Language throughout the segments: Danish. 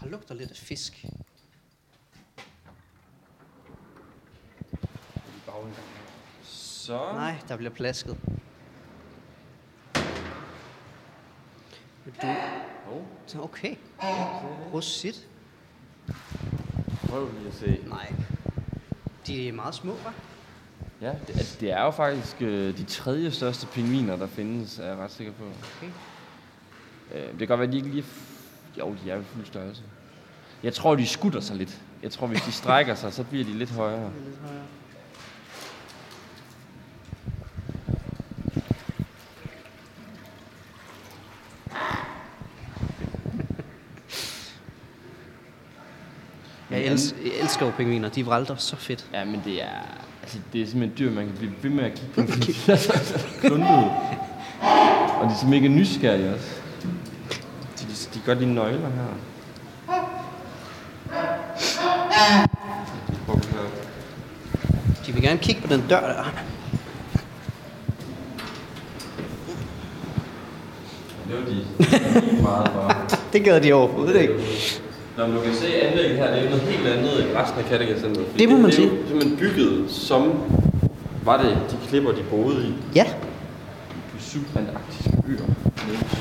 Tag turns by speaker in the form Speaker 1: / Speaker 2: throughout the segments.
Speaker 1: Der lugter lidt af fisk.
Speaker 2: Så.
Speaker 1: Nej, der bliver plasket. Vil Du,
Speaker 2: Oh.
Speaker 1: så okay. Rosit?
Speaker 2: Prøv lige at se.
Speaker 1: Nej. De er meget små, hva'?
Speaker 2: Ja, det, altså, det er jo faktisk øh, de tredje største pingviner, der findes, er jeg ret sikker på.
Speaker 1: Okay.
Speaker 2: Øh, det kan godt være, at de ikke lige... er F- jo, de er jo i fuld størrelse. Jeg tror, de skutter sig lidt. Jeg tror, hvis de strækker sig, så bliver de lidt højere.
Speaker 1: Det er lidt højere. Jeg, els- jeg elsker jo pingviner. De vralter så fedt.
Speaker 2: Ja, men det er... Altså, det er simpelthen et dyr, man kan blive ved med at kigge på. fordi de er så kluntede. Og de er så mega nysgerrige også. De, de, de gør de nøgler her. Jeg prøver her.
Speaker 1: De vil gerne kigge på den dør der.
Speaker 2: Det var de. Det var meget bare.
Speaker 1: Det gad de overhovedet ikke.
Speaker 2: Nå, men du kan se anlægget her, det er jo noget helt andet end resten af Kattegat Center. fordi
Speaker 1: Det må man
Speaker 2: det
Speaker 1: sige.
Speaker 2: Det er jo simpelthen bygget som, var det de klipper, de boede i
Speaker 1: Ja,
Speaker 2: på subantarktiske øer nede i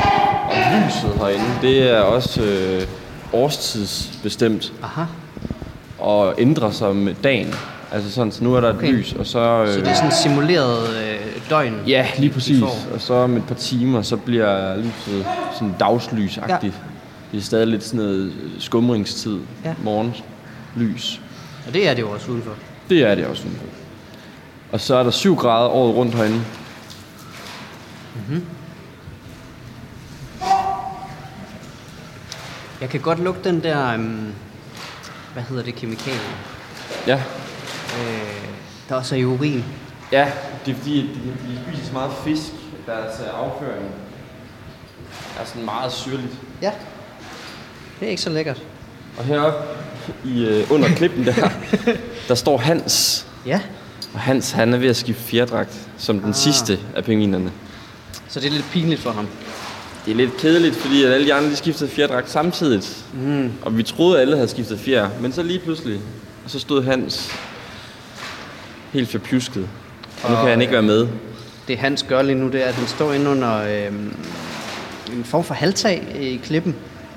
Speaker 2: Sydhavet. Og lyset herinde, det er også øh, årstidsbestemt
Speaker 1: aha.
Speaker 2: og ændrer sig med dagen. Altså sådan, så nu er der et
Speaker 1: Okay.
Speaker 2: lys, og så... Øh,
Speaker 1: Så det er sådan simuleret øh, døgn.
Speaker 2: Ja, lige præcis.
Speaker 1: får.
Speaker 2: Og så om et par timer, så bliver lyset sådan dagslysagtigt. Ja. Det er stadig lidt sådan noget øh, skumringstid,
Speaker 1: Ja.
Speaker 2: ja. morgenlys.
Speaker 1: Og det er det jo også udenfor.
Speaker 2: Det er det også udenfor. Og så er der 7 grader året rundt herinde.
Speaker 1: Jeg kan godt lugte den der... Øhm, hvad hedder det? Kemikalie.
Speaker 2: Ja,
Speaker 1: Øh, der også er i urin.
Speaker 2: ja det er fordi, at de, de spiser så meget fisk, at deres øh, afføring er sådan meget syrligt.
Speaker 1: Ja. Det er ikke så lækkert.
Speaker 2: Og heroppe i, øh, under klippen der, der står Hans.
Speaker 1: Ja.
Speaker 2: Og Hans han er ved at skifte fjerdragt som den ah. sidste af pingvinerne.
Speaker 1: Så det er lidt pinligt for ham.
Speaker 2: Det er lidt kedeligt, fordi at alle de andre de skiftede fjerdragt samtidig. Mm. Og vi troede, at alle havde skiftet fjer, men så lige pludselig, og så stod Hans helt forpjusket. Og nu kan han ikke være med.
Speaker 1: Det Hans gør lige nu, det er, at han står inde under øh, en form for halvtag i klippen.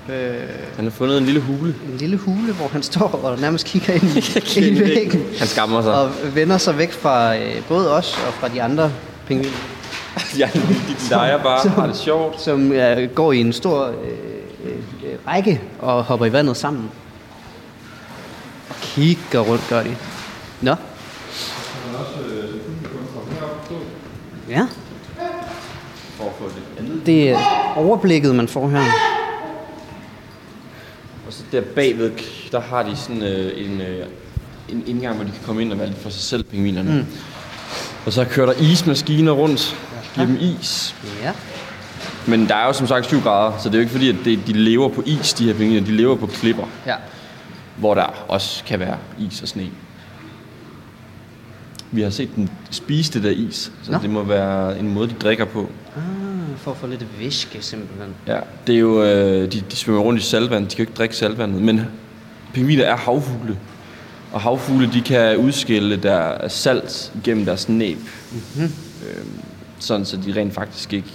Speaker 1: Øh,
Speaker 2: Han har fundet en lille hule.
Speaker 1: en lille hule, hvor han står og nærmest kigger ind i, ind i væggen.
Speaker 2: Han skammer sig.
Speaker 1: Og vender sig væk fra øh, både os og fra de andre pingviner,
Speaker 2: Ja, de leger bare, har det sjovt.
Speaker 1: som øh, går i en stor øh, øh, øh, række og hopper i vandet sammen. Og kigger rundt, gør de. Nå, ja.
Speaker 2: For at få lidt andet.
Speaker 1: Det er overblikket, man får her.
Speaker 2: Og så der bagved, der har de sådan øh, en, øh, en indgang, hvor de kan komme ind og være lidt for sig selv, pingvinerne. Mm. Og så kører der ismaskiner rundt, giver dem is.
Speaker 1: Ja.
Speaker 2: Men der er jo som sagt 7 grader, så det er jo ikke fordi, at det, de lever på is, de her pingviner. De lever på klipper,
Speaker 1: ja.
Speaker 2: hvor der også kan være is og sne. Vi har set dem spise det der is, så
Speaker 1: Nå.
Speaker 2: Nå. det må være en måde, de drikker på.
Speaker 1: Ah, for at få lidt væske, simpelthen.
Speaker 2: Ja, det er jo, øh, de, de svømmer rundt i saltvand, de kan jo ikke drikke saltvandet, men pingviner er havfugle. Og havfugle, de kan udskille der salt gennem deres næb. Mm-hmm. Øhm, sådan, så de rent faktisk ikke...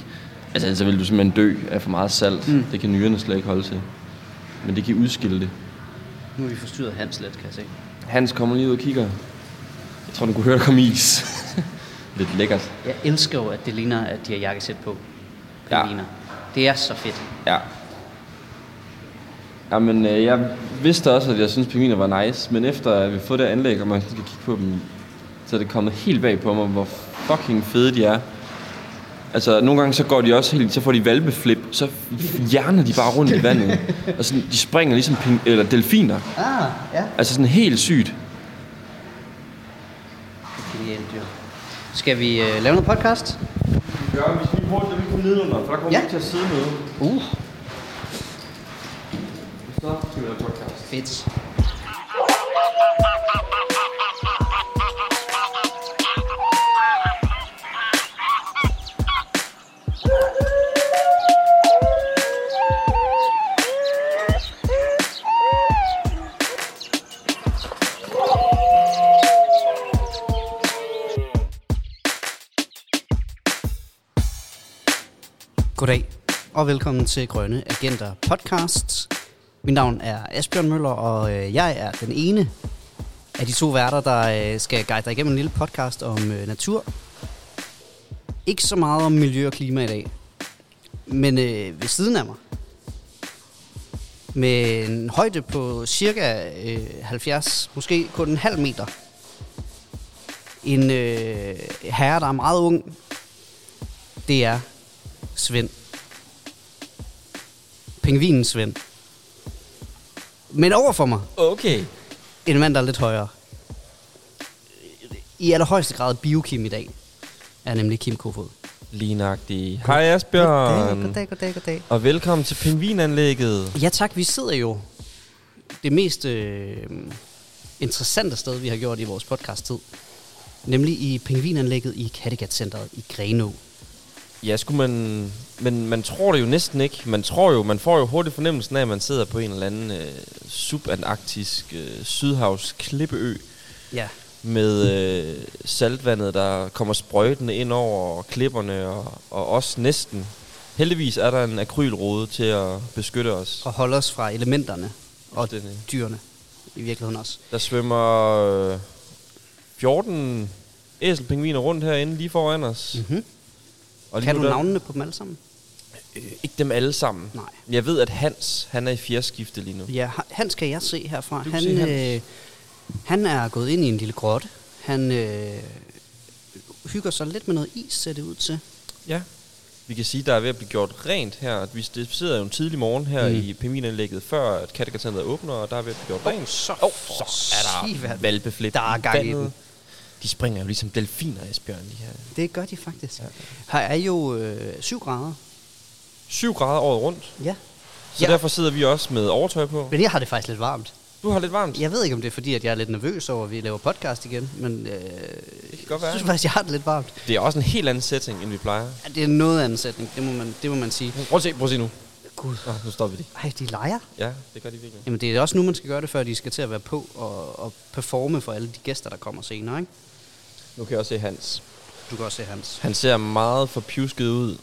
Speaker 2: Altså, ellers vil du simpelthen dø af for meget salt. Mm. Det kan nyrerne slet ikke holde til. Men det kan udskille det.
Speaker 1: Nu er vi forstyrret Hans lidt, kan jeg se.
Speaker 2: Hans kommer lige ud og kigger. Jeg tror, den kunne høre, der kom is. Lidt lækkert.
Speaker 1: Jeg elsker jo, at det ligner, at de har jakkesæt på.
Speaker 2: Ja.
Speaker 1: Ja. Det er så fedt.
Speaker 2: Ja. Jamen, øh, jeg vidste også, at jeg synes pingviner var nice, men efter at vi fået det anlæg, og man skal kigge på dem, så er det kommet helt bag på mig, hvor fucking fede de er. Altså, nogle gange så går de også helt, så får de valpeflip, så hjerner de bare rundt i vandet. Og sådan, de springer ligesom ping, eller delfiner.
Speaker 1: Ah, ja.
Speaker 2: Altså sådan helt sygt.
Speaker 1: Genialt dyr. Skal vi øh, lave noget podcast?
Speaker 2: Ja, hvis vi bruger det, vi kommer nedenunder, for der kommer
Speaker 1: Ja. vi til
Speaker 2: at sidde nede.
Speaker 1: Uh,
Speaker 2: Så skal vi lave podcast.
Speaker 1: fedt. Goddag, og velkommen til Grønne Agenter Podcast. Mit navn er Asbjørn Møller, og øh, jeg er den ene af de to værter, der øh, skal guide dig igennem en lille podcast om øh, natur. Ikke så meget om miljø og klima i dag, men øh, ved siden af mig, med en højde på cirka øh, 70, måske kun en halv meter, en øh, herre, der er meget ung, det er Svend. Pingvinen Svend. Men over for mig,
Speaker 2: Okay.
Speaker 1: en mand, der er lidt højere. I allerhøjeste grad biokim i dag, er nemlig Kim Kofod.
Speaker 2: Lignagtig. Hej Asbjørn.
Speaker 1: goddag, goddag.
Speaker 2: Og velkommen til Pingvinanlægget.
Speaker 1: Ja tak, vi sidder jo det mest øh, interessante sted, vi har gjort i vores podcast-tid. Nemlig i pingvinanlægget i Kattegat-centeret i Grenå.
Speaker 2: Ja, skulle man... Men man tror det jo næsten ikke. Man tror jo, man får jo hurtigt fornemmelsen af, at man sidder på en eller anden øh, subantarktisk øh, sydhavs klippeø
Speaker 1: Ja,
Speaker 2: med øh, saltvandet, der kommer sprøjtende ind over klipperne og, og os næsten. Heldigvis er der en akrylrode til at beskytte os.
Speaker 1: og holde os fra elementerne og
Speaker 2: Fuldstændig.
Speaker 1: dyrene i virkeligheden også.
Speaker 2: Der svømmer øh, 14 æselpingviner rundt herinde lige foran os.
Speaker 1: Mm-hmm.
Speaker 2: Og lige
Speaker 1: Kan
Speaker 2: nu,
Speaker 1: du
Speaker 2: der-
Speaker 1: navnene på dem alle sammen?
Speaker 2: Øh, ikke dem alle sammen.
Speaker 1: Nej.
Speaker 2: Jeg ved, at Hans, han er i fjerdskifte lige nu.
Speaker 1: Ja, Ha- Hans kan jeg se herfra.
Speaker 2: Du kan
Speaker 1: Han,
Speaker 2: se
Speaker 1: øh,
Speaker 2: Hans.
Speaker 1: han er gået ind i en lille grotte. Han øh, hygger sig lidt med noget is, ser det ud til.
Speaker 2: Ja. Vi kan sige, der er ved at blive gjort rent her. At Vi det sidder jo en tidlig morgen her
Speaker 1: Mm.
Speaker 2: mm. i Pemilanlægget, før at Kattegatcenteret åbner, og der er ved at blive gjort rent.
Speaker 1: så
Speaker 2: Åh,
Speaker 1: for
Speaker 2: så er
Speaker 1: sig, hvad-
Speaker 2: der valpeflit.
Speaker 1: Der er gang i den.
Speaker 2: De springer jo ligesom delfiner, Asbjørn, de her.
Speaker 1: Det gør de faktisk. Her er jo øh, 7 grader.
Speaker 2: 7 grader året rundt,
Speaker 1: Ja.
Speaker 2: så
Speaker 1: Ja.
Speaker 2: ja. derfor sidder vi også med overtøj på.
Speaker 1: Men jeg har det faktisk lidt varmt.
Speaker 2: Du har lidt varmt.
Speaker 1: Jeg ved ikke, om det er fordi, at jeg er lidt nervøs over, at vi laver podcast igen, men øh, det
Speaker 2: kan godt være.
Speaker 1: jeg synes faktisk, jeg har det lidt varmt.
Speaker 2: Det er også en helt anden setting, end vi plejer.
Speaker 1: Ja, det er noget anden sætning, det må man, det må man sige.
Speaker 2: Prøv at se, prøv at se nu.
Speaker 1: Gud,
Speaker 2: Nå, nu stopper vi det.
Speaker 1: ej, de leger.
Speaker 2: Ja, det gør de virkelig.
Speaker 1: Jamen, det er også nu, man skal gøre det, før de skal til at være på og, og performe for alle de gæster, der kommer senere, ikke?
Speaker 2: Nu kan jeg også se Hans.
Speaker 1: Du kan også se Hans.
Speaker 2: Han ser meget forpjusket ud.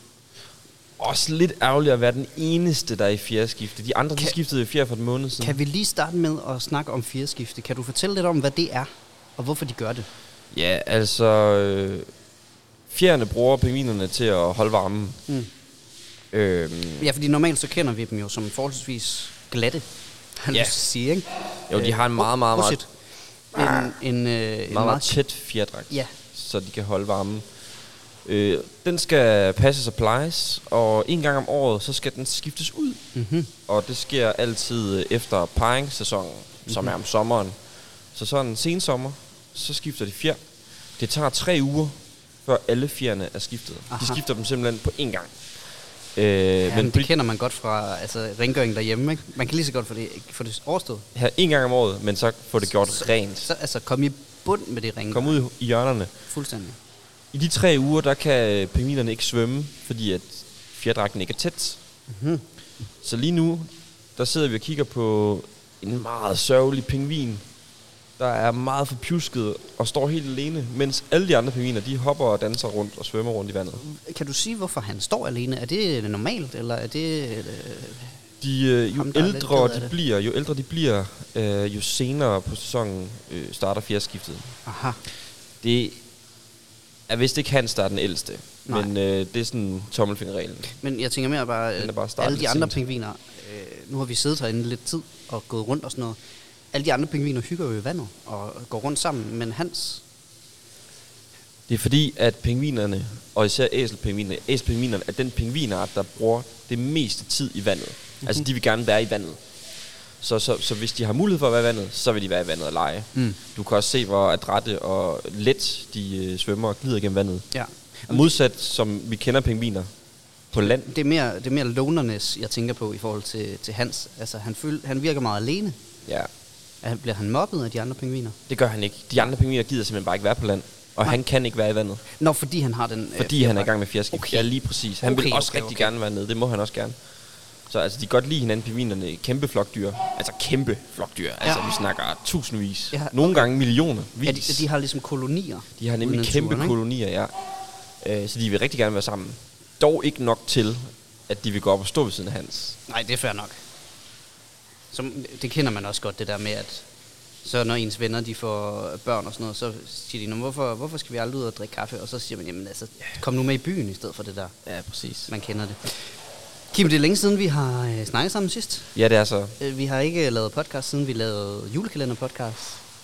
Speaker 2: Også lidt ærgerligt at være den eneste, der er i fjerdeskifte. De andre, kan,
Speaker 1: Kan-
Speaker 2: de skiftede i fjerde for et måned siden.
Speaker 1: Kan vi lige starte med at snakke om fireskifte? Kan du fortælle lidt om, hvad det er, og hvorfor de gør det?
Speaker 2: Ja, altså... Øh, fjerne bruger pingvinerne til at holde varmen.
Speaker 1: Mm.
Speaker 2: Øhm,
Speaker 1: Ja, fordi normalt så kender vi dem jo som forholdsvis glatte, har jeg
Speaker 2: Ja.
Speaker 1: lyst til at sige, ikke? Øh,
Speaker 2: jo, de har en meget, meget, meget,
Speaker 1: Prosit. En, en, øh, en
Speaker 2: meget, meget tæt fjerdragt,
Speaker 1: Ja.
Speaker 2: så de kan holde varmen. Øh, den skal passes og plejes, og en gang om året, så skal den skiftes ud.
Speaker 1: Mm-hmm.
Speaker 2: Og det sker altid øh, efter paringssæsonen, mm-hmm.
Speaker 1: Mhm.
Speaker 2: som er om sommeren. Så sådan sen sommer, så skifter de fjer. Det tager tre uger, før alle fjerne er skiftet. Aha.
Speaker 1: Aha.
Speaker 2: De skifter dem simpelthen på én gang. Øh, ja,
Speaker 1: Ja, men det kender man godt fra altså, rengøring derhjemme, ikke? Man kan lige så godt få det, få det overstået.
Speaker 2: her en gang om året, men så får det gjort rent.
Speaker 1: Så altså, kom i bund med det rengøring.
Speaker 2: Kom ud i hjørnerne.
Speaker 1: Fuldstændig.
Speaker 2: I de tre uger, der kan øh, pingvinerne ikke svømme, fordi at fjerdragten ikke er tæt.
Speaker 1: Mm-hmm.
Speaker 2: Så lige nu, der sidder vi og kigger på en meget sørgelig pingvin, der er meget forpjusket og står helt alene, mens alle de andre pingviner, de hopper og danser rundt og svømmer rundt i vandet.
Speaker 1: Kan du sige, hvorfor han står alene? Er det normalt, eller er det... Øh,
Speaker 2: De, øh, jo
Speaker 1: Ham, der er lidt
Speaker 2: ældre
Speaker 1: ked af
Speaker 2: de
Speaker 1: det.
Speaker 2: bliver, jo ældre de bliver, øh, jo senere på sæsonen øh, starter fjerdskiftet.
Speaker 1: aha,
Speaker 2: Det er vist ikke Hans, der er den ældste,
Speaker 1: Nej.
Speaker 2: men øh, det er sådan tommelfingerreglen.
Speaker 1: men jeg tænker mere bare,
Speaker 2: Den er
Speaker 1: øh,
Speaker 2: bare startet
Speaker 1: alle de
Speaker 2: lidt
Speaker 1: andre
Speaker 2: sent.
Speaker 1: pingviner... Øh, nu har vi siddet herinde lidt tid og gået rundt og sådan noget. Alle de andre pingviner hygger jo i vandet og går rundt sammen, men Hans...
Speaker 2: Det er fordi, at pingvinerne, og især æselpingvinerne, æselpingvinerne er den pingvinart, der bruger det meste tid i vandet.
Speaker 1: Mhm.
Speaker 2: Mm-hmm. Altså, de vil gerne være i vandet. Så, så, så hvis de har mulighed for at være i vandet, så vil de være i vandet og lege.
Speaker 1: Mm.
Speaker 2: Du kan også se, hvor adrette og let de øh, svømmer og glider gennem vandet.
Speaker 1: Ja.
Speaker 2: Modsat, som vi kender pingviner på land.
Speaker 1: Det er mere, det er mere lonerness, jeg tænker på i forhold til, til Hans. Altså, han, føl, han virker meget alene.
Speaker 2: Ja,
Speaker 1: Er- Bliver han mobbet af de andre pingviner?
Speaker 2: det gør han ikke. De andre pingviner gider simpelthen bare ikke være på land. Og
Speaker 1: Nej.
Speaker 2: han kan ikke være i vandet,
Speaker 1: Nå, fordi han har den... øh,
Speaker 2: fordi han er
Speaker 1: fjerdragt.
Speaker 2: i gang med fjerskift.
Speaker 1: Okay.
Speaker 2: Ja, lige præcis. Han
Speaker 1: Okay,
Speaker 2: vil også
Speaker 1: okay,
Speaker 2: rigtig
Speaker 1: okay.
Speaker 2: gerne være nede. Det må han også gerne. Så altså, de kan godt lide hinanden, pingvinerne. Kæmpe flokdyr. Altså kæmpe flokdyr. Ja. Altså,
Speaker 1: Ja.
Speaker 2: vi snakker tusindvis.
Speaker 1: Ja,
Speaker 2: Ja, Nogle gange millioner. Vis.
Speaker 1: Ja, de, de har ligesom kolonier.
Speaker 2: de har nemlig
Speaker 1: ude i
Speaker 2: kæmpe
Speaker 1: naturen, ikke?
Speaker 2: kolonier, ja. Øh, så de vil rigtig gerne være sammen. Dog ikke nok til, at de vil gå op og stå ved siden af hans.
Speaker 1: Nej, det er fair nok. Som, det kender man også godt, det der med, at så når ens venner de får børn og sådan noget, så siger de, "Nå, hvorfor, hvorfor skal vi aldrig ud og drikke kaffe? Og så siger man, jamen altså, kom nu med i byen i stedet for det der.
Speaker 2: Ja, præcis.
Speaker 1: Man kender det. Kim, det er længe siden, vi har øh, snakket sammen sidst.
Speaker 2: Ja, det er så.
Speaker 1: Øh, Vi har ikke lavet podcast, siden vi lavede julekalenderpodcast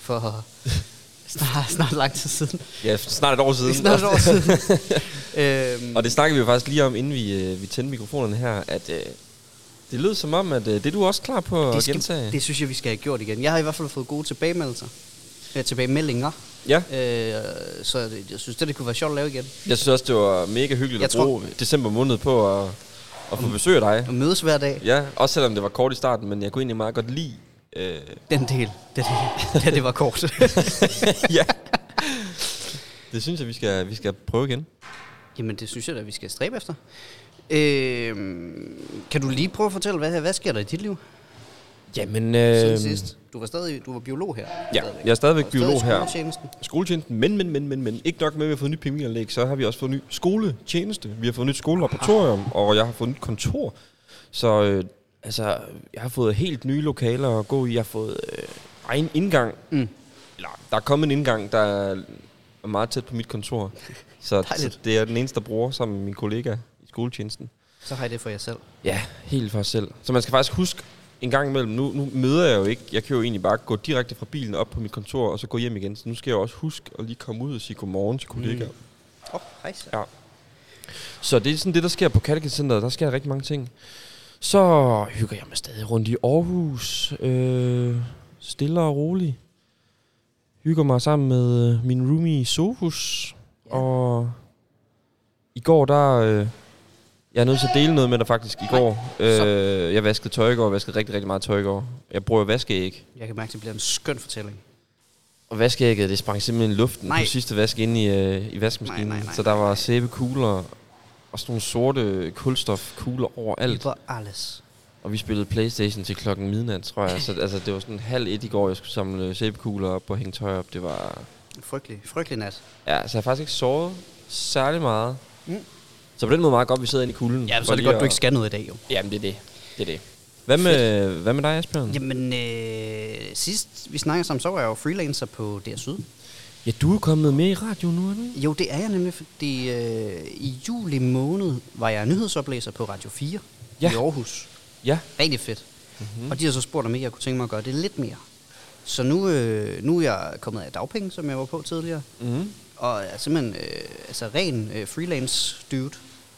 Speaker 1: for snart, snart lang tid siden.
Speaker 2: Ja, snart et år siden.
Speaker 1: Det er snart et år siden. øhm,
Speaker 2: Og det snakkede vi jo faktisk lige om, inden vi, øh, vi tændte mikrofonerne her, at øh, det lød som om, at øh, det er du også klar på
Speaker 1: det,
Speaker 2: at gentage.
Speaker 1: skal, det synes jeg, vi skal have gjort igen. Jeg har i hvert fald fået gode tilbagemeldelser. Øh, tilbagemeldinger.
Speaker 2: Ja,
Speaker 1: Øh, så det- jeg synes, det, det kunne være sjovt at lave igen.
Speaker 2: jeg synes også, det var mega hyggeligt
Speaker 1: Jeg
Speaker 2: at
Speaker 1: tror-
Speaker 2: bruge december måned på at, at få besøg af dig.
Speaker 1: Og mødes hver dag.
Speaker 2: Ja, også selvom det var kort i starten, men jeg kunne egentlig meget godt lide... Øh,
Speaker 1: Den del, det, det, det, det var kort.
Speaker 2: ja. Det synes jeg, vi skal, vi skal prøve igen.
Speaker 1: Jamen, det synes jeg da, vi skal stræbe efter. Øh, kan du lige prøve at fortælle, hvad, hvad sker der i dit liv
Speaker 2: Jamen,
Speaker 1: siden
Speaker 2: øh,
Speaker 1: sidst? Du var stadig du var biolog her.
Speaker 2: ja, jeg er stadigvæk
Speaker 1: Og
Speaker 2: biolog her.
Speaker 1: skoletjenesten.
Speaker 2: skoletjenesten, men, men, men, men, men. Ikke nok med, at vi har fået nyt pingvinanlæg, så har vi også fået ny skoletjeneste. Vi har fået nyt skolelaboratorium, og jeg har fået nyt kontor. Så øh, altså, jeg har fået helt nye lokaler at gå i. Jeg har fået øh, egen indgang.
Speaker 1: Mm.
Speaker 2: Eller, der er kommet en indgang, der er meget tæt på mit kontor. Så,
Speaker 1: Dejligt.
Speaker 2: så det er den eneste, der bruger sammen med min kollega i skoletjenesten.
Speaker 1: Så har jeg det for jer selv.
Speaker 2: Ja, helt for os selv. Så man skal faktisk huske en gang imellem, nu, nu møder jeg jo ikke, jeg kan jo egentlig bare gå direkte fra bilen op på mit kontor, og så gå hjem igen. Så nu skal jeg jo også huske at lige komme ud og sige godmorgen til kollegaer. Mm.
Speaker 1: Åh, oh, hej så.
Speaker 2: Ja. Så det er sådan det, der sker på Kattegat Centeret. Der sker rigtig mange ting. Så hygger jeg mig stadig rundt i Aarhus. Øh, stille og roligt. Hygger mig sammen med øh, min roomie Sofus.
Speaker 1: Ja.
Speaker 2: Ja. Og i går, der... Øh, jeg er nødt til at dele noget med dig faktisk i går.
Speaker 1: så.
Speaker 2: Øh, jeg vaskede tøj i går. Jeg vaskede rigtig, rigtig meget tøj i går. Jeg bruger jo vaskeæg.
Speaker 1: Jeg kan mærke, det bliver en skøn fortælling.
Speaker 2: Og vaskeægget, det sprang simpelthen i luften
Speaker 1: Nej.
Speaker 2: nej. på sidste vask ind i, øh, i vaskemaskinen.
Speaker 1: Nej, nej, nej,
Speaker 2: så der var sæbekugler og sådan nogle sorte kulstofkugler overalt.
Speaker 1: Iber alles.
Speaker 2: Og vi spillede Playstation til klokken midnat, tror jeg. Så altså, det var sådan halv et i går, jeg skulle samle øh, sæbekugler op og hænge tøj op. Det var...
Speaker 1: En Frygtelig, frygtelig nat.
Speaker 2: Ja, så jeg har faktisk ikke sovet særlig meget.
Speaker 1: Mm.
Speaker 2: Mm. Så på den måde meget godt, vi sidder inde i kulden.
Speaker 1: Ja, så
Speaker 2: For
Speaker 1: er det
Speaker 2: lige
Speaker 1: godt, du
Speaker 2: at-
Speaker 1: ikke skal noget i dag, jo.
Speaker 2: Jamen, det er det. Det er det. Hvad med, hvad med dig, Asbjørn?
Speaker 1: Jamen, øh, sidst vi snakkede sammen, så var jeg jo freelancer på DR Syd.
Speaker 2: Ja, du er kommet med i radioen nu, er du ikke?
Speaker 1: Jo, det er jeg nemlig, fordi øh, i juli måned var jeg nyhedsoplæser på Radio 4
Speaker 2: Ja.
Speaker 1: i Aarhus.
Speaker 2: Ja.
Speaker 1: Rigtig fedt. Mm-hmm. Og de har så spurgt, om ikke jeg kunne tænke mig at gøre det lidt mere. Så nu, øh, nu er jeg kommet af dagpenge, som jeg var på tidligere.
Speaker 2: Mm.
Speaker 1: Og er simpelthen øh, altså ren øh, freelance dude,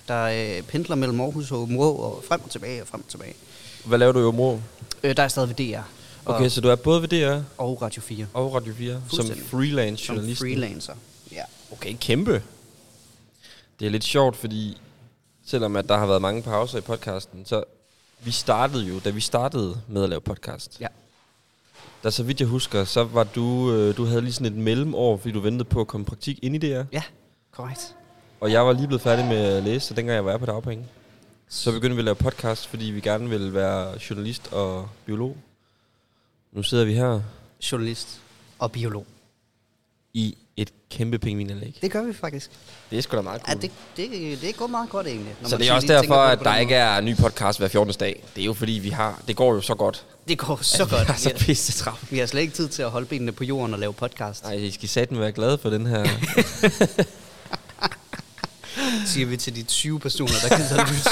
Speaker 1: der øh, pendler mellem Aarhus og Åben Rå og frem og tilbage og frem og tilbage.
Speaker 2: Hvad laver du i området?
Speaker 1: Øh, der er jeg stadig ved DR
Speaker 2: Okay,
Speaker 1: og,
Speaker 2: så du er både ved DR
Speaker 1: og Radio 4
Speaker 2: og Radio 4 som
Speaker 1: Fuldstændig.
Speaker 2: freelance
Speaker 1: som
Speaker 2: journalist.
Speaker 1: freelancer. Ja.
Speaker 2: Okay, kæmpe. Det er lidt sjovt, fordi selvom at der har været mange pauser i podcasten, så vi startede jo, da vi startede med at lave podcast.
Speaker 1: ja.
Speaker 2: Der så vidt jeg husker, så var du, øh, du havde lige sådan et mellemår, fordi du ventede på at komme i praktik ind i det her.
Speaker 1: Ja, korrekt.
Speaker 2: Og jeg var lige blevet færdig med at læse, så dengang jeg var på dagpenge. Så begyndte vi at lave podcast, fordi vi gerne ville være journalist og biolog. Nu sidder vi her
Speaker 1: Journalist og biolog.
Speaker 2: i et kæmpe pingvinanlæg.
Speaker 1: Det gør vi faktisk.
Speaker 2: Det er sgu da meget
Speaker 1: Ja, det, det, det går meget godt egentlig. når
Speaker 2: Så
Speaker 1: man
Speaker 2: det er
Speaker 1: sådan
Speaker 2: også
Speaker 1: lige
Speaker 2: derfor,
Speaker 1: tænker på det
Speaker 2: at
Speaker 1: på
Speaker 2: der
Speaker 1: den
Speaker 2: ikke er ny podcast hver 14. dag. Det er jo fordi, vi har... Det går jo så godt.
Speaker 1: måde. Det går så
Speaker 2: Vi har
Speaker 1: godt.
Speaker 2: så
Speaker 1: Vi har,
Speaker 2: pisse travlt.
Speaker 1: vi har slet ikke tid til at holde benene på jorden og lave podcast,
Speaker 2: Nej, I skal satme være glade for den her...
Speaker 1: siger vi til de 20 personer, der gider lytte.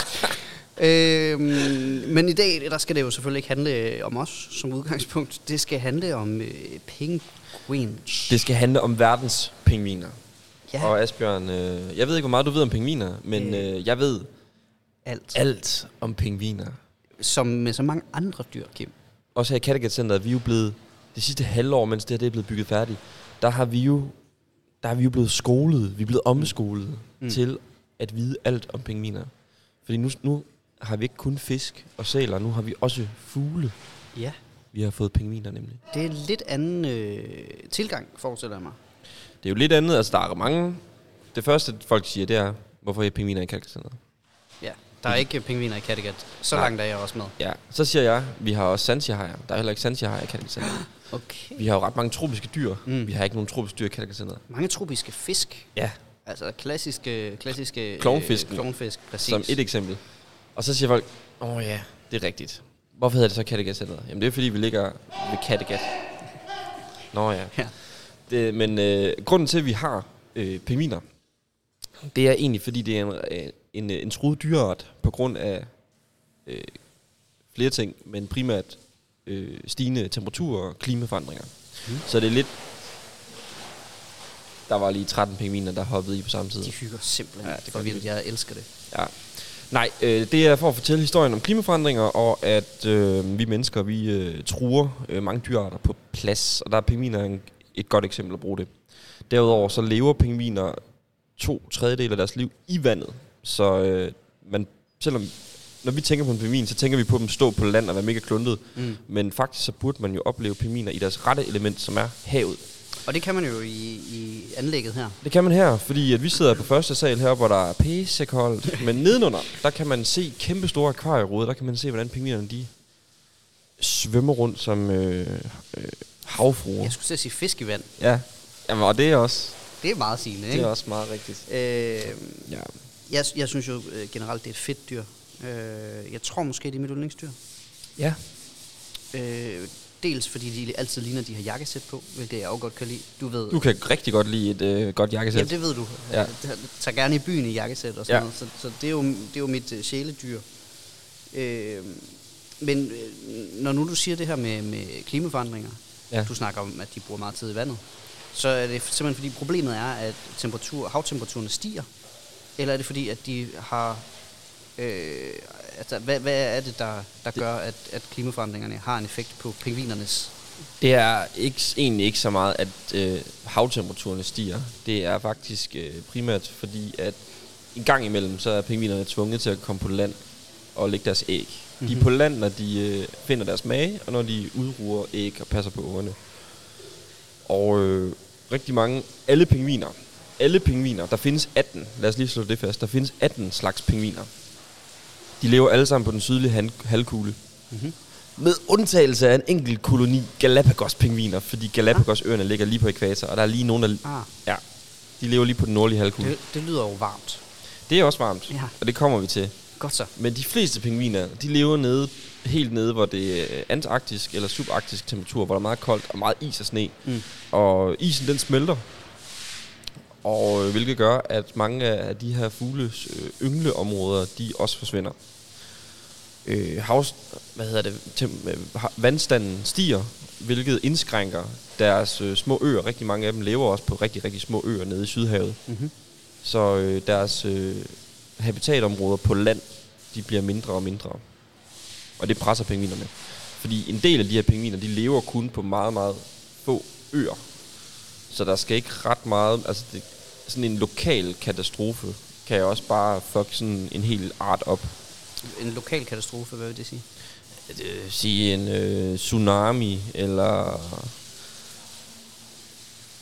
Speaker 1: Øhm, men i dag, der skal det jo selvfølgelig ikke handle øh, om os som udgangspunkt. Det skal handle om øh, penguins.
Speaker 2: det skal handle om verdens pingviner.
Speaker 1: ja,
Speaker 2: Ja. Og Asbjørn, øh, jeg ved ikke, hvor meget du ved om pingviner, men
Speaker 1: Øh.
Speaker 2: øh, jeg ved
Speaker 1: alt.
Speaker 2: alt om pingviner.
Speaker 1: Som med så mange andre dyr, Kim.
Speaker 2: Også her i Kattegat Centeret, vi er jo blevet... Det sidste halvår, mens det her det er blevet bygget færdigt, der har vi jo, der er vi jo blevet skolet. Vi er blevet omskolet
Speaker 1: Mm.
Speaker 2: mm. til at vide alt om pingviner. Fordi nu, nu har vi ikke kun fisk og sæler, nu har vi også fugle.
Speaker 1: Ja.
Speaker 2: Vi har fået pingviner nemlig.
Speaker 1: Det er en lidt anden øh, tilgang, forestiller jeg mig.
Speaker 2: Det er jo lidt andet, altså der er mange. Det første folk siger, det er, hvorfor er pingviner i kalkcenteret?
Speaker 1: Ja, der er ikke pingviner i Kattegat. Så
Speaker 2: Mhm. Nej.
Speaker 1: langt er jeg også med.
Speaker 2: Ja, så siger jeg, vi har også sansihajer. Der er heller ikke sansihajer i kalkcenteret.
Speaker 1: Okay.
Speaker 2: Vi har jo ret mange tropiske dyr.
Speaker 1: Mm.
Speaker 2: Mm. Vi har ikke nogen tropiske dyr i kalkcenteret.
Speaker 1: Mange tropiske fisk.
Speaker 2: Ja,
Speaker 1: Altså klassiske... klassiske øh,
Speaker 2: Klovnfisken.
Speaker 1: Klovnfisk, præcis.
Speaker 2: som et eksempel. Og så siger folk, åh oh, ja, det er rigtigt. Hvorfor hedder det så kattegat Center? Jamen det er fordi, vi ligger ved Kattegat. Nå ja.
Speaker 1: Ja.
Speaker 2: Det, men øh, grunden til, at vi har øh, pingviner, det er egentlig, fordi det er en, øh, en, øh, en truet dyreart på grund af øh, flere ting, men primært øh, stigende temperaturer og klimaforandringer. Mm. Så det er lidt... Der var lige 13 pingviner, der hoppede i på samme tid.
Speaker 1: De hygger simpelthen.
Speaker 2: Ja,
Speaker 1: Ja,
Speaker 2: det
Speaker 1: det for
Speaker 2: gør de
Speaker 1: vildt.
Speaker 2: virkelig.
Speaker 1: Jeg elsker det.
Speaker 2: Ja. Nej, øh, det er for at fortælle historien om klimaforandringer, og at øh, vi mennesker, vi øh, truer øh, mange dyrearter på plads, og der er pingviner en, et godt eksempel at bruge det. Derudover så lever pingviner to tredjedel af deres liv i vandet, så øh, man, selvom, når vi tænker på en pingvin, så tænker vi på dem stå på land og være mega kluntet, mm. men faktisk så burde man jo opleve pingviner i deres rette element, som er havet.
Speaker 1: Og det kan man jo i, i anlægget her.
Speaker 2: Det kan man her, fordi at vi sidder på første sal her, hvor der er pissekoldt. Men nedenunder, der kan man se kæmpe store akvarieruder. Der kan man se, hvordan pingvinerne de svømmer rundt som øh, øh, havfruer.
Speaker 1: Jeg skulle til at sige fisk i vand.
Speaker 2: Ja, Jamen, og det er også,
Speaker 1: Det er meget sigende,
Speaker 2: det
Speaker 1: ikke?
Speaker 2: er også meget rigtigt.
Speaker 1: Øh,
Speaker 2: Ja.
Speaker 1: jeg, jeg synes jo øh, generelt, det er et fedt dyr. Øh, jeg tror måske, det er mit yndlingsdyr.
Speaker 2: ja.
Speaker 1: Øh, dels fordi de altid ligner, de har jakkesæt på, hvilket jeg også godt kan lide. Du ved,
Speaker 2: Du kan rigtig godt lide et øh, godt jakkesæt.
Speaker 1: Jamen, det ved du.
Speaker 2: Ja.
Speaker 1: Altså, Ja. Jeg tager gerne i byen i jakkesæt og sådan
Speaker 2: Ja.
Speaker 1: ja. noget. Så, så det, er jo, det er jo mit øh, sjæledyr. Øh, men øh, når nu du siger det her med, med klimaforandringer,
Speaker 2: Ja.
Speaker 1: ja. du snakker om, at de bruger meget tid i vandet, så er det simpelthen fordi problemet er, at temperatur, havtemperaturen stiger? Eller er det fordi, at de har... Øh, altså, hvad, hvad er det, der, der gør, at, at klimaforandringerne har en effekt på pingvinernes...
Speaker 2: Det er ikke, egentlig ikke så meget, at øh, havtemperaturen stiger. Det er faktisk øh, primært fordi, at en gang imellem, så er pingvinerne tvunget til at komme på land og lægge deres æg. Mm-hmm. De er på land, når de øh, finder deres mage, og når de udruer æg og passer på ungerne. Og øh, rigtig mange, alle pingviner, alle pingviner, der findes 18, lad os lige slå det fast, der findes 18 slags pingviner. De lever alle sammen på den sydlige han- halvkugle.
Speaker 1: Mhm.
Speaker 2: Med undtagelse af en enkelt koloni Galapagos-pingviner, fordi Galapagos-øerne ligger lige på ekvator, og der er lige nogen, der...
Speaker 1: Ah.
Speaker 2: Ja, de lever lige på den nordlige halvkugle.
Speaker 1: Det, det lyder jo varmt.
Speaker 2: Det er også varmt,
Speaker 1: Ja.
Speaker 2: og det kommer vi til.
Speaker 1: Godt så.
Speaker 2: Men de fleste pingviner, de lever nede, helt nede, hvor det er antarktisk eller subarktisk temperatur, hvor der er meget koldt og meget is og sne. Mm. Og isen, den smelter. Og øh, hvilket gør, at mange af de her fugles øh, yngleområder, de også forsvinder. Øh, havs, hvad hedder det, tem, øh, ha- vandstanden stiger, hvilket indskrænker deres øh, små øer. Rigtig mange af dem lever også på rigtig, rigtig små øer nede i Sydhavet. Mm-hmm. Så øh, deres øh, habitatområder på land, de bliver mindre og mindre. Og det presser pingvinerne. Fordi en del af de her pingviner, de lever kun på meget, meget få øer. Så der skal ikke ret meget... Altså det, sådan en lokal katastrofe kan jeg også bare fuck sådan en hel art op.
Speaker 1: En lokal katastrofe, hvad vil det sige?
Speaker 2: At, øh, sige en øh, tsunami eller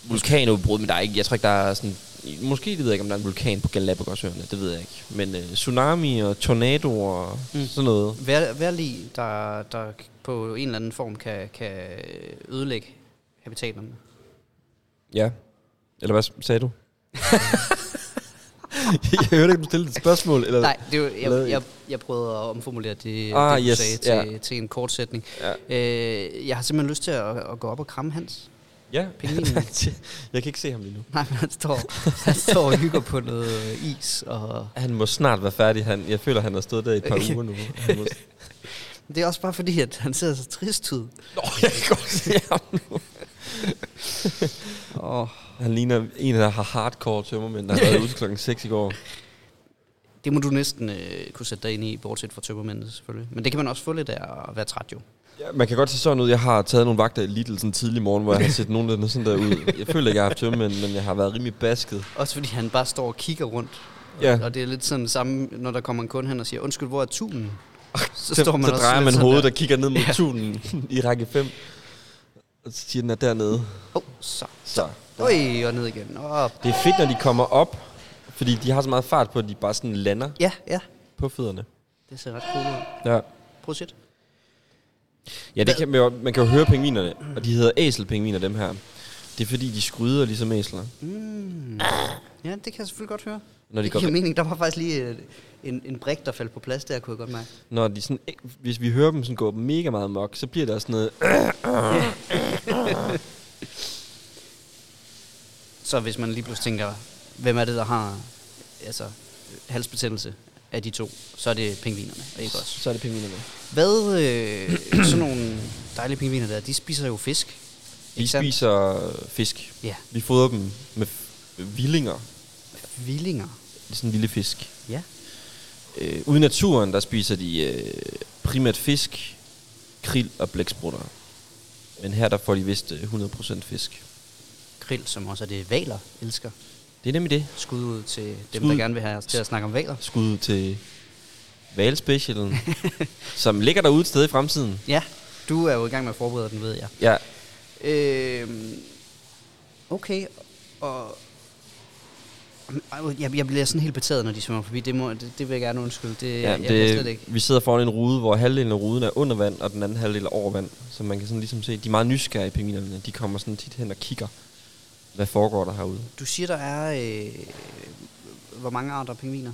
Speaker 2: vulkanudbrud, men der er ikke, jeg tror ikke, der er sådan, måske det ved jeg ikke, om der er en vulkan på Galapagosøerne, det ved jeg ikke, men øh, tsunami og tornadoer og mm. sådan noget.
Speaker 1: Vær, værlig, der, der på en eller anden form kan, kan ødelægge habitaterne.
Speaker 2: Ja. Eller hvad s- sagde du? jeg hørte ikke, du stillede et spørgsmål. Eller?
Speaker 1: Nej, det er jo,
Speaker 2: lavede
Speaker 1: jeg, jeg, jeg prøvede at omformulere det,
Speaker 2: Ah,
Speaker 1: det du
Speaker 2: yes,
Speaker 1: sagde, til,
Speaker 2: ja.
Speaker 1: til en kort sætning. Øh, jeg har simpelthen lyst til at, at gå op og kramme Hans.
Speaker 2: Ja,
Speaker 1: Pingvinen.
Speaker 2: jeg kan ikke se ham lige nu.
Speaker 1: Nej, men han står, han står og hygger på noget øh, is. Og
Speaker 2: Han må snart være færdig. Han, jeg føler, han har stået der i et par uger nu. Han må...
Speaker 1: det er også bare fordi, at han ser så trist ud.
Speaker 2: Nå, jeg kan godt se ham nu.
Speaker 1: Og
Speaker 2: Han ligner en, der har hardcore tømmermænd, der har været ude til klokken 6 i går.
Speaker 1: det må du næsten øh, kunne sætte dig ind i, bortset fra tømmermændene selvfølgelig. Men det kan man også få lidt af at være træt jo.
Speaker 2: Ja, man kan godt se sådan ud. Jeg har taget nogle vagter i Lidl sådan tidlig morgen, hvor jeg har set nogen, der er sådan der ud. Jeg føler ikke, jeg har haft tømmermænd, men jeg har været rimelig basket.
Speaker 1: Også fordi han bare står og kigger rundt.
Speaker 2: Ja.
Speaker 1: Og det er lidt sådan det samme, når der kommer en kunde hen og siger, undskyld, hvor er tunen? Så, også
Speaker 2: så drejer
Speaker 1: lidt
Speaker 2: man
Speaker 1: sådan
Speaker 2: hovedet
Speaker 1: der.
Speaker 2: og kigger ned mod tunen i række 5. Og så siger den er dernede.
Speaker 1: Åh, oh, så.
Speaker 2: Så.
Speaker 1: Øj, og ned igen. Og,
Speaker 2: Det er fedt, når de kommer op, fordi de har så meget fart på, at de bare sådan lander
Speaker 1: ja, ja.
Speaker 2: på fødderne.
Speaker 1: Det ser ret cool ud.
Speaker 2: Ja.
Speaker 1: Prøv at se det.
Speaker 2: Ja, det kan man, jo, man kan jo høre pingvinerne, og de hedder æselpingviner, dem her. Det er fordi, de skryder ligesom æsler.
Speaker 1: Ja, det kan jeg selvfølgelig godt høre.
Speaker 2: Når de
Speaker 1: det
Speaker 2: går-
Speaker 1: giver mening. Der var faktisk lige et, en, en brik, der faldt på plads der, kunne jeg godt mærke.
Speaker 2: Når de sådan, ikke- hvis vi hører dem sådan gå mega meget mok, så bliver der sådan noget...
Speaker 1: Så hvis man lige pludselig tænker, hvem er det, der har altså, halsbetændelse af de to, så er det pingvinerne, og ikke os.
Speaker 2: Så er det pingvinerne.
Speaker 1: Hvad, øh, sådan nogle dejlige pingviner der, de spiser jo fisk.
Speaker 2: De
Speaker 1: ikke sandt?
Speaker 2: spiser fisk.
Speaker 1: Ja.
Speaker 2: Vi fodrer dem med f- villinger.
Speaker 1: Villinger.
Speaker 2: Det er sådan en lille fisk.
Speaker 1: Ja.
Speaker 2: Øh, ude i naturen, der spiser de øh, primært fisk, krill og blæksprutter. Men her, der får de vist øh, 100% fisk.
Speaker 1: Krill, som også er det, valer elsker.
Speaker 2: Det er nemlig det.
Speaker 1: Skud ud til dem,
Speaker 2: Skud.
Speaker 1: der gerne vil have os til at snakke om valer.
Speaker 2: Skud ud til valspecialen, som ligger derude et sted i fremtiden.
Speaker 1: Ja, du er jo i gang med at forberede den, ved jeg.
Speaker 2: Ja,
Speaker 1: Øh, okay, og... Ej, Jeg, jeg bliver sådan helt betaget, når de svømmer forbi. Det, må, det, det vil jeg gerne undskylde. Det, ja,
Speaker 2: ja
Speaker 1: jeg det... kan slet
Speaker 2: det,
Speaker 1: ikke.
Speaker 2: vi sidder foran en rude, hvor halvdelen af ruden er under vand, og den anden halvdel er over vand. Så man kan sådan ligesom se, de er meget nysgerrige pingvinerne. De kommer sådan tit hen og kigger, hvad foregår der herude.
Speaker 1: Du siger, der er... Øh, hvor mange arter af pingviner?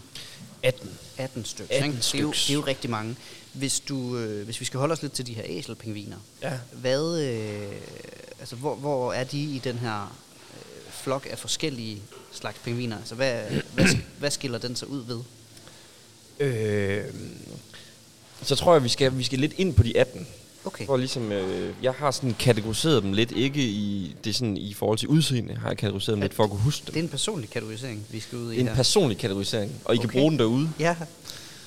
Speaker 2: 18.
Speaker 1: 18 stykker.
Speaker 2: 18
Speaker 1: ikke? Det, er jo,
Speaker 2: styks.
Speaker 1: det er jo rigtig mange. Hvis, du, øh, hvis vi skal holde os lidt til de her æselpingviner,
Speaker 2: Ja.
Speaker 1: hvad, øh, altså, hvor, hvor er de i den her øh, flok af forskellige slags pingviner? Altså, hvad, hvad, hvad skiller den sig ud ved?
Speaker 2: Øh, så tror jeg, vi skal, vi skal lidt ind på de 18.
Speaker 1: Okay.
Speaker 2: For ligesom, øh, jeg har sådan kategoriseret dem lidt, ikke i, det er sådan, i forhold til udseende, har jeg kategoriseret dem lidt for at kunne huske
Speaker 1: Det er
Speaker 2: dem.
Speaker 1: en personlig kategorisering, vi skal ud i
Speaker 2: En
Speaker 1: her.
Speaker 2: personlig kategorisering, og I okay.
Speaker 1: Okay.
Speaker 2: kan bruge den derude.
Speaker 1: ja,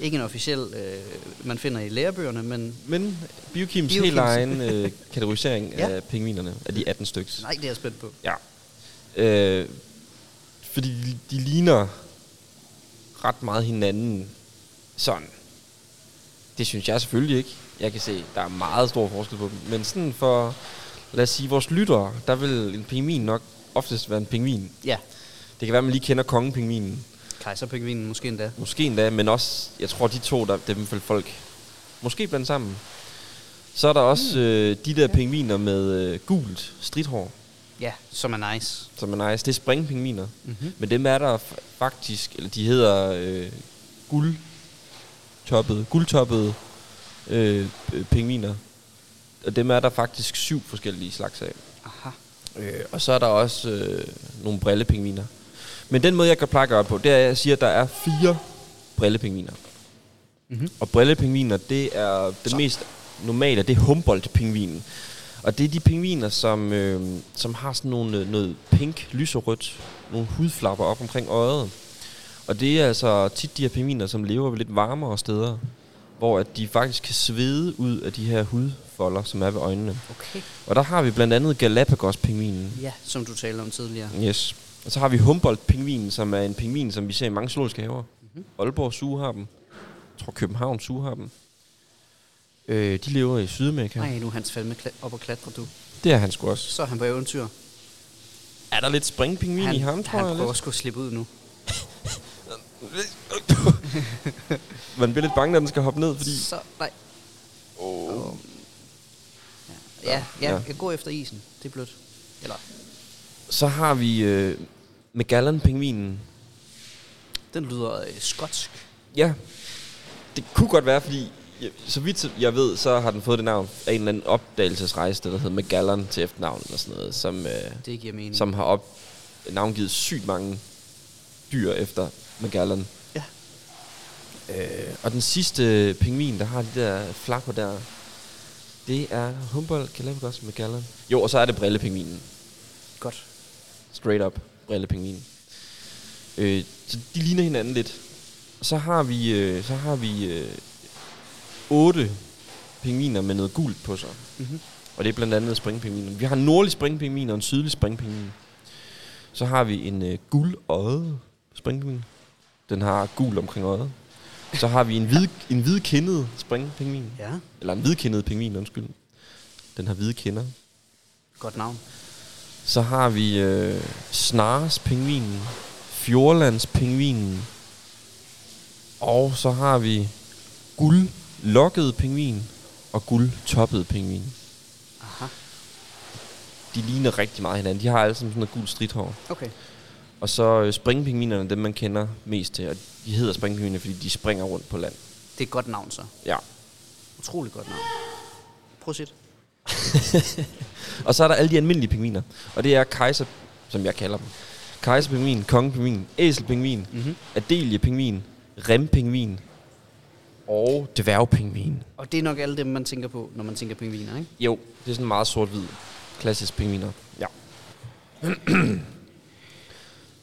Speaker 1: ikke en officiel, øh, man finder i lærebøgerne, men
Speaker 2: Men Biokims,
Speaker 1: Biokims.
Speaker 2: Biokims. helt egen øh, kategorisering
Speaker 1: Ja.
Speaker 2: ja. af pingvinerne, af de 18 styks.
Speaker 1: nej, det er jeg spændt på.
Speaker 2: Ja. Øh, fordi de, de ligner ret meget hinanden. Sådan. Det synes jeg selvfølgelig ikke. Jeg kan se, der er meget stor forskel på dem. Men sådan for, lad os sige, vores lyttere, der vil en pingvin nok oftest være en pingvin.
Speaker 1: Ja,
Speaker 2: Det kan være, man lige kender kongepingvinen.
Speaker 1: kejserpingvinen måske endda.
Speaker 2: Måske endda, men også, jeg tror, de to, der, dem vil folk måske blande sammen. Så er der også øh, de der pingviner med øh, gult stridhår,
Speaker 1: Ja, som er nice.
Speaker 2: som er nice. Det er springpingviner.
Speaker 1: Mm-hmm.
Speaker 2: Men dem er der f- faktisk, eller de hedder øh, guldtoppede, guldtoppede øh, øh, pingviner. Og dem er der faktisk syv forskellige slags af.
Speaker 1: Aha.
Speaker 2: Øh, og så er der også øh, nogle brillepingviner. Men den måde, jeg kan pleje at gøre det på, det er, at jeg siger, at der er fire brillepingviner.
Speaker 1: Mhm.
Speaker 2: Mm-hmm. Og brillepingviner, det er det mest normale, det er Humboldt-pingvinen. Og det er de pingviner, som, øh, som har sådan nogle, øh, noget pink, lyserødt, nogle hudflapper op omkring øjet. Og det er altså tit de her pingviner, som lever ved lidt varmere steder, hvor at de faktisk kan svede ud af de her hudfolder, som er ved øjnene.
Speaker 1: Okay.
Speaker 2: Og der har vi blandt andet Galapagos-pingvinen.
Speaker 1: Ja, som du talte om tidligere.
Speaker 2: Yes. Og så har vi Humboldt-pingvinen, som er en pingvin, som vi ser i mange zoologiske haver.
Speaker 1: Mhm.
Speaker 2: Mm-hmm. Aalborg Zoo har dem. Jeg tror, København Zoo har dem. Øh, de lever i Sydamerika.
Speaker 1: Nej, nu er Hans fandme kla- op og klatre, du.
Speaker 2: Det er han sgu også.
Speaker 1: Så er han på eventyr.
Speaker 2: Er der lidt springpingvin
Speaker 1: han,
Speaker 2: i ham, tror
Speaker 1: han
Speaker 2: jeg?
Speaker 1: prøver sgu at slippe ud nu.
Speaker 2: lidt? Man bliver lidt bange, når den skal hoppe ned, fordi...
Speaker 1: Så, nej.
Speaker 2: Oh.
Speaker 1: Ja, ja,
Speaker 2: ja.
Speaker 1: ja. gå efter isen. Det er blødt. Eller,
Speaker 2: Så har vi øh, Magellan-pingvinen.
Speaker 1: den lyder øh, skotsk.
Speaker 2: Ja, det kunne godt være, fordi jeg, så vidt jeg ved, så har den fået det navn af en eller anden opdagelsesrejse, der hedder Magellan til efternavn og sådan noget, som... Øh,
Speaker 1: Det giver mening.
Speaker 2: som har op navngivet sygt mange dyr efter Magellan.
Speaker 1: Ja.
Speaker 2: Øh, og den sidste pingvin, der har de der flapper der, det er Humboldt Galapagos Magellan. Jo, og så er det brillepingvinen.
Speaker 1: Godt.
Speaker 2: Straight up brillepingvinen. Øh, så de ligner hinanden lidt. Så har vi, øh, så har vi øh, otte pingviner med noget gult på sig.
Speaker 1: Mm-hmm.
Speaker 2: Og det er blandt andet springpingvinen. Vi har en nordlig springpingvin og en sydlig springpingvin. Så har vi en øh, guldøjet springpingvin. Den har gul omkring øjet. Så har vi en, hvid, en hvidkindet springpingvin.
Speaker 1: Ja,
Speaker 2: Eller en hvidkindet pingvin, undskyld. Den har hvide kinder.
Speaker 1: godt navn.
Speaker 2: Så har vi øh, Snarspingvinen, Fjordlandspingvinen, og så har vi guldlokkede pingvin og guldtoppede pingvin.
Speaker 1: Aha.
Speaker 2: De ligner rigtig meget hinanden. De har alle sammen sådan noget gult stridthår.
Speaker 1: Okay.
Speaker 2: Og så øh, springpingvinerne er dem, man kender mest til. Og de hedder springpingviner, fordi de springer rundt på land.
Speaker 1: Det er et godt navn så.
Speaker 2: Ja.
Speaker 1: Utrolig godt navn. Prøv at sætte.
Speaker 2: Og så er der alle de almindelige pingviner. Og det er kejser, som jeg kalder dem. Kejserpingvin, kongepingvin, æselpingvin, mm-hmm. adeliepingvin, rempingvin og dværgpingvin.
Speaker 1: Og det er nok alle dem, man tænker på, når man tænker pingviner, ikke?
Speaker 2: Jo, det er sådan meget sort-hvid. Klassisk pingviner. Ja.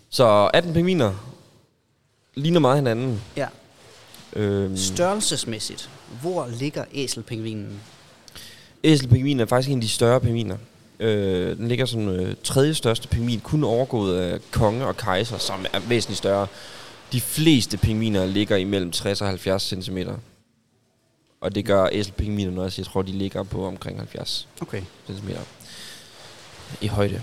Speaker 2: så 18 pingviner ligner meget hinanden.
Speaker 1: Ja.
Speaker 2: Øhm,
Speaker 1: Størrelsesmæssigt, hvor ligger æselpingvinen?
Speaker 2: Æselpingvinen er faktisk en af de større pingviner. Øh, den ligger som øh, tredje største pingvin, kun overgået af konge og kejser, som er væsentligt større. De fleste pingviner ligger imellem 60 og 70 cm. Og det gør æselpingvinerne også. Jeg tror, de ligger på omkring 70
Speaker 1: Okay.
Speaker 2: cm i højde.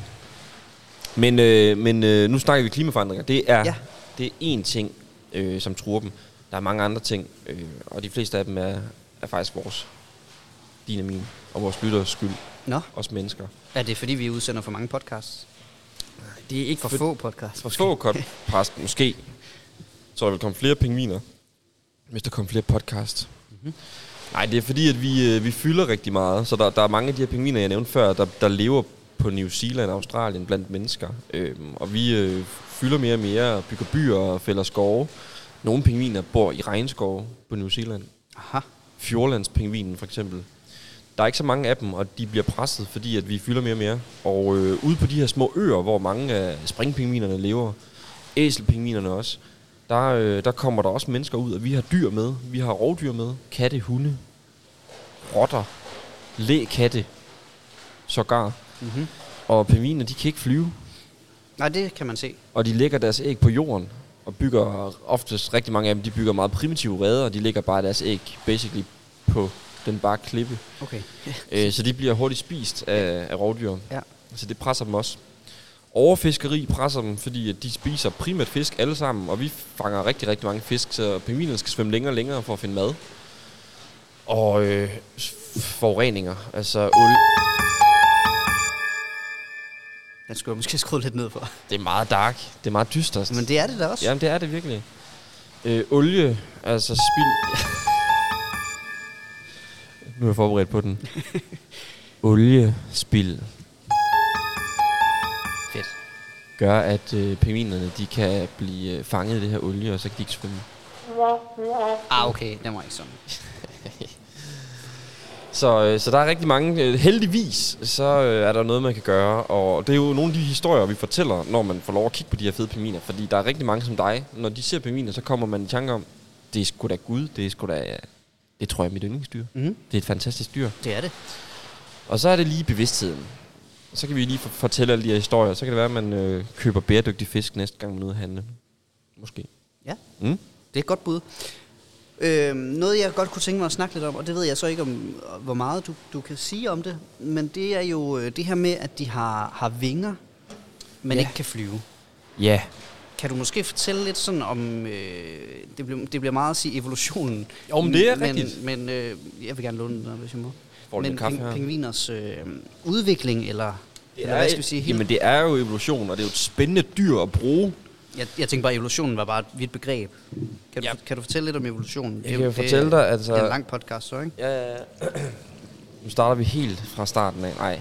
Speaker 2: Men, øh, men øh, nu snakker vi klimaforandringer. Det er,
Speaker 1: Ja.
Speaker 2: ja. det er én ting, øh, som truer dem. Der er mange andre ting, øh, og de fleste af dem er, er faktisk vores, din og min, og vores lytteres skyld,
Speaker 1: Nå,
Speaker 2: os mennesker.
Speaker 1: er det fordi, vi udsender for mange podcasts? Det er ikke for
Speaker 2: For-
Speaker 1: få podcasts.
Speaker 2: For få podcast, måske, så der vil komme flere pingviner, hvis der kommer flere podcast. Mm-hmm. Nej, det er fordi, at vi, øh, vi fylder rigtig meget, så der, der er mange af de her pingviner, jeg nævnte før, der, der lever på New Zealand og Australien blandt mennesker. Øhm, og vi øh, fylder mere og mere, og bygger byer og fælder skove. Nogle pingviner bor i regnskove på New Zealand.
Speaker 1: Aha.
Speaker 2: Fjordlandspingvinen for eksempel. Der er ikke så mange af dem, og de bliver presset, fordi at vi fylder mere og mere. Og øh, ude på de her små øer, hvor mange af springpingvinerne lever, æselpingvinerne også, der, øh, der kommer der også mennesker ud, og vi har dyr med. Vi har rovdyr med. Katte, hunde, rotter, lækatte, sågar.
Speaker 1: Mm-hmm.
Speaker 2: Og pingviner, de kan ikke flyve,
Speaker 1: Nej, det kan man se.
Speaker 2: og de lægger deres æg på jorden. Og bygger oftest, rigtig mange af dem, de bygger meget primitive reder, og de lægger bare deres æg basically på den bare klippe.
Speaker 1: Okay.
Speaker 2: Øh, så de bliver hurtigt spist af, af rovdyr.
Speaker 1: Ja.
Speaker 2: Så det presser dem også. Overfiskeri presser dem, fordi at de spiser primært fisk alle sammen, og vi fanger rigtig, rigtig mange fisk, så pingvinerne skal svømme længere og længere for at finde mad. Og øh, s- forureninger, altså olie.
Speaker 1: Den skulle jeg måske skrue lidt ned for.
Speaker 2: Det er meget dark, det er meget dystert.
Speaker 1: Men det er det da også.
Speaker 2: Jamen, det er det virkelig. Øh, olie, altså spild... nu er jeg forberedt på den. Oliespild
Speaker 1: Fedt.
Speaker 2: gør, at øh, pingvinerne de kan blive øh, fanget i det her olie, og så kan de ikke svømme.
Speaker 1: Ah, okay. Den var ikke sådan.
Speaker 2: Så, øh, så der er rigtig mange. Øh, heldigvis, så øh, er der noget, man kan gøre. Og det er jo nogle af de historier, vi fortæller, når man får lov at kigge på de her fede pingviner. Fordi der er rigtig mange som dig. Når de ser pingviner, så kommer man i tanke om, det er sgu da Gud, det er sgu da... øh, Det tror jeg er mit yndlingsdyr.
Speaker 1: Mhm.
Speaker 2: Det er et fantastisk dyr.
Speaker 1: Det er det.
Speaker 2: Og så er det lige bevidstheden. Så kan vi lige for- fortælle alle de her historier. Så kan det være, at man øh, køber bæredygtig fisk næste gang, man er ude at handle. Måske.
Speaker 1: Ja.
Speaker 2: Mm?
Speaker 1: Det er et godt bud. Øhm, noget, jeg godt kunne tænke mig at snakke lidt om, og det ved jeg så ikke, om hvor meget du, du kan sige om det, men det er jo øh, det her med, at de har, har vinger, men ja.
Speaker 2: Ja.
Speaker 1: ikke kan flyve.
Speaker 2: Ja.
Speaker 1: Kan du måske fortælle lidt sådan om, øh, det, bliver, det bliver meget at sige evolutionen.
Speaker 2: Jo, men det er
Speaker 1: men,
Speaker 2: rigtigt.
Speaker 1: Men øh, jeg vil gerne låne den, der, hvis jeg må.
Speaker 2: Får du
Speaker 1: men
Speaker 2: lidt kaffe her?
Speaker 1: pingviners øh, udvikling, eller, eller hvad skal vi sige? Helt,
Speaker 2: Jamen, det er jo evolution, og det er jo et spændende dyr at bruge.
Speaker 1: jeg, jeg tænkte bare, at evolutionen var bare et vidt begreb. Kan,
Speaker 2: Ja.
Speaker 1: du, kan du fortælle lidt om evolutionen? Det er
Speaker 2: kan
Speaker 1: jo-
Speaker 2: jo
Speaker 1: det-
Speaker 2: fortælle dig, altså-
Speaker 1: Det er en lang podcast, så ikke?
Speaker 2: Ja, ja. nu starter vi helt fra starten af. Nej.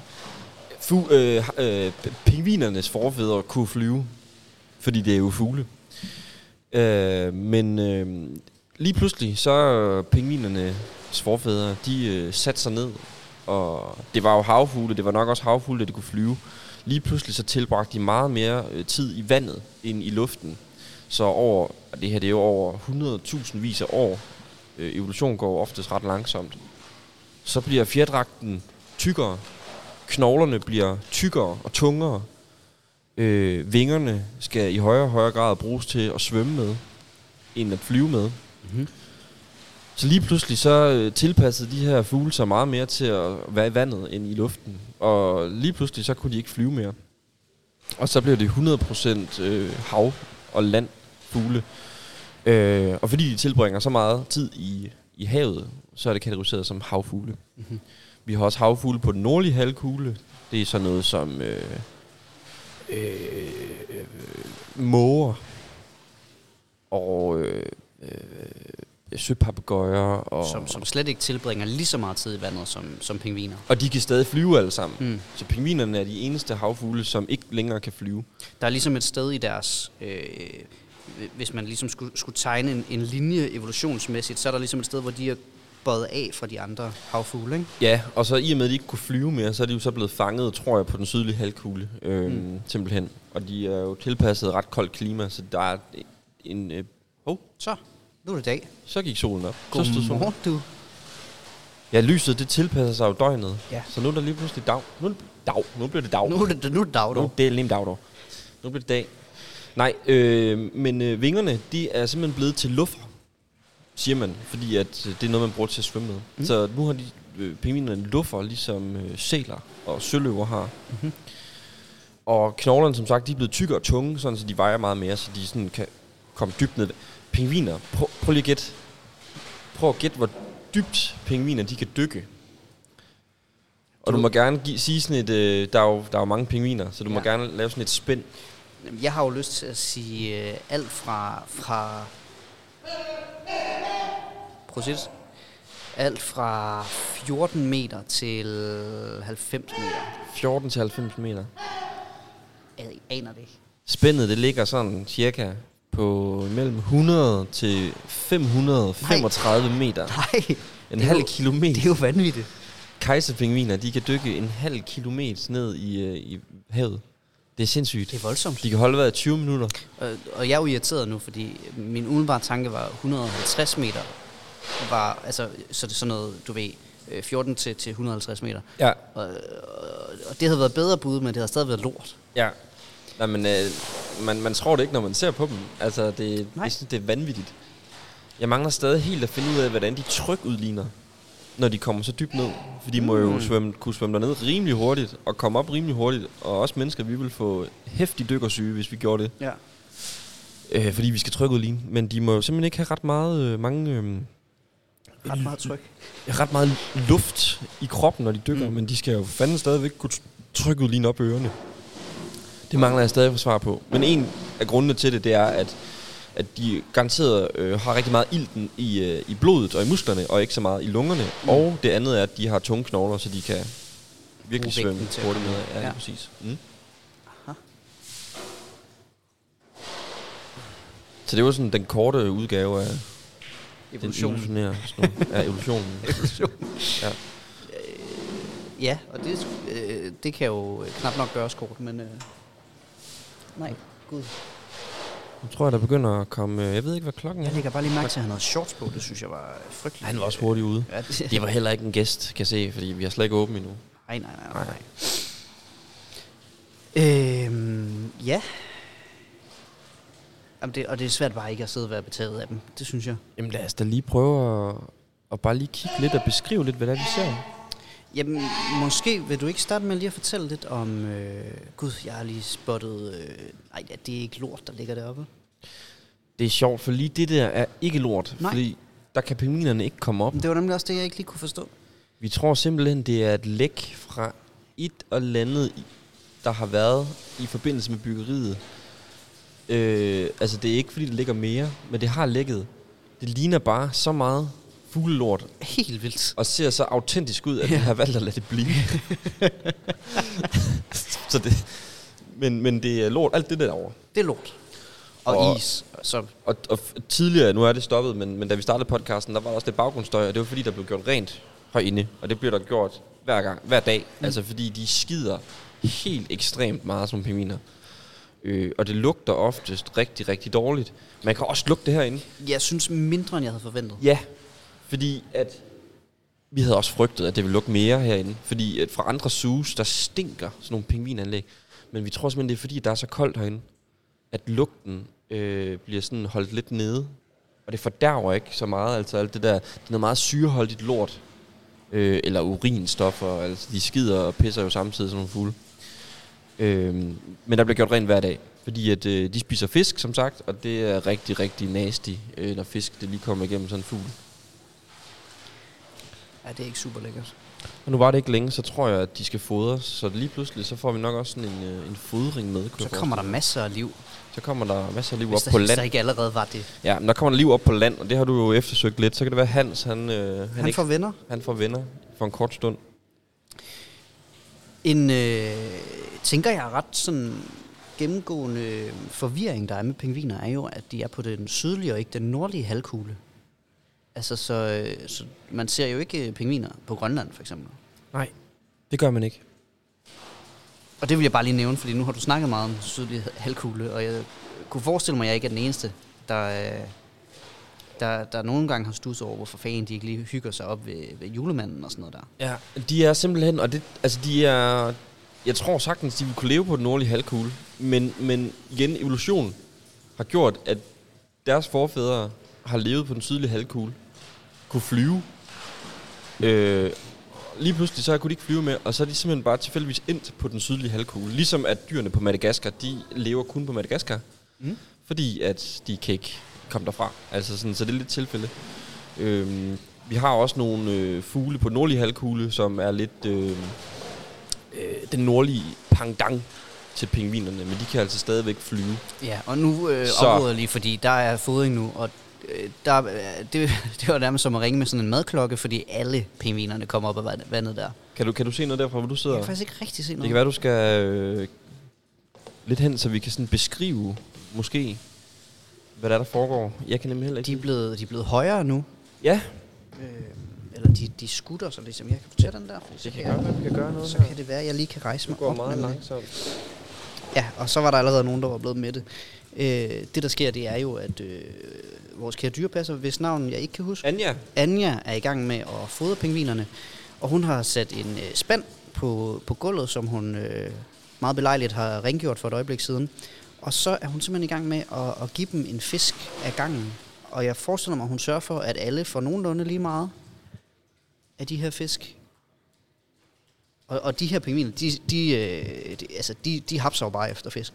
Speaker 2: Fu- øh, øh, p- pingvinernes forfædre kunne flyve, fordi det er jo fugle. Øh, men øh, lige pludselig, så øh, pingvinernes forfædre, de øh, satte sig ned, og det var jo havfugle, det var nok også havfugle, de kunne flyve. Lige pludselig så tilbragte de meget mere øh, tid i vandet end i luften. Så over, og det her det er jo over 100.000 vis af år, øh, evolution går jo oftest ret langsomt, så bliver fjerdragten tykkere, knoglerne bliver tykkere og tungere, øh, vingerne skal i højere og højere grad bruges til at svømme med, end at flyve med.
Speaker 1: Mhm.
Speaker 2: Mm-hmm. Så lige pludselig så øh, tilpassede de her fugle sig meget mere til at være i vandet end i luften, og lige pludselig så kunne de ikke flyve mere. Og så blev det 100% øh, hav- og landfugle. Øh, og fordi de tilbringer så meget tid i, i havet, så er det kategoriseret som havfugle.
Speaker 1: Mhm.
Speaker 2: Mm-hmm. Vi har også havfugle på den nordlige halvkugle. Det er sådan noget som øh, øh, øh, måger og øh, øh, søpapegøjer. Og,
Speaker 1: Som, som slet ikke tilbringer lige så meget tid i vandet som, som pingviner.
Speaker 2: og de kan stadig flyve alle sammen.
Speaker 1: Mm.
Speaker 2: Mm. Så pingvinerne er de eneste havfugle, som ikke længere kan flyve.
Speaker 1: Der er ligesom et sted i deres... Øh, hvis man ligesom skulle, skulle tegne en, en linje evolutionsmæssigt, så er der ligesom et sted, hvor de er bøjet af fra de andre havfugle, ikke?
Speaker 2: Ja, og så i og med, at de ikke kunne flyve mere, så er de jo så blevet fanget, tror jeg, på den sydlige halvkugle, øh, mm. simpelthen. Og de er jo tilpasset ret koldt klima, så der er en... Øh, oh,
Speaker 1: Så, nu er det dag.
Speaker 2: så gik solen op. så stod solen op.
Speaker 1: Godmorgen, du.
Speaker 2: Ja, lyset det tilpasser sig jo døgnet.
Speaker 1: Ja.
Speaker 2: Så nu er der lige pludselig dag. Nu, er det- dag. nu bliver det dag.
Speaker 1: Nu er det, nu er det dag,
Speaker 2: Nu
Speaker 1: du.
Speaker 2: det er nemt dag, dog. Nu bliver det dag. Nej, øh, men øh, vingerne, de er simpelthen blevet til luffer, siger man. Fordi at øh, det er noget, man bruger til at svømme med. Mm. Så nu har de øh, pingvinerne luffer, ligesom øh, sæler og søløver har. Mm-hmm. Og knoglerne, som sagt, de er blevet tykkere og tunge, sådan, så de vejer meget mere, så de sådan kan komme dybt ned. Pingviner, prøv, prøv lige at gætte. Prøv at gætte, hvor dybt pingviner, de kan dykke. Og du må gerne give, sige sådan et, øh, der, er jo, der er jo mange pingviner, så du ja. må
Speaker 1: Ja.
Speaker 2: gerne lave sådan et spænd.
Speaker 1: Jamen, Jeg har jo lyst til at sige øh, alt fra... fra Proces. Alt fra 14 meter til 90 meter.
Speaker 2: 14 til 90 meter.
Speaker 1: Jeg aner det ikke.
Speaker 2: Spændet, det ligger sådan cirka på mellem 100 til 535 meter.
Speaker 1: Nej.
Speaker 2: En
Speaker 1: det er
Speaker 2: halv
Speaker 1: jo-
Speaker 2: kilometer.
Speaker 1: Det er jo vanvittigt.
Speaker 2: Kejserpingviner, de kan dykke en halv kilometer ned i, øh, i havet. Det er sindssygt.
Speaker 1: Det er voldsomt.
Speaker 2: De kan holde vejret i 20 minutter.
Speaker 1: Og, og jeg er jo irriteret nu, fordi min umiddelbare tanke var 150 meter. Var, altså, så det er sådan noget, du ved, øh, 14 til, til 150 meter.
Speaker 2: Ja.
Speaker 1: Og, og, og det havde været bedre bud, men det havde stadig været lort.
Speaker 2: Ja. Nej, men øh, man, man tror det ikke, når man ser på dem. Altså, det,
Speaker 1: Nej.
Speaker 2: jeg synes, det er vanvittigt. Jeg mangler stadig helt at finde ud af, hvordan de tryk udligner, når de kommer så dybt ned. For de må jo svømme, kunne svømme derned rimelig hurtigt, og komme op rimelig hurtigt. Og også mennesker, vi vil få hæftig dykkersyge, hvis vi gjorde det.
Speaker 1: Ja.
Speaker 2: Øh, fordi vi skal trykke udligne. Men de må jo simpelthen ikke have ret meget, øh, mange, øh,
Speaker 1: Ret meget tryk.
Speaker 2: ret meget luft i kroppen, når de dykker. Mm. Men de skal jo fanden stadigvæk kunne trykke udligne op i ørerne. Det mangler jeg stadig for svar på. Men en af grundene til det, det er, at, at de garanteret øh, har rigtig meget ilten i, øh, i blodet og i musklerne, og ikke så meget i lungerne. Mm. Og det andet er, at de har tunge knogler, så de kan virkelig
Speaker 1: Bruge vægten
Speaker 2: svømme
Speaker 1: til at
Speaker 2: hurtigt med.
Speaker 1: komme ned.
Speaker 2: Ja,
Speaker 1: Ja.
Speaker 2: ja. præcis. Mm. Så det var sådan den korte udgave af
Speaker 1: Evolution.
Speaker 2: den evolutionære snor. ja, evolutionen. ja.
Speaker 1: Ja, og det, øh, det kan jo øh, knap nok gøres kort, men... Øh, nej, gud.
Speaker 2: Nu tror jeg, der begynder at komme... øh, Jeg ved ikke, hvad klokken er.
Speaker 1: Jeg lægger bare lige mærke til, at han havde shorts på. Det synes jeg var frygteligt.
Speaker 2: Han var også hurtigt ude.
Speaker 1: Ja, det,
Speaker 2: Det var heller ikke en gæst, kan jeg se, fordi vi har slet ikke åbent endnu.
Speaker 1: Nej, nej, nej, nej. nej. Øhm, ja. Jamen det, og det er svært bare ikke at sidde og være betaget af dem. Det synes jeg.
Speaker 2: Jamen lad os da lige prøve at, at bare lige kigge lidt og beskrive lidt, hvad det er, vi ser.
Speaker 1: Jamen, måske vil du ikke starte med lige at fortælle lidt om... Øh, Gud, jeg har lige spottet... Øh, nej, ja, det er ikke lort, der ligger deroppe.
Speaker 2: Det er sjovt, for lige det der er ikke lort,
Speaker 1: Nej.
Speaker 2: fordi der kan pingvinerne ikke komme op.
Speaker 1: Men det var nemlig også det, jeg ikke lige kunne forstå.
Speaker 2: Vi tror simpelthen, det er et læk fra et eller andet, i- der har været i forbindelse med byggeriet. Øh, altså, det er ikke, fordi det ligger mere, men det har lækket. Det ligner bare så meget fuglelort,
Speaker 1: Helt vildt.
Speaker 2: og ser så autentisk ud, at vi har valgt at lade det blive. så det, men, men det er lort, alt det der derovre.
Speaker 1: Det er lort. Og, og
Speaker 2: Og-
Speaker 1: is. Så,
Speaker 2: Og, og f- tidligere, nu er det stoppet, men, men da vi startede podcasten, der var der også lidt baggrundsstøj, og det var fordi, der blev gjort rent herinde. Og det bliver der gjort hver gang, hver dag. Mm. Altså fordi de skider helt ekstremt meget som pingviner. Øh, og det lugter oftest rigtig, rigtig dårligt. Man kan også lugte det herinde.
Speaker 1: jeg synes mindre, end jeg havde forventet.
Speaker 2: Ja, fordi at vi havde også frygtet, at det ville lukke mere herinde. Fordi at fra andre zoos, der stinker sådan nogle pingvinanlæg. Men vi tror simpelthen, det er fordi, der er så koldt herinde, at lugten øh, bliver sådan holdt lidt nede. Og det fordærver ikke så meget, altså alt det der, det er noget meget syreholdigt lort. Øh, eller urinstoffer, altså de skider og pisser jo samtidig sådan nogle fugle. Øh, men der bliver gjort rent hver dag, fordi at, øh, de spiser fisk, som sagt, og det er rigtig, rigtig nasty, øh, når fisk det lige kommer igennem sådan en fugl.
Speaker 1: Ja, det er ikke super lækkert.
Speaker 2: Og nu var det ikke længe, så tror jeg, at de skal fodres. Så lige pludselig, så får vi nok også sådan en, øh, en fodring med. kunne
Speaker 1: Så
Speaker 2: jeg
Speaker 1: kommer der masser af liv,
Speaker 2: forestille mig. så kommer der masser af liv op
Speaker 1: hvis der,
Speaker 2: på
Speaker 1: hvis
Speaker 2: land.
Speaker 1: der ikke allerede var det.
Speaker 2: Ja, men der kommer der liv op på land, og det har du jo eftersøgt lidt. Så kan det være Hans, han, øh, han,
Speaker 1: Han,
Speaker 2: ikke,
Speaker 1: får venner.
Speaker 2: han får venner for en kort stund.
Speaker 1: En, øh, tænker jeg, ret sådan gennemgående øh, forvirring, der er med pingviner, er jo, at de er på den sydlige og ikke den nordlige halvkugle. Altså, så, øh, så man ser jo ikke øh, pingviner på Grønland, for eksempel.
Speaker 2: Nej, det gør man ikke.
Speaker 1: Og det vil jeg bare lige nævne, fordi nu har du snakket meget om den sydlige halvkugle, og jeg kunne forestille mig, at jeg ikke er den eneste, der, øh, der, der nogle gange har stusset over, hvorfor fanden de ikke lige hygger sig op ved, ved julemanden og sådan noget der.
Speaker 2: Ja, de er simpelthen, og det, altså de er, jeg tror sagtens, de vil kunne leve på den nordlige halvkugle, men, men igen, evolution har gjort, at deres forfædre har levet på den sydlige halvkugle, kunne flyve, øh, lige pludselig så kunne de ikke flyve med, og så er de simpelthen bare tilfældigvis endt på den sydlige halvkugle, ligesom at dyrene på Madagaskar, de lever kun på Madagaskar,
Speaker 1: Mm.
Speaker 2: mm. fordi at de kan ikke komme derfra, altså sådan, så det er lidt tilfælde. Øhm, vi har også nogle øh, fugle på den nordlige halvkugle, som er lidt øh, øh, den nordlige pangdang til pingvinerne, men de kan altså stadigvæk flyve.
Speaker 1: Ja, og nu øh,
Speaker 2: Så-
Speaker 1: afråder jeg lige, fordi der er fodring nu, og øh, der, er- det, det var nærmest som at ringe med sådan en madklokke, fordi alle pingvinerne kommer op af vand- vandet der.
Speaker 2: Kan du, kan du se noget derfra, hvor du
Speaker 1: Jeg
Speaker 2: sidder?
Speaker 1: kan faktisk ikke rigtig se
Speaker 2: Det
Speaker 1: noget.
Speaker 2: kan være, du skal øh, lidt hen, så vi kan sådan beskrive, måske, hvad der, er, der foregår. Jeg kan nemlig heller ikke...
Speaker 1: de, er blevet, de er blevet højere nu,
Speaker 2: Ja,
Speaker 1: øh, eller de, de skutter sig ligesom. Jeg kan fortælle den der.
Speaker 2: det kan godt være, vi kan gøre noget
Speaker 1: Så
Speaker 2: her.
Speaker 1: kan det være, at jeg lige kan rejse mig
Speaker 2: Det går
Speaker 1: op,
Speaker 2: meget
Speaker 1: nemlig.
Speaker 2: langsomt.
Speaker 1: Ja, og så var der allerede nogen, der var blevet med det. Øh, det, der sker, det er jo, at øh, vores kære dyrepasser, hvis navn jeg ikke kan huske,
Speaker 2: Anja,
Speaker 1: Anja er i gang med at fodre pingvinerne, og hun har sat en øh, spand på, på gulvet, som hun øh, meget belejligt har rengjort for et øjeblik siden. Og så er hun simpelthen i gang med at, at give dem en fisk af gangen. Og jeg forestiller mig, at hun sørger for, at alle får nogenlunde lige meget af de her fisk. Og, og de her pingviner, de, de, øh, de, altså, de, de hapser jo bare efter fisk.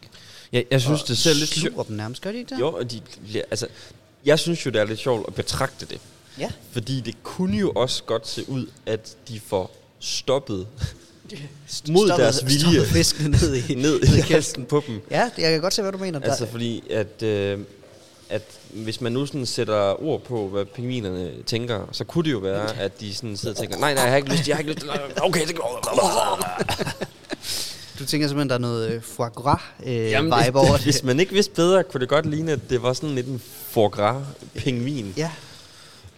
Speaker 2: jeg, jeg synes,
Speaker 1: og
Speaker 2: det ser lidt... sjovt-
Speaker 1: sluger dem nærmest, gør de ikke det?
Speaker 2: Jo, og de bliver, altså, jeg synes jo, det er lidt sjovt at betragte det.
Speaker 1: Ja.
Speaker 2: Fordi det kunne jo også godt se ud, at de får stoppet mod
Speaker 1: Stoppet-
Speaker 2: deres vilje
Speaker 1: Stoppet fiskene ned i,
Speaker 2: ned i kasten på dem.
Speaker 1: Ja, det- jeg kan godt se, hvad du mener.
Speaker 2: Altså
Speaker 1: Altså, der,
Speaker 2: fordi, at, øh, at hvis man nu sådan sætter ord på, hvad pingvinerne tænker, så kunne det jo være, at de sådan sidder og tænker, nej, nej, jeg har ikke lyst, jeg har ikke lyst. Okay, det går.
Speaker 1: du tænker simpelthen, der er noget øh, foie gras-vibe øh,
Speaker 2: Jamen,
Speaker 1: vibe over det.
Speaker 2: hvis man ikke vidste bedre, kunne det godt ligne, at det var sådan lidt en foie gras pingvin.
Speaker 1: Ja,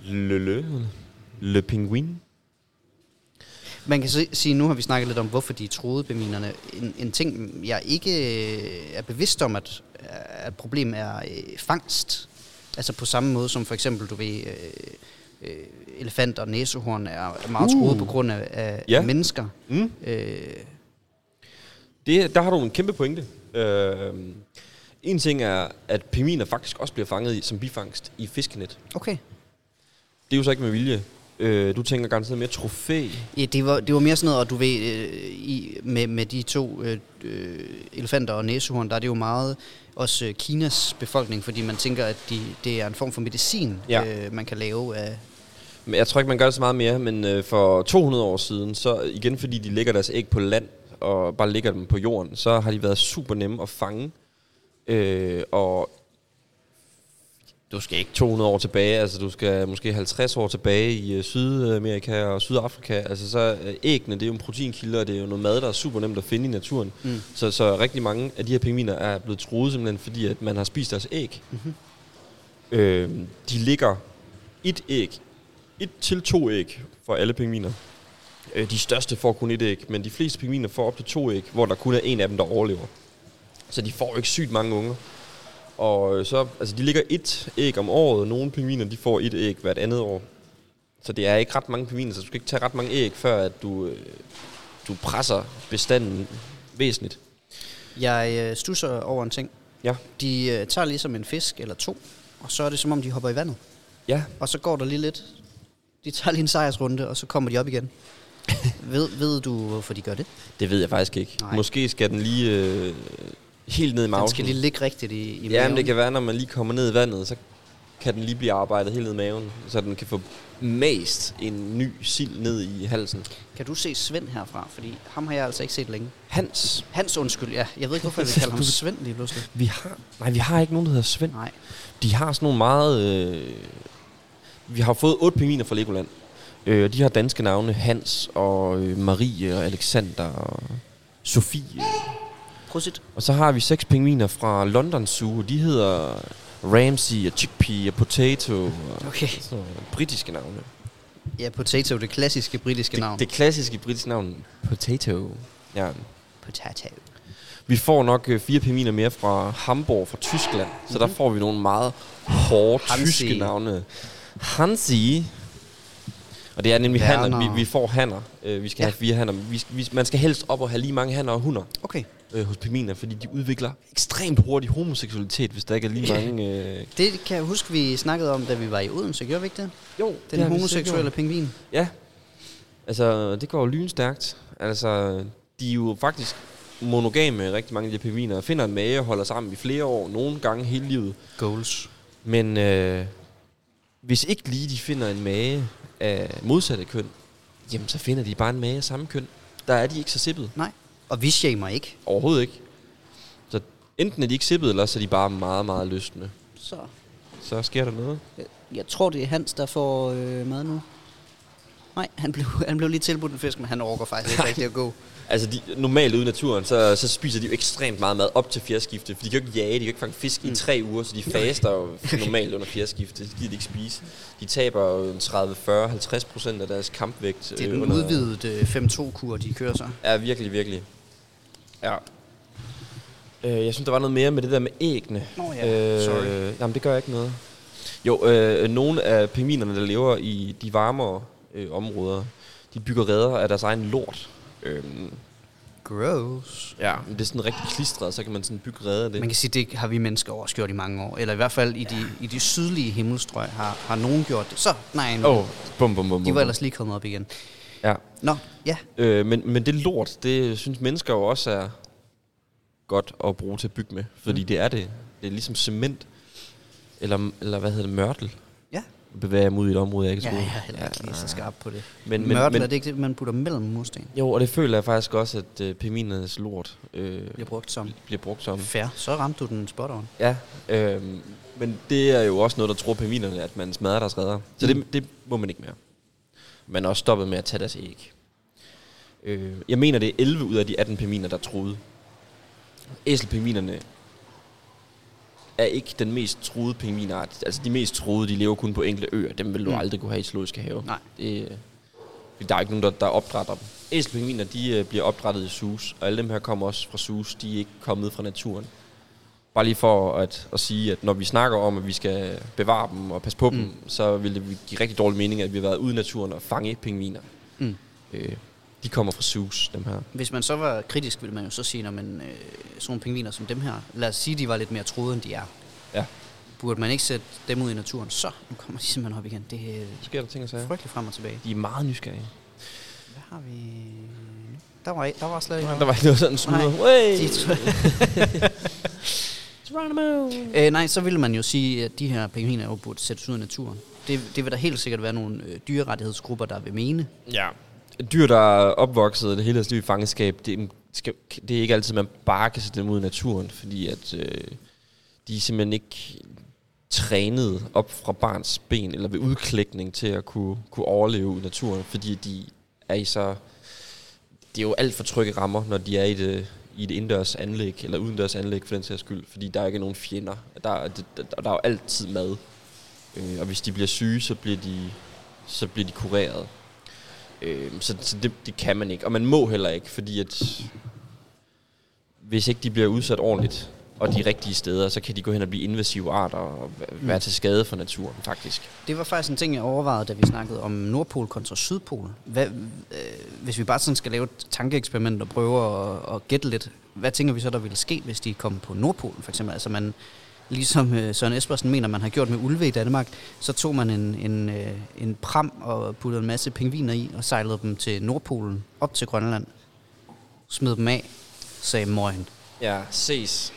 Speaker 2: Le le. Le pingvin.
Speaker 1: man kan si- sige, nu har vi snakket lidt om, hvorfor de troede beminerne. En, en ting, jeg ikke øh, er bevidst om, at, at problemet er øh, fangst. Altså på samme måde som for eksempel, du ved, øh, øh, elefant og næsehorn er meget
Speaker 2: Uh.
Speaker 1: troede på grund af, af
Speaker 2: Ja.
Speaker 1: mennesker.
Speaker 2: Mm.
Speaker 1: Øh,
Speaker 2: Det, der har du en kæmpe pointe. Øh, en ting er, at pingviner faktisk også bliver fanget i, som bifangst i fiskenet.
Speaker 1: okay.
Speaker 2: Det er jo så ikke med vilje. Øh, du tænker garanteret mere trofæ.
Speaker 1: Ja, det var, det var mere sådan noget, og du ved, øh, i, med, med de to øh, øh, elefanter og næsehorn, der er det jo meget også øh, Kinas befolkning, fordi man tænker, at de, det er en form for medicin,
Speaker 2: Ja.
Speaker 1: øh, man kan lave af...
Speaker 2: Men jeg tror ikke, man gør det så meget mere, men øh, for 200 år siden, så igen fordi de lægger deres æg på land, og bare lægger dem på jorden, så har de været super nemme at fange. Øh, og du skal ikke 200 år tilbage, altså du skal måske 50 år tilbage i øh, Sydamerika og Sydafrika. Altså så øh, æggene, det er jo en proteinkilde, og det er jo noget mad, der er super nemt at finde i naturen.
Speaker 1: Mm.
Speaker 2: Så, så rigtig mange af de her pingviner er blevet troet simpelthen, fordi at man har spist deres æg. Mm-hmm. Øh, de ligger et æg, et til to æg for alle pingviner. Øh, de største får kun et æg, men de fleste pingviner får op til to æg, hvor der kun er en af dem, der overlever. Så de får ikke sygt mange unger. Og øh, så, altså de ligger et æg om året. Nogle pingviner, de får et æg hvert andet år. Så det er ikke ret mange pingviner, så du skal ikke tage ret mange æg, før at du, øh, du presser bestanden væsentligt.
Speaker 1: Jeg øh, stusser over en ting.
Speaker 2: Ja.
Speaker 1: De øh, tager ligesom en fisk eller to, og så er det som om, de hopper i vandet.
Speaker 2: Ja,
Speaker 1: Og så går der lige lidt. De tager lige en sejrsrunde, og så kommer de op igen. ved, ved du, hvorfor de gør det?
Speaker 2: det ved jeg faktisk ikke.
Speaker 1: Nej.
Speaker 2: Nej. Måske skal den lige øh, helt ned i
Speaker 1: Den
Speaker 2: maven.
Speaker 1: skal lige ligge rigtigt i, i
Speaker 2: Ja,
Speaker 1: maven.
Speaker 2: men det kan være, når man lige kommer ned i vandet, så kan den lige blive arbejdet helt ned i maven, så den kan få mest en ny sild ned i halsen.
Speaker 1: Kan du se Svend herfra? Fordi ham har jeg altså ikke set længe.
Speaker 2: Hans,
Speaker 1: Hans undskyld, ja. Jeg ved ikke, hvorfor jeg vil kalde ham
Speaker 2: Du-
Speaker 1: Svend lige pludselig.
Speaker 2: vi har, nej, vi har ikke nogen, der hedder Svend.
Speaker 1: Nej.
Speaker 2: De har sådan nogle meget... Øh, vi har fået otte pingviner fra Legoland. Øh, og de har danske navne Hans og øh, Marie og Alexander og Sofie.
Speaker 1: Prosit.
Speaker 2: Og så har vi seks pingviner fra London Zoo. og De hedder Ramsey og Chickpea og Potato og
Speaker 1: Okay.
Speaker 2: sådan nogle britiske navne.
Speaker 1: Ja, potato, det klassiske britiske navn.
Speaker 2: Det, det klassiske britiske navn, Potato. Ja.
Speaker 1: Potato.
Speaker 2: Vi får nok øh, fire pingviner mere fra Hamburg, fra Tyskland. Så der får vi nogle meget hårde
Speaker 1: Mhm. Hansi.
Speaker 2: tyske navne. Hansi. Og det er nemlig hanner. Vi,
Speaker 1: Werner.
Speaker 2: vi får hanner. Øh, vi skal
Speaker 1: Ja.
Speaker 2: ja. have fire hanner. Vi, vi, man skal helst op og have lige mange hanner og hunder
Speaker 1: Okay.
Speaker 2: øh, hos pingviner, fordi de udvikler ekstremt hurtigt homoseksualitet, hvis der ikke er lige mange... Øh,
Speaker 1: Det kan jeg huske, vi snakkede om, da vi var i Odense. Gjorde vi ikke det?
Speaker 2: jo,
Speaker 1: Den homoseksuelle pingvin.
Speaker 2: Ja. Altså, det går jo lynstærkt. Altså, de er jo faktisk monogame, rigtig mange af de her pingviner. Finder en mage og holder sammen i flere år, nogle gange hele livet.
Speaker 1: Goals.
Speaker 2: Men øh, hvis ikke lige de finder en mage af modsatte køn, jamen så finder de bare en mage af samme køn. Der er de ikke så sippet.
Speaker 1: Nej. Og vi shamer ikke.
Speaker 2: Overhovedet ikke. Så enten er de ikke sippet, eller også er de bare meget, meget lystende.
Speaker 1: Så
Speaker 2: Så sker der noget.
Speaker 1: jeg, jeg tror, det er Hans, der får øh, mad nu. Nej, han blev, han blev lige tilbudt en fisk, men han overgår faktisk ikke rigtig at gå.
Speaker 2: Altså de, normalt ude i naturen, så, så spiser de jo ekstremt meget mad op til fjerskifte, for de kan jo ikke jage, de kan jo ikke fange fisk mm. i tre uger, så de faster jo normalt under fjerskifte, det gider de ikke spise. De taber jo en 30, 40, 50 procent af deres kampvægt.
Speaker 1: Det er
Speaker 2: øh,
Speaker 1: den
Speaker 2: under-
Speaker 1: udvidede øh, 5-2-kur, de kører sig.
Speaker 2: Ja, virkelig, virkelig. Ja. Øh, jeg synes, der var noget mere med det der med æggene. Øh,
Speaker 1: Nå ja, sorry.
Speaker 2: Jamen, det gør ikke noget. Jo, øh, nogle af pingvinerne, der lever i de varmere øh, områder, de bygger redder af deres egen lort. Øhm,
Speaker 1: Gross.
Speaker 2: Ja, men det er sådan rigtig klistret, så kan man sådan bygge redder det.
Speaker 1: Man kan sige, det har vi mennesker overskørt i mange år. Eller i hvert fald i de, i de sydlige himmelstrøg har, har nogen gjort det. Så, nej, nu.
Speaker 2: Åh, oh, bum, bum, bum,
Speaker 1: de
Speaker 2: bum.
Speaker 1: var ellers lige kommet op igen.
Speaker 2: Ja.
Speaker 1: Nå, ja.
Speaker 2: Øh, men, men det lort, det synes mennesker jo også er godt at bruge til at bygge med. Fordi mm. det er det. Det er ligesom cement, eller, eller hvad hedder det, mørtel.
Speaker 1: Ja,
Speaker 2: Bevæger jeg mig ud i et område, jeg ikke
Speaker 1: ja
Speaker 2: troede.
Speaker 1: jeg er heller ikke lige så skarp på det.
Speaker 2: Men-
Speaker 1: Men,
Speaker 2: men-
Speaker 1: men, Mørtel
Speaker 2: men-
Speaker 1: er det ikke det, man putter mellem mursten.
Speaker 2: Jo, og det føler jeg faktisk også, at øh, peminernes lort øh,
Speaker 1: Bliver brugt som
Speaker 2: bliver brugt som.
Speaker 1: fair. Så ramte du den spot on.
Speaker 2: Ja, øh, men det er jo også noget, der tror pingvinerne, at man smadrer deres redder. Så
Speaker 1: Mm.
Speaker 2: det, det må man ikke mere. Man er også stoppet med at tage deres æg. Øh, jeg mener, det er 11 ud af de 18 pingviner, der troede. Æselpingvinerne er ikke den mest truede pingvinart. Altså de mest truede, de lever kun på enkelte øer. Dem vil du
Speaker 1: Mm.
Speaker 2: aldrig kunne have i zoologiske have.
Speaker 1: Nej.
Speaker 2: Det, øh, der er ikke nogen, der, der opdrætter dem. Æselpingviner, de øh, bliver opdrættet i sus, og alle dem her kommer også fra sus. De er ikke kommet fra naturen. Bare lige for at, at sige, at når vi snakker om, at vi skal bevare dem og passe på mm. dem, så vil det give rigtig dårlig mening, at vi har været ude i naturen og fange pingviner.
Speaker 1: Mm.
Speaker 2: Øh, de kommer fra sus, dem her.
Speaker 1: Hvis man så var kritisk, ville man jo så sige, når man øh, sådan nogle pingviner som dem her, lad os sige, de var lidt mere troede, end de er.
Speaker 2: Ja.
Speaker 1: Burde man ikke sætte dem ud i naturen, så nu kommer de simpelthen op igen. Det er
Speaker 2: Så sker der ting og sager.
Speaker 1: frygteligt frem og tilbage.
Speaker 2: De er meget nysgerrige.
Speaker 1: Hvad har vi... nu? Der var, der var slet ikke
Speaker 2: Der var ikke noget sådan
Speaker 1: Nej.
Speaker 2: smuder. Hey!
Speaker 1: De Øh, nej, så ville man jo sige, at de her pingviner jo burde sættes ud af naturen. Det, det vil der helt sikkert være nogle øh, dyrerettighedsgrupper, der vil mene.
Speaker 2: Ja. Dyr, der er opvokset det hele deres liv i fangenskab, det, skal, det er ikke altid, man bare kan sætte dem ud i naturen, fordi at, øh, de er simpelthen ikke trænet op fra barns ben, eller ved udklækning til at kunne, kunne overleve i naturen, fordi de er i så... Det er jo alt for trygge rammer, når de er i det i et indendørs anlæg, eller udendørs anlæg for den sags skyld, fordi der er ikke nogen fjender. Der, er- der, der, der er jo altid mad. Øh, og hvis de bliver syge, så bliver de, så bliver de kureret. Øh, så så det, det kan man ikke. Og man må heller ikke, fordi at hvis ikke de bliver udsat ordentligt, og de rigtige steder, så kan de gå hen og blive invasive arter og væ- være til skade for naturen, faktisk.
Speaker 1: Det var faktisk en ting, jeg overvejede, da vi snakkede om Nordpol kontra Sydpol. Hvad, øh, hvis vi bare sådan skal lave et tankeeksperiment og prøve at, at gætte lidt, hvad tænker vi så, der ville ske, hvis de kom på Nordpolen for eksempel? Altså man, ligesom øh, Søren Espersen mener, man har gjort med ulve i Danmark, så tog man en, en, øh, en pram og puttede en masse pingviner i og sejlede dem til Nordpolen, op til Grønland, smed dem af, sagde morgen.
Speaker 2: Ja, ses.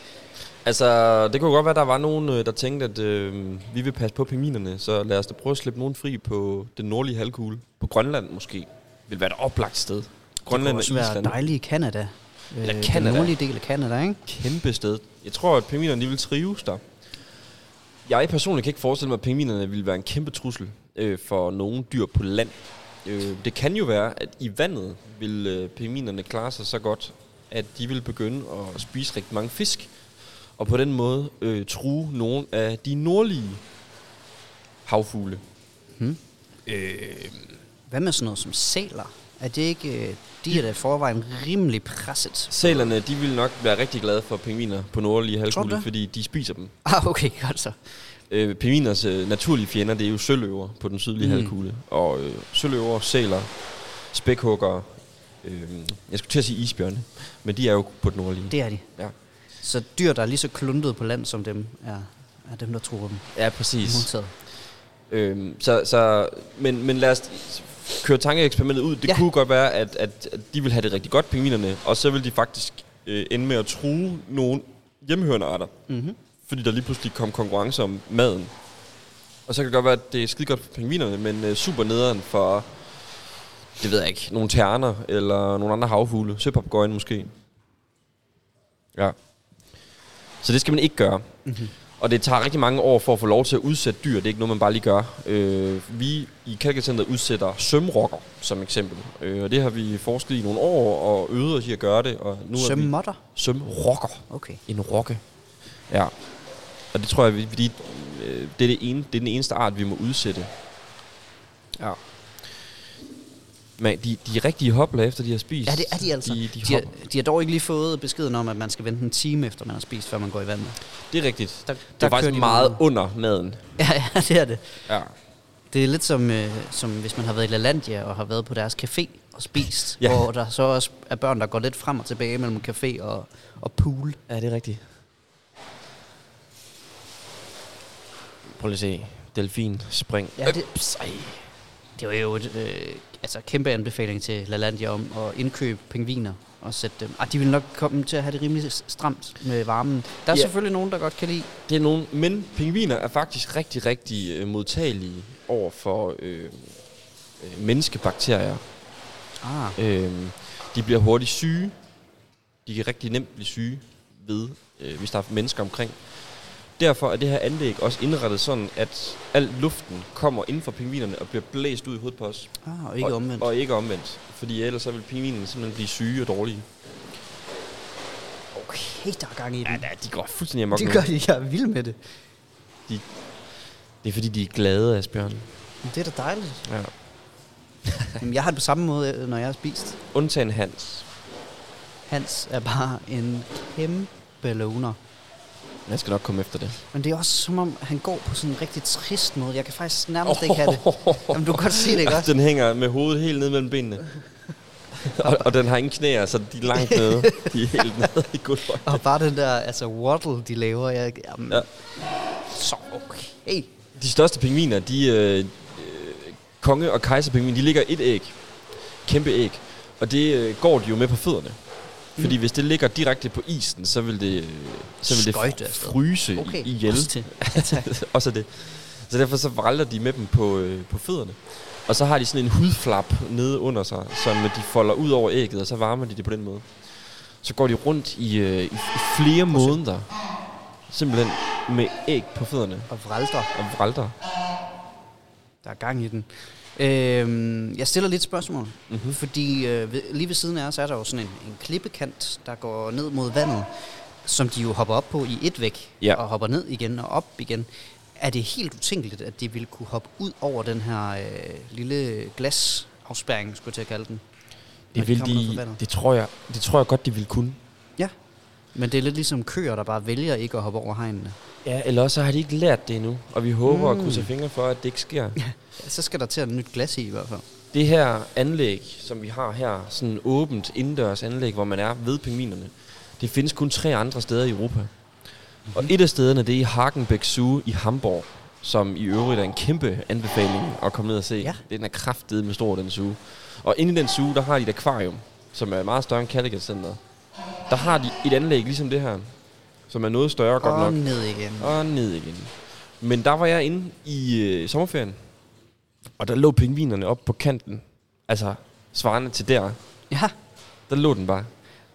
Speaker 2: Altså, det kunne godt være, der var nogen, øh, der tænkte, at øh, vi vil passe på pingvinerne, så lad os da prøve at slippe nogen fri på den nordlige halvkugle. På Grønland måske. Vil være et oplagt sted. Grønland og
Speaker 1: det kunne også være
Speaker 2: Island.
Speaker 1: dejligt i Canada. Øh,
Speaker 2: Eller
Speaker 1: Den
Speaker 2: Canada.
Speaker 1: nordlige del af Canada, ikke?
Speaker 2: Kæmpe sted. Jeg tror, at pingvinerne de vil trives der. Jeg personligt kan ikke forestille mig, at pingvinerne ville være en kæmpe trussel øh, for nogle dyr på land. Øh, det kan jo være, at i vandet vil øh, pingvinerne klare sig så godt, at de vil begynde at spise rigtig mange fisk, og på den måde øh, true nogle af de nordlige havfugle.
Speaker 1: Hvad med sådan noget som sæler? Er det ikke... øh, De er da i forvejen rimelig presset.
Speaker 2: Sælerne, de vil nok være rigtig glade for pingviner på nordlige
Speaker 1: Tror du
Speaker 2: halvkugle,
Speaker 1: det?
Speaker 2: fordi de spiser dem.
Speaker 1: Ah, okay, godt så.
Speaker 2: Øh, pingviners øh, naturlige fjender, det er jo søløver på den sydlige
Speaker 1: Mm.
Speaker 2: mm. halvkugle. Og øh, søløver, sæler, spækhugger, øh, jeg skulle til at sige isbjørne, men de er jo på den nordlige.
Speaker 1: Det er de.
Speaker 2: Ja.
Speaker 1: Så dyr, der er lige så kluntede på land som dem, er, er dem, der tror dem.
Speaker 2: ja, præcis.
Speaker 1: Modtaget.
Speaker 2: Øh, så, så, men, men lad os køre tankeeksperimentet ud. Det
Speaker 1: Ja.
Speaker 2: ja. kunne godt være, at, at, at de vil have det rigtig godt, pingvinerne, og så vil de faktisk øh, ende med at true nogle hjemmehørende arter.
Speaker 1: Mm-hmm.
Speaker 2: fordi der lige pludselig kom konkurrence om maden. Og så kan det godt være, at det er skide godt for pingvinerne, men øh, super nederen for, det ved jeg ikke, nogle terner eller nogle andre havfugle. Søpapgøjen måske. Ja. Så det skal man ikke gøre.
Speaker 1: Mhm.
Speaker 2: Mm-hmm. Og det tager rigtig mange år for at få lov til at udsætte dyr. Det er ikke noget, man bare lige gør. Øh, vi i Kalkacenteret udsætter sømrokker som eksempel. Øh, og det har vi forsket i nogle år og øvet os i at gøre det. Og nu er vi
Speaker 1: Sømmotter?
Speaker 2: sømrokker.
Speaker 1: Okay.
Speaker 2: En rokke. Ja. Og det tror jeg, vi- fordi øh, det, er det, ene, det er den eneste art, vi må udsætte. Ja. Men de, de rigtige hopler, efter de har spist...
Speaker 1: Ja, det er de altså.
Speaker 2: De, de,
Speaker 1: de,
Speaker 2: de
Speaker 1: har, de har dog ikke lige fået beskeden om, at man skal vente en time efter, man har spist, før man går i vandet.
Speaker 2: Det er rigtigt.
Speaker 1: Der-
Speaker 2: Der,
Speaker 1: der
Speaker 2: det er
Speaker 1: kører
Speaker 2: faktisk
Speaker 1: de
Speaker 2: meget
Speaker 1: videre.
Speaker 2: under maden.
Speaker 1: Ja, ja, det er det.
Speaker 2: Ja.
Speaker 1: Det er lidt som, øh, som hvis man har været i LaLandia og har været på deres café og spist, ja.
Speaker 2: Ja.
Speaker 1: hvor der så også er børn, der går lidt frem og tilbage mellem café og, og pool.
Speaker 2: Ja, det er rigtigt. Prøv lige at se. Delfin, spring.
Speaker 1: Ja, det-
Speaker 2: Øps, ej.
Speaker 1: Øh, Det var jo et øh, altså, kæmpe anbefaling til LaLandia om at indkøbe pingviner og sætte dem. Ah, de vil nok komme til at have det rimelig s- stramt med varmen. Der er ja.
Speaker 2: Ja.
Speaker 1: selvfølgelig nogen, der godt kan lide.
Speaker 2: Det er nogen, men pingviner er faktisk rigtig, rigtig øh, modtagelige over for øh, øh, menneskebakterier.
Speaker 1: Ah,
Speaker 2: Øh, de bliver hurtigt syge. De kan rigtig nemt blive syge ved, øh, hvis der er mennesker omkring. Derfor er det her anlæg også indrettet sådan, at al luften kommer inden for pingvinerne og bliver blæst ud i hovedet på os.
Speaker 1: ah og ikke
Speaker 2: og,
Speaker 1: omvendt.
Speaker 2: Og ikke omvendt. Fordi ellers så vil pingvinerne simpelthen blive syge og dårlige.
Speaker 1: Okay, der er gang i den.
Speaker 2: Ja, da, de går fuldstændig amok
Speaker 1: det
Speaker 2: nu.
Speaker 1: gør de. Jeg er vild med det.
Speaker 2: Det er fordi, de er glade, Asbjørn.
Speaker 1: Men det er da dejligt.
Speaker 2: Ja.
Speaker 1: Jamen, jeg har det på samme måde, øh, når jeg har spist.
Speaker 2: Undtagen Hans.
Speaker 1: Hans er bare en kæmpe loner.
Speaker 2: Jeg skal nok komme efter det.
Speaker 1: Men det er også som om, han går på sådan en rigtig trist måde. Jeg kan faktisk nærmest ikke have det. Jamen, du kan godt se det, ikke også?
Speaker 2: Ah, Den hænger med hovedet helt ned mellem benene. og, og den har ingen knæer, så de er langt nede. De er helt nede i gulvhøjde.
Speaker 1: Og bare den der, altså, waddle, de laver. Jeg, jamen, ja.
Speaker 2: Ja.
Speaker 1: Så okay.
Speaker 2: De største pingviner, de øh, øh, konge- og kejserpingviner, de ligger i et æg. Kæmpe æg. Og det øh, går de jo med på fødderne. Fordi
Speaker 1: Mm.
Speaker 2: hvis det ligger direkte på isen, så vil det, øh, så vil det
Speaker 1: Skøjte
Speaker 2: fr-
Speaker 1: afsted.
Speaker 2: fryse
Speaker 1: Okay.
Speaker 2: okay. ihjel.
Speaker 1: Også til. Ja, tak.
Speaker 2: Også det. Så derfor så vralder de med dem på, øh, på fødderne. Og så har de sådan en hudflap nede under sig, som de folder ud over ægget, og så varmer de det på den måde. Så går de rundt i, øh, i, i flere måneder, simpelthen med æg på fødderne
Speaker 1: Og vralter.
Speaker 2: og vralter.
Speaker 1: Der er gang i den. Øhm, jeg stiller lidt spørgsmål, mm-hmm. fordi øh, ved, lige ved siden af os er der jo sådan en, en klippekant, der går ned mod vandet, som de jo hopper op på i et væk,
Speaker 2: Ja.
Speaker 1: og hopper ned igen og op igen. Er det helt utænkeligt, at de ville kunne hoppe ud over den her øh, lille glasafspærring, skulle jeg til at kalde den? når
Speaker 2: Det, vil
Speaker 1: kommer ned fra
Speaker 2: de,
Speaker 1: vandet?
Speaker 2: det, tror jeg, det tror jeg godt, de vil kunne.
Speaker 1: Ja, men det er lidt ligesom køer, der bare vælger ikke at hoppe over hegnene.
Speaker 2: Ja, eller også så har de ikke lært det endnu, og vi håber mm.
Speaker 1: Mm.
Speaker 2: at krydse fingre for, at det ikke sker.
Speaker 1: Ja, så skal der til at nyt glas i i hvert fald.
Speaker 2: Det her anlæg, som vi har her, sådan åbent indendørs anlæg, hvor man er ved pingvinerne, det findes kun tre andre steder i Europa. Mm-hmm. Og et af stederne, det er i Hagenbæk Zoo i Hamburg, som i øvrigt er en kæmpe anbefaling at komme ned og se.
Speaker 1: Ja.
Speaker 2: Ja. Den er kraftedet med stor, den zoo. Og inde i den zoo, der har de et akvarium, som er meget større end Kattegat Center. Der har de et anlæg ligesom det her, som er noget større godt
Speaker 1: Og
Speaker 2: nok.
Speaker 1: ned igen.
Speaker 2: Og ned igen. Men der var jeg inde i øh, sommerferien, og der lå pingvinerne op på kanten. Altså svarende til der.
Speaker 1: Ja,
Speaker 2: Der lå den bare.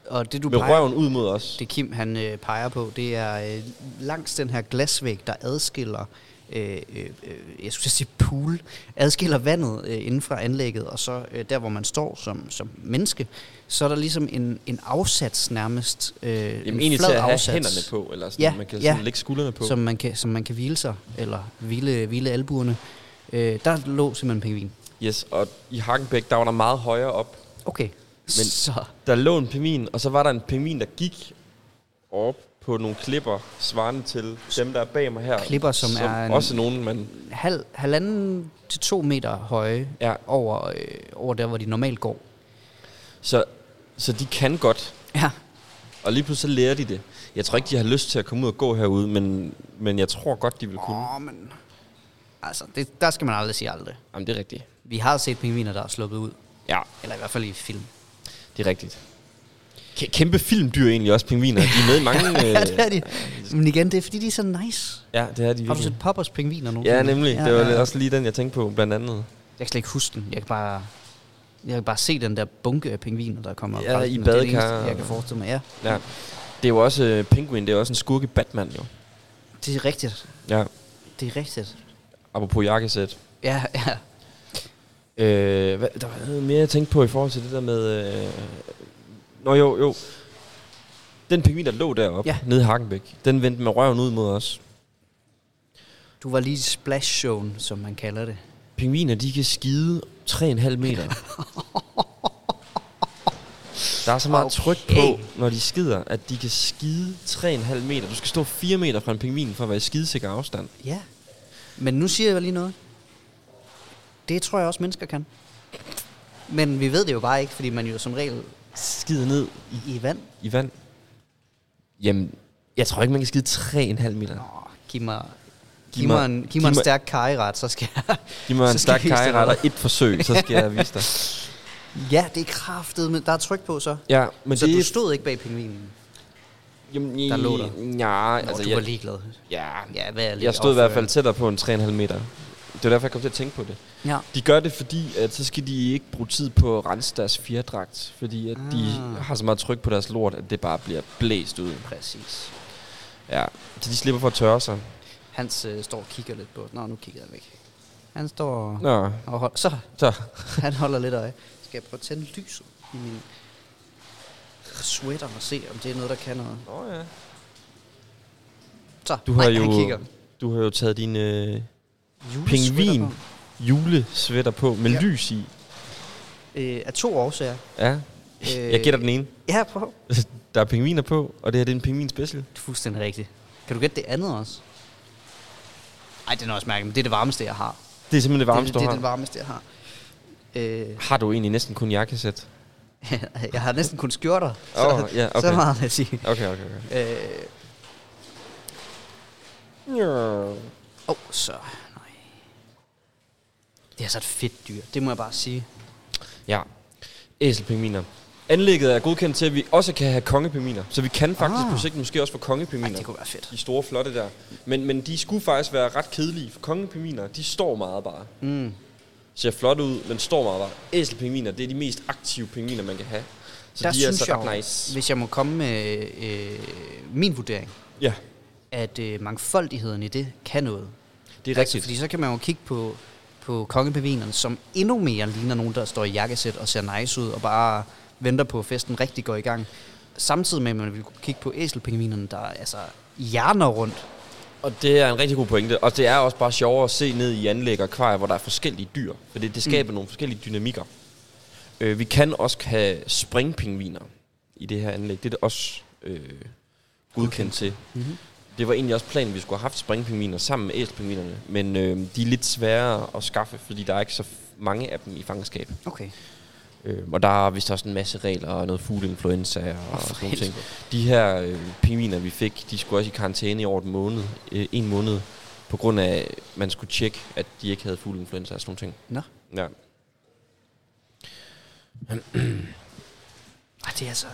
Speaker 1: og det du
Speaker 2: Med
Speaker 1: peger,
Speaker 2: røven ud mod os.
Speaker 1: det Kim han øh, peger på, det er øh, langs den her glasvæg, der adskiller, øh, øh, øh, jeg skulle sige pool, adskiller vandet øh, inden fra anlægget, og så øh, der, hvor man står som, som menneske, så er der ligesom en, en afsats nærmest, øh,
Speaker 2: Jamen
Speaker 1: en
Speaker 2: egentlig til
Speaker 1: flad
Speaker 2: at have
Speaker 1: afsats,
Speaker 2: hænderne på, eller sådan,
Speaker 1: Ja,
Speaker 2: man kan
Speaker 1: ja.
Speaker 2: sådan lægge skuldrene på.
Speaker 1: Som, man kan, som man kan hvile sig, eller hvile, hvile albuerne. Øh, der lå simpelthen en pingvin.
Speaker 2: Yes, og i Hagenbæk, der var der meget højere op.
Speaker 1: Okay, Men, så
Speaker 2: Der lå en pingvin, og så var der en pingvin, der gik op på nogle klipper, svarende til dem, der er bag mig her.
Speaker 1: Klipper, som er en-
Speaker 2: Også nogen, man...
Speaker 1: halv, halvanden til to meter høje
Speaker 2: Ja,
Speaker 1: over, øh, over der, hvor de normalt går.
Speaker 2: så, så de kan godt.
Speaker 1: Ja.
Speaker 2: Og lige pludselig så lærer de det. Jeg tror ikke, de har lyst til at komme ud og gå herude, men, men jeg tror godt, de vil kunne.
Speaker 1: Åh, oh, men... Altså, det, der skal man aldrig sige aldrig.
Speaker 2: Jamen, det er rigtigt.
Speaker 1: Vi har set pingviner, der er sluppet ud.
Speaker 2: Ja,
Speaker 1: Eller i hvert fald i film.
Speaker 2: det er rigtigt. Kæ- kæmpe filmdyr egentlig også, pingviner. De er med i mange... øh,
Speaker 1: ja, det er de. Men igen, det er fordi, de er så nice.
Speaker 2: Ja, det er de
Speaker 1: Har du
Speaker 2: virkelig.
Speaker 1: set Poppers pingviner nu?
Speaker 2: Ja, nemlig. Det var også lige den, jeg tænkte på, blandt andet.
Speaker 1: Jeg kan slet ikke huske den. Jeg kan bare... Jeg kan bare se den der bunke af pingviner, der kommer
Speaker 2: Ja,
Speaker 1: rendende.
Speaker 2: i
Speaker 1: Det er det
Speaker 2: badekar.
Speaker 1: eneste, Jeg kan forestille mig, ja.
Speaker 2: Ja. Det er jo også øh, Penguin, det er også en skurke Batman, jo.
Speaker 1: Det er rigtigt.
Speaker 2: Ja,
Speaker 1: Det er rigtigt.
Speaker 2: apropos jakkesæt.
Speaker 1: Ja, ja.
Speaker 2: Øh, hvad, der var noget mere, jeg tænkte på i forhold til det der med... Øh, nå jo, jo. Den pingvin, der lå deroppe,
Speaker 1: Ja.
Speaker 2: ja. nede i Hagenbæk, den vendte med røven ud mod os.
Speaker 1: Du var lige i splash-showen, som man kalder det.
Speaker 2: Pingviner, de kan skide 3,5 meter. Der er så meget
Speaker 1: Okay.
Speaker 2: okay. tryk på, når de skider, at de kan skide 3,5 meter. Du skal stå 4 meter fra en pingvin for at være i skidesikker afstand.
Speaker 1: Ja. Men nu siger jeg lige noget. Det tror jeg også, mennesker kan. Men vi ved det jo bare ikke, fordi man jo som regel
Speaker 2: Skider ned
Speaker 1: i vand.
Speaker 2: i vand. Jamen, jeg tror ikke, man kan skide 3,5 meter.
Speaker 1: Åh, giv mig, giv,
Speaker 2: Giv
Speaker 1: mig,
Speaker 2: mig-
Speaker 1: en, giv
Speaker 2: giv
Speaker 1: mig en
Speaker 2: mig-
Speaker 1: stærk kajeret, så skal jeg...
Speaker 2: Giv mig
Speaker 1: så skal
Speaker 2: en stak
Speaker 1: jeg vise dig
Speaker 2: kajeret
Speaker 1: noget.
Speaker 2: og et forsøg, så skal jeg vise dig.
Speaker 1: Ja, det er kraftet, men der er tryk på så.
Speaker 2: Ja, men
Speaker 1: Så
Speaker 2: det
Speaker 1: du stod ikke bag pingvinen?
Speaker 2: jamen,
Speaker 1: der lå der?
Speaker 2: Ja,
Speaker 1: Nå,
Speaker 2: altså,
Speaker 1: du var
Speaker 2: jeg,
Speaker 1: ligeglad.
Speaker 2: ja,
Speaker 1: Ja, hvad er lidt
Speaker 2: jeg stod i hvert fald
Speaker 1: opførende.
Speaker 2: tættere på en 3,5 meter. Det var derfor, jeg kom til at tænke på det.
Speaker 1: Ja.
Speaker 2: De gør det, fordi at så skal de ikke bruge tid på at rense deres fjerdragt, fordi at ah. de
Speaker 1: Ah.
Speaker 2: har så meget tryk på deres lort, at det bare bliver blæst ud.
Speaker 1: Præcis.
Speaker 2: Ja, så de slipper for at tørre sig.
Speaker 1: Hans øh, står og kigger lidt på... Nå, nu kigger jeg væk. Han står og-
Speaker 2: Nå,
Speaker 1: og holder... Så,
Speaker 2: så.
Speaker 1: han holder lidt øje. Skal jeg prøve at tænde lyset i min sweater og se, om det er noget, der kan noget?
Speaker 2: Nå ja.
Speaker 1: Så,
Speaker 2: Du har,
Speaker 1: Ej, han
Speaker 2: jo,
Speaker 1: kigger.
Speaker 2: du har jo taget din øh,
Speaker 1: Julesweater
Speaker 2: pingvin
Speaker 1: på.
Speaker 2: julesvætter på med
Speaker 1: Ja.
Speaker 2: ja. lys i.
Speaker 1: Øh, af to årsager.
Speaker 2: Ja.
Speaker 1: Øh.
Speaker 2: Jeg gætter den ene.
Speaker 1: Ja, prøv.
Speaker 2: Der er pingviner på, og det her det er en pingvin special.
Speaker 1: Det er fuldstændig rigtigt. Kan du gætte det andet også? Ej, det er også mærkeligt, men det er det varmeste, jeg har.
Speaker 2: Det er simpelthen det
Speaker 1: det,
Speaker 2: varmeste,
Speaker 1: det
Speaker 2: du
Speaker 1: er
Speaker 2: har.
Speaker 1: det varmeste, jeg har. Øh,
Speaker 2: Har du egentlig næsten kun jakkesæt?
Speaker 1: jeg har næsten kun skjorter, så,
Speaker 2: Åh, ja,
Speaker 1: så
Speaker 2: okay.
Speaker 1: meget vil jeg sige.
Speaker 2: Okay, okay, okay.
Speaker 1: Øh,
Speaker 2: Ja.
Speaker 1: Åh, oh, så... Nej. Det er så et fedt dyr, det må jeg bare sige.
Speaker 2: Ja. Æselpingviner. Anlægget er godkendt til, at vi også kan have kongepingviner. Så vi kan faktisk
Speaker 1: Ah.
Speaker 2: ah. på sigt måske også få
Speaker 1: Ej,
Speaker 2: kongepingviner.
Speaker 1: det kunne være fedt.
Speaker 2: De store flotte der. Men, men de skulle faktisk være ret kedelige, for kongepingviner, de står meget bare.
Speaker 1: Mm.
Speaker 2: Ser flotte ud, men står meget bare. Æselpingviner, det er de mest aktive pingviner, man kan have. Så
Speaker 1: der
Speaker 2: de er
Speaker 1: synes
Speaker 2: altså
Speaker 1: jeg, jo,
Speaker 2: ret nice.
Speaker 1: hvis jeg må komme med øh, min vurdering,
Speaker 2: Ja,
Speaker 1: at øh, mangfoldigheden i det kan noget.
Speaker 2: det
Speaker 1: Altså,
Speaker 2: er rigtigt.
Speaker 1: fordi så kan man jo kigge på, på kongebevinerne, som endnu mere ligner nogen, der står i jakkesæt og ser nice ud, og bare venter på, at festen rigtig går i gang. Samtidig med, at man vil kunne kigge på æselpingvinerne, der altså hjerner rundt.
Speaker 2: Og det er en rigtig god pointe. Og det er også bare sjovere at se ned i anlæg og akvarier, hvor der er forskellige dyr. For det, det skaber mm. nogle forskellige dynamikker. Øh, vi kan også have springpingviner i det her anlæg. Det er det også øh, godkendt til.
Speaker 1: Mhm.
Speaker 2: Mm-hmm. Det var egentlig også planen, at vi skulle have haft springpingviner sammen med æselpingvinerne. Men øh, de er lidt sværere at skaffe, fordi der er ikke så f- mange af dem i fangenskab.
Speaker 1: Okay.
Speaker 2: Øh, og der er vist også en masse regler og noget fugleinfluenza og,
Speaker 1: for
Speaker 2: og sådan nogle ting.
Speaker 1: helvede.
Speaker 2: De her øh, pingviner, vi fik, de skulle også i karantæne i over en måned, øh, en måned, på grund af, at man skulle tjekke, at de ikke havde fugleinfluenza og sådan nogle ting.
Speaker 1: Nå.
Speaker 2: Ja.
Speaker 1: Ej, det er altså...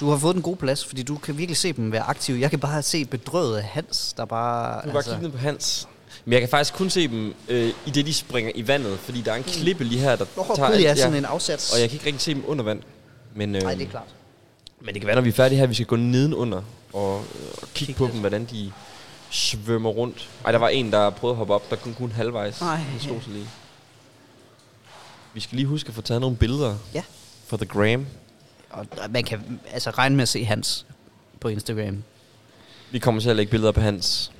Speaker 1: Du har fået den gode plads, fordi du kan virkelig se dem være aktive. Jeg kan bare se bedrøvet Hans, der bare...
Speaker 2: Du kan altså. bare kigge ned på Hans. Men jeg kan faktisk kun se dem øh, i det, de springer i vandet, fordi der er en klippe lige her, der
Speaker 1: Åh, oh, gud,
Speaker 2: alt-
Speaker 1: ja, sådan en afsats.
Speaker 2: Og jeg kan ikke rigtig se dem under vand. Men, øh,
Speaker 1: Nej, det er klart.
Speaker 2: men det kan være, når vi er færdige her, vi skal gå nedenunder og, øh, og kigge på dem, hvordan de svømmer rundt. Ej, der var en, der prøvede at hoppe op, der kun kun halvvejs.
Speaker 1: Ej.
Speaker 2: Han slog sig lige. Vi skal lige huske at få taget nogle billeder
Speaker 1: Ja.
Speaker 2: for The Gram.
Speaker 1: Og der- man kan altså regne med at se Hans på Instagram.
Speaker 2: Vi kommer til at lægge billeder på hans.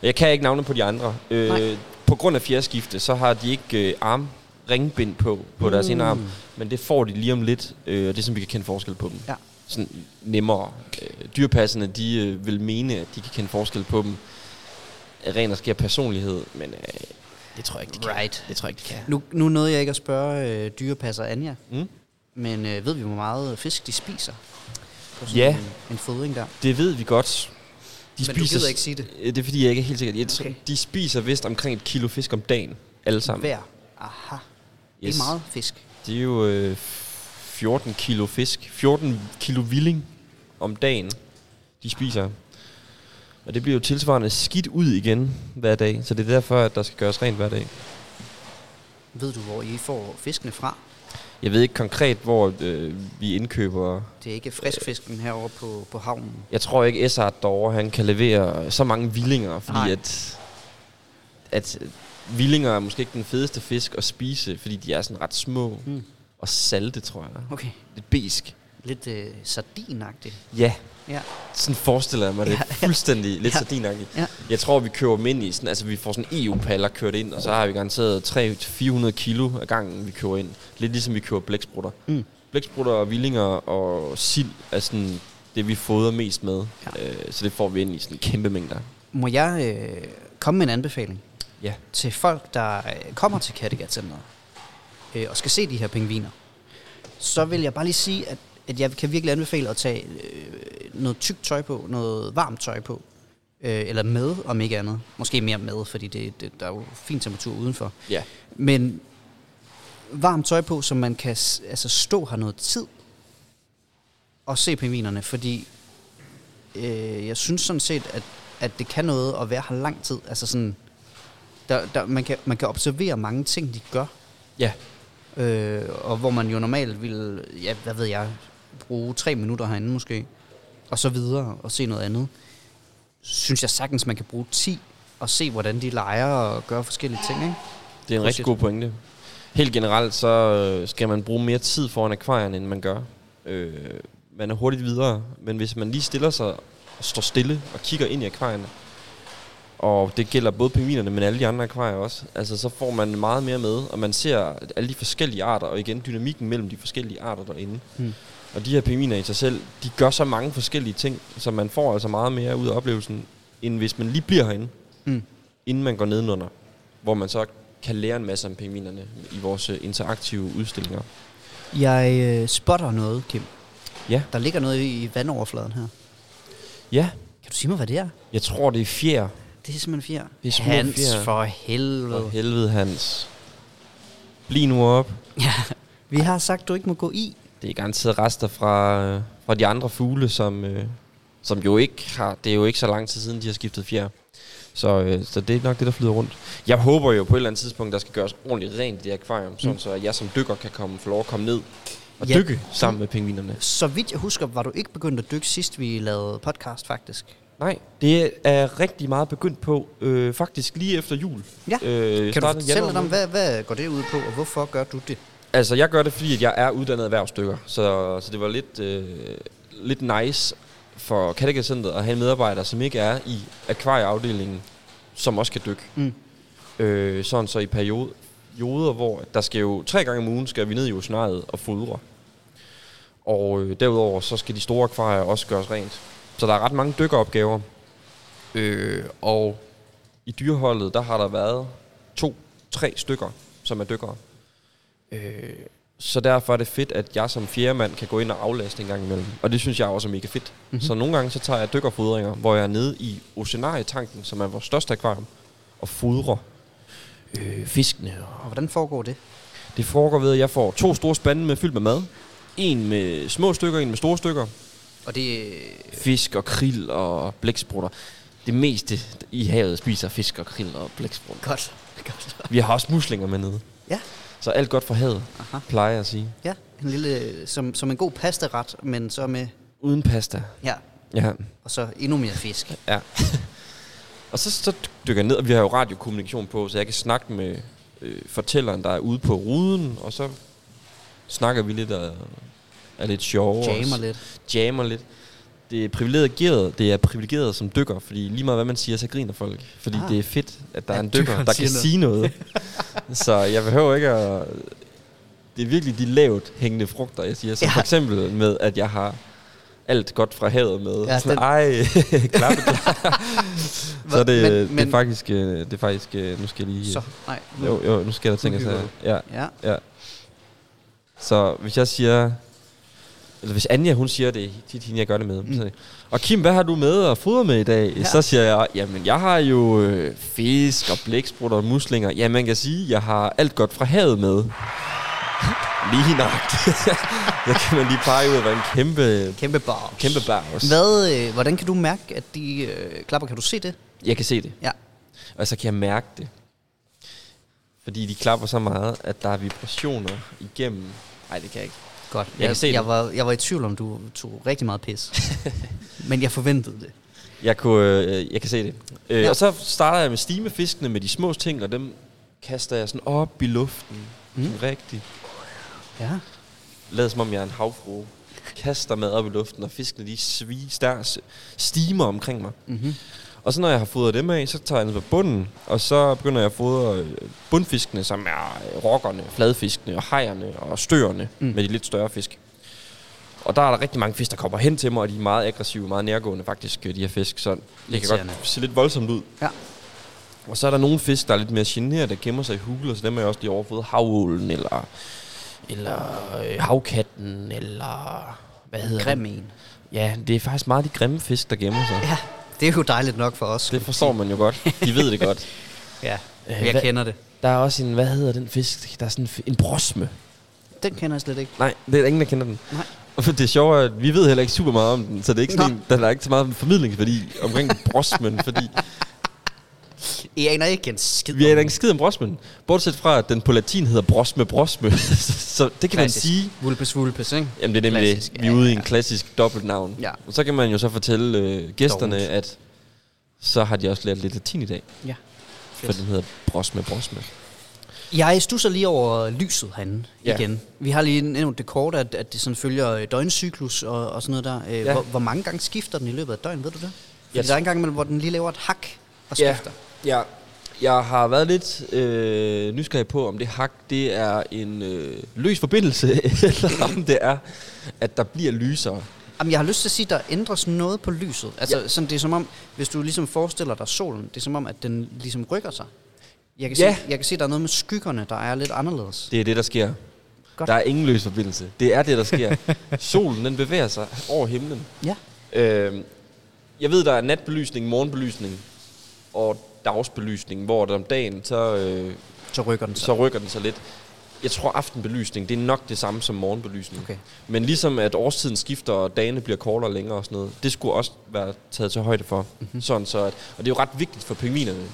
Speaker 2: Og jeg kan ikke navne på de andre.
Speaker 1: Nej.
Speaker 2: Øh, på grund af fjerskifte, så har de ikke øh, arm ringbind på, på mm. deres ene arm. Men det får de lige om lidt, øh, og det er sådan, vi kan kende forskel på dem.
Speaker 1: Ja.
Speaker 2: Sådan nemmere. Øh, dyrpasserne, de øh, vil mene, at de kan kende forskel på dem. Af Ren og skær personlighed, men øh, det tror jeg ikke, de kan.
Speaker 1: Right.
Speaker 2: Det tror jeg ikke, de kan.
Speaker 1: Nu, nu nåede jeg ikke at spørge øh, dyrepasser Anja,
Speaker 2: Mm?
Speaker 1: men øh, ved vi, hvor meget fisk de spiser? På
Speaker 2: Ja.
Speaker 1: en, en fodring der.
Speaker 2: Det ved vi godt. De
Speaker 1: Men du gider ikke sige det?
Speaker 2: Øh, Det er fordi, jeg ikke er helt sikker. Jeg tror,
Speaker 1: Okay.
Speaker 2: De spiser vist omkring et kilo fisk om dagen, alle sammen.
Speaker 1: Hver. Aha. Det
Speaker 2: Yes.
Speaker 1: er meget fisk.
Speaker 2: Det er jo øh, 14 kilo fisk, 14 kilo villing om dagen, de spiser. Og det bliver jo tilsvarende skidt ud igen hver dag, så det er derfor, at der skal gøres rent hver dag.
Speaker 1: Ved du, hvor I får fiskene fra?
Speaker 2: Jeg ved ikke konkret, hvor øh, vi indkøber.
Speaker 1: Det er ikke friskfisken herovre på, på havnen.
Speaker 2: Jeg tror ikke, Essart derovre, han kan levere så mange villinger, fordi
Speaker 1: Nej.
Speaker 2: at, at villinger er måske ikke den fedeste fisk at spise, fordi de er sådan ret små
Speaker 1: Mm.
Speaker 2: og salte, tror jeg.
Speaker 1: Okay.
Speaker 2: Lidt besk.
Speaker 1: Lidt øh, sardinagtigt.
Speaker 2: Ja,
Speaker 1: Ja.
Speaker 2: Sådan forestiller jeg mig det. Fuldstændig lidt
Speaker 1: Ja.
Speaker 2: sardinagtigt.
Speaker 1: Ja.
Speaker 2: Jeg tror, vi kører dem ind i sådan, altså vi får sådan EU-paller kørt ind, og så har vi garanteret 300-400 kilo af gangen, vi kører ind. Lidt ligesom vi kører blæksprutter.
Speaker 1: Mm.
Speaker 2: Blæksprutter og villinger og sild er sådan det, vi fodrer mest med.
Speaker 1: Ja.
Speaker 2: Ja. Øh, så det får vi ind i sådan kæmpe mængder.
Speaker 1: Må jeg øh, komme med en anbefaling
Speaker 2: Ja.
Speaker 1: til folk, der øh, kommer til Kattegat-centret øh, og skal se de her pingviner? Så vil jeg bare lige sige, at, at jeg kan virkelig anbefale at tage øh, noget tykt tøj på, noget varmt tøj på, øh, eller med, om ikke andet. Måske mere med, fordi det, det, der er jo fin temperatur udenfor.
Speaker 2: Ja.
Speaker 1: Men varmt tøj på, så man kan s- altså, stå her noget tid og se pingvinerne, fordi øh, jeg synes sådan set, at, at det kan noget at være her lang tid. Altså sådan, der, der, man, kan, man kan observere mange ting, de gør,
Speaker 2: Ja.
Speaker 1: øh, og hvor man jo normalt ville, ja, hvad ved jeg, bruge tre minutter herinde måske, og så videre og se noget andet. Synes jeg sagtens, man kan bruge 10 og se, hvordan de leger og gør forskellige ting, ikke?
Speaker 2: Det
Speaker 1: Prøv
Speaker 2: er en
Speaker 1: at
Speaker 2: rigtig
Speaker 1: sige
Speaker 2: god pointe. Helt generelt, så øh, skal man bruge mere tid foran akvarierne, end man gør. Øh, man er hurtigt videre, men hvis man lige stiller sig og står stille og kigger ind i akvarierne, og det gælder både pingvinerne, men alle de andre akvarier også, altså så får man meget mere med, og man ser alle de forskellige arter, og igen dynamikken mellem de forskellige arter derinde.
Speaker 1: Hmm.
Speaker 2: Hmm. Og de her pingviner i sig selv, de gør så mange forskellige ting, så man får altså meget mere ud af oplevelsen, end hvis man lige bliver herinde
Speaker 1: Mm.
Speaker 2: inden man går nedenunder, hvor man så kan lære en masse om pingvinerne i vores øh, interaktive udstillinger.
Speaker 1: Jeg øh, spotter noget, Kim.
Speaker 2: Ja.
Speaker 1: Der ligger noget i vandoverfladen her.
Speaker 2: Ja,
Speaker 1: Kan du sige mig, hvad det er?
Speaker 2: jeg tror det er fjer.
Speaker 1: Det er simpelthen fjer.
Speaker 2: Det er små
Speaker 1: Hans
Speaker 2: fjer.
Speaker 1: for helvede.
Speaker 2: For helvede, Hans. Bliv nu op.
Speaker 1: Ja. Vi har sagt, du ikke må gå i.
Speaker 2: Det er garanteret rester fra, øh, fra de andre fugle, som, øh, som jo ikke har... Det er jo ikke så lang tid siden, de har skiftet fjer. Så, øh, så det er nok det, der flyder rundt. Jeg håber jo på et eller andet tidspunkt, der skal gøres ordentligt rent i det akvarium, mm. sådan så jeg som dykker kan komme, få lov at komme ned og
Speaker 1: Ja.
Speaker 2: ja. dykke sammen med pingvinerne.
Speaker 1: Så vidt jeg husker, var du ikke begyndt at dykke sidst, vi lavede podcast, faktisk.
Speaker 2: Nej, det er rigtig meget begyndt på, øh, faktisk lige efter jul.
Speaker 1: Ja. Kan du
Speaker 2: Øh, starten af
Speaker 1: fortælle
Speaker 2: januar
Speaker 1: lidt om,
Speaker 2: måned.
Speaker 1: hvad, hvad går det ud på, og hvorfor gør du det?
Speaker 2: Altså, jeg gør det, fordi at jeg er uddannet erhvervsdykker, så, så det var lidt, øh, lidt nice for Kattegat Center at have en medarbejder, som ikke er i akvarieafdelingen, som også kan dykke.
Speaker 1: Mm.
Speaker 2: Øh, sådan så i periode- perioder, hvor der skal jo tre gange om ugen, skal vi ned i oceanariet og fodre. Og øh, derudover, så skal de store akvarier også gøres rent. Så der er ret mange dykkeropgaver. Øh, og i dyreholdet, der har der været to, tre stykker, som er dykkere. Øh, så derfor er det fedt, at jeg som fjerdemand kan gå ind og aflaste en gang imellem. Og det synes jeg også er mega fedt. Mm-hmm. Så nogle gange så tager jeg dykkerfodringer, hvor jeg er nede i oceanarietanken, som er vores største akvarium, og fodrer øh, fiskene.
Speaker 1: Og hvordan foregår det?
Speaker 2: Det foregår ved, at jeg får to store spande med fyldt med mad. En med små stykker, en med store stykker.
Speaker 1: Og det,
Speaker 2: Fisk og krill og blæksprutter. Det meste i havet spiser fisk og krill og blæksprutter.
Speaker 1: Godt. Godt.
Speaker 2: Vi har også muslinger med nede.
Speaker 1: Ja,
Speaker 2: Så alt godt for havet,
Speaker 1: Aha.
Speaker 2: Aha. plejer jeg at sige.
Speaker 1: ja. En lille, som, som en god pastaret, men så med,
Speaker 2: Uden pasta.
Speaker 1: ja,
Speaker 2: Ja,
Speaker 1: og så endnu mere fisk.
Speaker 2: ja. og så, så dykker jeg ned, og vi har jo radiokommunikation på, så jeg kan snakke med øh, fortælleren, der er ude på ruden, og så snakker vi lidt og er lidt sjove.
Speaker 1: Jammer
Speaker 2: og,
Speaker 1: lidt.
Speaker 2: Jammer lidt. Det er privilegeret, det er privilegeret som dykker, fordi lige meget hvad man siger, så griner folk. Fordi
Speaker 1: Ah.
Speaker 2: ah. det er fedt, at der
Speaker 1: At
Speaker 2: er en dykker,
Speaker 1: dykkeren
Speaker 2: der
Speaker 1: siger
Speaker 2: kan
Speaker 1: noget.
Speaker 2: sige noget. så jeg behøver ikke at... Det er virkelig de lavt hængende frugter, jeg siger. Som
Speaker 1: Ja.
Speaker 2: ja. for eksempel med, at jeg har alt godt fra havet med.
Speaker 1: Ja,
Speaker 2: Ja,
Speaker 1: den-
Speaker 2: Sådan, Ej, klappe, klappe. så er det,
Speaker 1: Men-
Speaker 2: men, det,
Speaker 1: men-
Speaker 2: er faktisk, øh, det er faktisk... øh, Nu skal jeg lige...
Speaker 1: Så, nej. nu-
Speaker 2: Jo, jo, nu skal der tænke
Speaker 1: Nu
Speaker 2: sig.
Speaker 1: hygger
Speaker 2: Ja,
Speaker 1: Ja,
Speaker 2: Ja. Så hvis jeg siger... Eller hvis Anja, hun siger det, er tit hende, jeg gør det med. Mm. Så, og Kim, hvad har du med at fodre med i dag?
Speaker 1: Ja.
Speaker 2: Ja. Så siger jeg, jamen jeg har jo øh, fisk og blæksprutter og muslinger. Ja, man kan sige, jeg har alt godt fra havet med. Lige nøjagtigt. Der kan man lige pege ud af en kæmpe,
Speaker 1: kæmpe bar.
Speaker 2: kæmpe bars.
Speaker 1: Hvad, øh, hvordan kan du mærke, at de øh, klapper, kan du se det?
Speaker 2: Jeg kan se det.
Speaker 1: Ja.
Speaker 2: Og så kan jeg mærke det. Fordi de klapper så meget, at der er vibrationer igennem. Nej, det kan jeg ikke.
Speaker 1: Godt. Jeg,
Speaker 2: kan se
Speaker 1: jeg,
Speaker 2: det.
Speaker 1: var, jeg var i tvivl om, du tog rigtig meget pis. Men jeg forventede det.
Speaker 2: Jeg, kunne, øh, jeg kan se det. Øh,
Speaker 1: Ja.
Speaker 2: ja. Og så starter jeg med stimefiskene med de små ting, og dem kaster jeg sådan op i luften. Mm. Sådan rigtig.
Speaker 1: Ja.
Speaker 2: Lad som om jeg er en havfrue. Kaster mad op i luften, og fiskene de sviges der, stimer omkring mig.
Speaker 1: Mm-hmm.
Speaker 2: Og så når jeg har fodret dem af, så tager jeg ned på bunden, og så begynder jeg at fodre øh, bundfiskene, som er øh, rokkerne, fladfiskene, og hejerne og støerne
Speaker 1: Mm.
Speaker 2: mm. med de lidt større fisk. Og der er der rigtig mange fisk, der kommer hen til mig, og de er meget aggressive, meget nærgående faktisk, øh, de her fisk. Så det kan
Speaker 1: Irriterende.
Speaker 2: godt se lidt voldsomt ud.
Speaker 1: Ja.
Speaker 2: Og så er der nogle fisk, der er lidt mere generede, der gemmer sig i huler, så dem er jeg også lige overfået. Havålen, eller, eller øh, havkatten, eller hvad hedder
Speaker 1: Grim
Speaker 2: det?
Speaker 1: en.
Speaker 2: Ja, det er faktisk meget de grimme fisk, der gemmer sig.
Speaker 1: Ja, det er jo dejligt nok for os.
Speaker 2: Det forstår man jo godt. De ved det godt.
Speaker 1: Ja,
Speaker 2: Øh,
Speaker 1: jeg
Speaker 2: hvad-
Speaker 1: kender det.
Speaker 2: Der er også en, hvad hedder den fisk? Der er sådan en, fi- en brosme.
Speaker 1: Den kender jeg slet ikke.
Speaker 2: Nej, det er der ingen, der kender den.
Speaker 1: Nej.
Speaker 2: For det sjove er, at vi ved heller ikke super meget om den, så det er ikke sådan,
Speaker 1: Nå.
Speaker 2: en, der er ikke så meget formidlingsværdi omkring brosmen, fordi
Speaker 1: I aner ikke en skid
Speaker 2: vi
Speaker 1: om
Speaker 2: er
Speaker 1: den.
Speaker 2: ikke skid om brosmen. Bortset fra, at den på latin hedder brosme brosme, så, så det kan
Speaker 1: Klassisk.
Speaker 2: man sige.
Speaker 1: Vulpes vulpes, ikke?
Speaker 2: Jamen det er nemlig
Speaker 1: Klassisk,
Speaker 2: det. Vi er
Speaker 1: ja,
Speaker 2: ude i
Speaker 1: ja.
Speaker 2: en klassisk dobbeltnavn.
Speaker 1: Ja.
Speaker 2: Og så kan man jo så fortælle øh, gæsterne,
Speaker 1: Dovent.
Speaker 2: at så har de også lært lidt latin i dag,
Speaker 1: Ja.
Speaker 2: for den hedder brosme brosme.
Speaker 1: Jeg stusser lige over lyset herinde ja.
Speaker 2: Ja.
Speaker 1: igen. Vi har lige nævnt det kort, at, at det sådan følger øh, døgncyklus og, og sådan noget der. Øh, ja.
Speaker 2: Ja.
Speaker 1: hvor, hvor mange gange skifter den i løbet af et døgn, ved du det? Fordi
Speaker 2: Jeg
Speaker 1: der er en gang imellem, hvor den lige laver et hak og skifter.
Speaker 2: Ja, ja. Jeg har været lidt øh, nysgerrig på, om det hak, det er en øh, løs forbindelse, eller om det er, at der bliver lysere.
Speaker 1: Jamen, jeg har lyst til at sige, at der ændres noget på lyset. Altså, ja.
Speaker 2: Ja.
Speaker 1: sådan, det er som om, hvis du ligesom forestiller dig solen, det er som om, at den ligesom rykker sig. Jeg kan,
Speaker 2: Ja.
Speaker 1: se, jeg kan se, at der er noget med skyggerne, der er lidt anderledes.
Speaker 2: Det er det, der sker.
Speaker 1: Godt.
Speaker 2: Godt. Der er ingen løs forbindelse. Det er det, der sker. Solen, den bevæger sig over himlen.
Speaker 1: Ja.
Speaker 2: Øh, jeg ved, der er natbelysning, morgenbelysning og dagsbelysning, hvor der om dagen, så, øh,
Speaker 1: Så rykker den sig.
Speaker 2: så rykker den sig lidt. Jeg tror, aftenbelysning, det er nok det samme som morgenbelysning.
Speaker 1: Okay.
Speaker 2: Men ligesom at årstiden skifter, og dagene bliver kortere og længere og sådan noget, det skulle også være taget til højde for.
Speaker 1: Mhm.
Speaker 2: Mm-hmm. Sådan så at, og det er jo ret vigtigt for pingvinerne,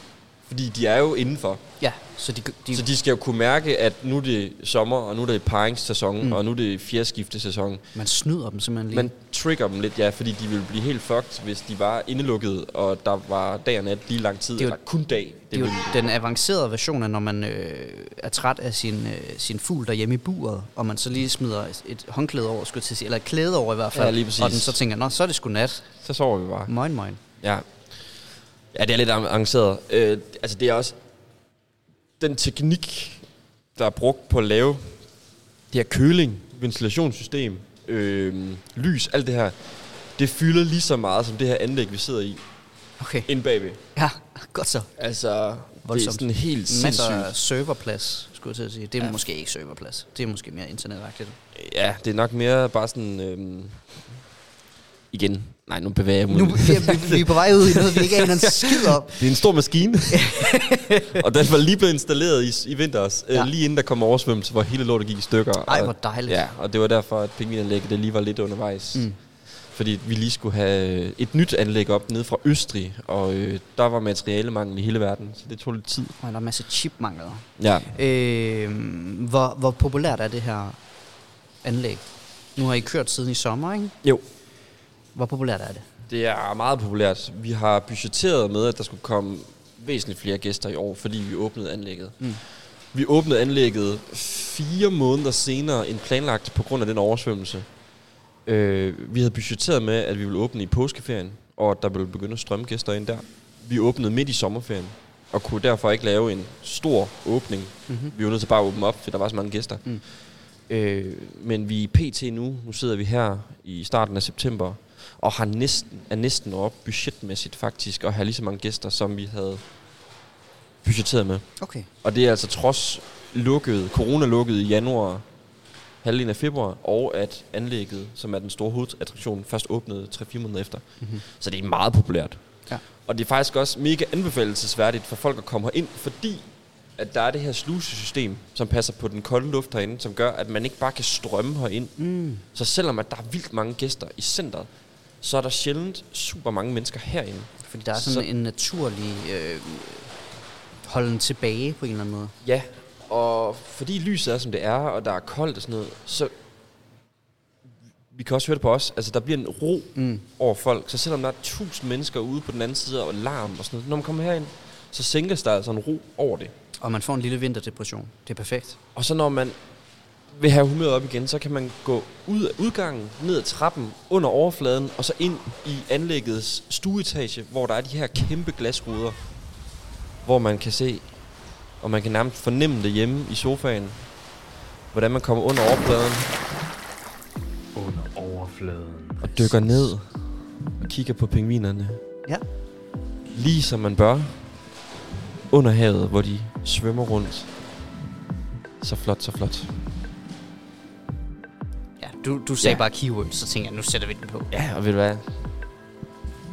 Speaker 2: fordi de er jo indenfor.
Speaker 1: Ja, så de, de,
Speaker 2: Så
Speaker 1: så de
Speaker 2: de skal jo kunne mærke, at nu er det sommer, og nu er det paringssæson,
Speaker 1: Mm.
Speaker 2: mm. og nu er det fjerskiftesæson.
Speaker 1: man snyder dem simpelthen lige.
Speaker 2: Man trigger dem lidt, ja, fordi de ville blive helt fucked, hvis de var indelukket, og der var dag og nat lige lang tid,
Speaker 1: Det er jo-
Speaker 2: eller kun dag. Det,
Speaker 1: Det er jo den avancerede version af, når man øh, er træt af sin, øh, sin fugl derhjemme i buret, og man så lige smider et- et håndklæde over, skulle jeg til at sige, eller et klæde over i hvert fald,
Speaker 2: Ja, lige præcis.
Speaker 1: og den så tænker, nå, så er det sgu nat.
Speaker 2: Så sover vi bare.
Speaker 1: Moin, moin.
Speaker 2: Ja. Ja, det er lidt arrangeret. Øh, altså, det er også... Den teknik, der er brugt på at lave det her køling, ventilationssystem, øh, lys, alt det her, det fylder lige så meget som det her anlæg, vi sidder i,
Speaker 1: Okay.
Speaker 2: inde bagved.
Speaker 1: Ja, godt så.
Speaker 2: Altså, det er
Speaker 1: Voldsomt.
Speaker 2: sådan helt
Speaker 1: Masser
Speaker 2: sindssygt.
Speaker 1: af serverplads, skulle jeg til at sige. Det er ja. måske ikke serverplads. Det er måske mere internetagtigt.
Speaker 2: Ja, det er nok mere bare sådan... Øh, igen. Nej, nu bevæger jeg mig.
Speaker 1: Nu vi, vi, vi er på vej ud i noget, vi ikke aner en skid om.
Speaker 2: Det er en stor maskine, og den var lige blevet installeret i, i vinters,
Speaker 1: Ja.
Speaker 2: ja. øh, lige inden der kom oversvømmelse, hvor hele lortet gik i stykker.
Speaker 1: Ej,
Speaker 2: og-
Speaker 1: hvor dejligt.
Speaker 2: Ja, og det var derfor, at pingvinanlægget det lige var lidt undervejs.
Speaker 1: Mm.
Speaker 2: Mm. fordi vi lige skulle have øh, et nyt anlæg op nede fra Østrig, og øh, der var materialemangel i hele verden, så det tog lidt tid.
Speaker 1: Og der er masser af chipmangler.
Speaker 2: Ja.
Speaker 1: Øh, hvor, hvor populært er det her anlæg? Nu har I kørt siden i sommer, ikke?
Speaker 2: Jo,
Speaker 1: Hvor populært er det?
Speaker 2: Det er meget populært. Vi har budgetteret med, at der skulle komme væsentligt flere gæster i år, fordi vi åbnede anlægget.
Speaker 1: Mm.
Speaker 2: Mm. Vi åbnede anlægget fire måneder senere end planlagt på grund af den oversvømmelse. Øh, vi havde budgetteret med, at vi ville åbne i påskeferien, og at der ville begynde at strømme gæster ind der. Vi åbnede midt i sommerferien, og kunne derfor ikke lave en stor åbning. Mm-hmm. Vi var nødt til bare at åbne op, for der var så mange gæster.
Speaker 1: Mm.
Speaker 2: Mm. Øh, men vi er pt. nu. Nu sidder vi her i starten af september, og har næsten, er næsten op budgetmæssigt faktisk, og har lige så mange gæster, som vi havde budgetteret med.
Speaker 1: Okay.
Speaker 2: Og det er altså trods lukket, corona lukket i januar, halvdelen af februar, og at anlægget, som er den store hovedattraktion, først åbnede 3-4 måneder efter. Mm-hmm. Så det er meget populært.
Speaker 1: Ja.
Speaker 2: Og det er faktisk også mega anbefalelsesværdigt for folk at komme ind, fordi at der er det her slusesystem, som passer på den kolde luft herinde, som gør, at man ikke bare kan strømme herind. Mm. Så selvom at der er vildt mange gæster i centret, så er der sjældent super mange mennesker herinde.
Speaker 1: Fordi der er sådan så... en naturlig øh, holden tilbage på en eller anden måde.
Speaker 2: Ja, og fordi lyset er, som det er, og der er koldt og sådan noget, så vi kan også høre det på os, altså der bliver en ro mm. over folk, så selvom der er tusind mennesker ude på den anden side og larm og sådan noget, når man kommer herind, så sænkes der altså en ro over det.
Speaker 1: Og man får en lille vinterdepression. Det er perfekt.
Speaker 2: Og så når man vil have humøret op igen, så kan man gå ud af udgangen, ned ad trappen, under overfladen, og så ind i anlæggets stueetage, hvor der er de her kæmpe glasruder, hvor man kan se, og man kan nærmest fornemme det hjemme i sofaen, hvordan man kommer under overfladen
Speaker 3: Under overfladen.
Speaker 2: og dykker ned og kigger på pingvinerne,
Speaker 1: Ja.
Speaker 2: lige som man bør, under havet, hvor de svømmer rundt. Så flot, så flot.
Speaker 1: ja du, du sagde ja.
Speaker 2: Ja.
Speaker 1: bare keywords, så tænker jeg, nu sætter vi den på.
Speaker 2: Ja, og ved du hvad?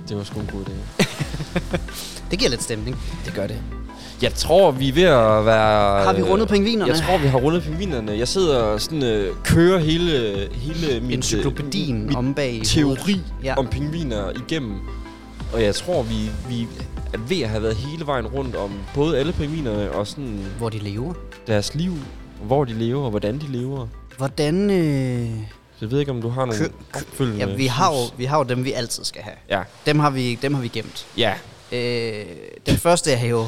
Speaker 2: Det var sgu en god idé.
Speaker 1: Det giver lidt stemning.
Speaker 2: Det gør det. Jeg tror, vi er ved at være...
Speaker 1: Har vi rundet pingvinerne?
Speaker 2: Jeg tror, vi har rundet pingvinerne. Jeg sidder og sådan, øh, kører hele, hele mit, øh,
Speaker 1: Encyklopædien
Speaker 2: mit
Speaker 1: om bag i
Speaker 2: teori
Speaker 1: hovedet. Ja.
Speaker 2: om pingviner igennem. Og jeg tror, vi, vi er ved at have været hele vejen rundt om både alle pingvinerne og sådan
Speaker 1: Hvor de lever.
Speaker 2: deres liv, hvor de lever og hvordan de lever.
Speaker 1: Hvordan... Øh... Mm.
Speaker 2: Så jeg ved ikke, om du har nogle
Speaker 1: Kø-
Speaker 2: opfølgende...
Speaker 1: Ja, vi har,
Speaker 2: tips.
Speaker 1: jo, vi har jo dem, vi altid skal have.
Speaker 2: Ja,
Speaker 1: Dem har vi, dem har vi gemt.
Speaker 2: ja.
Speaker 1: Øh, den første er jo,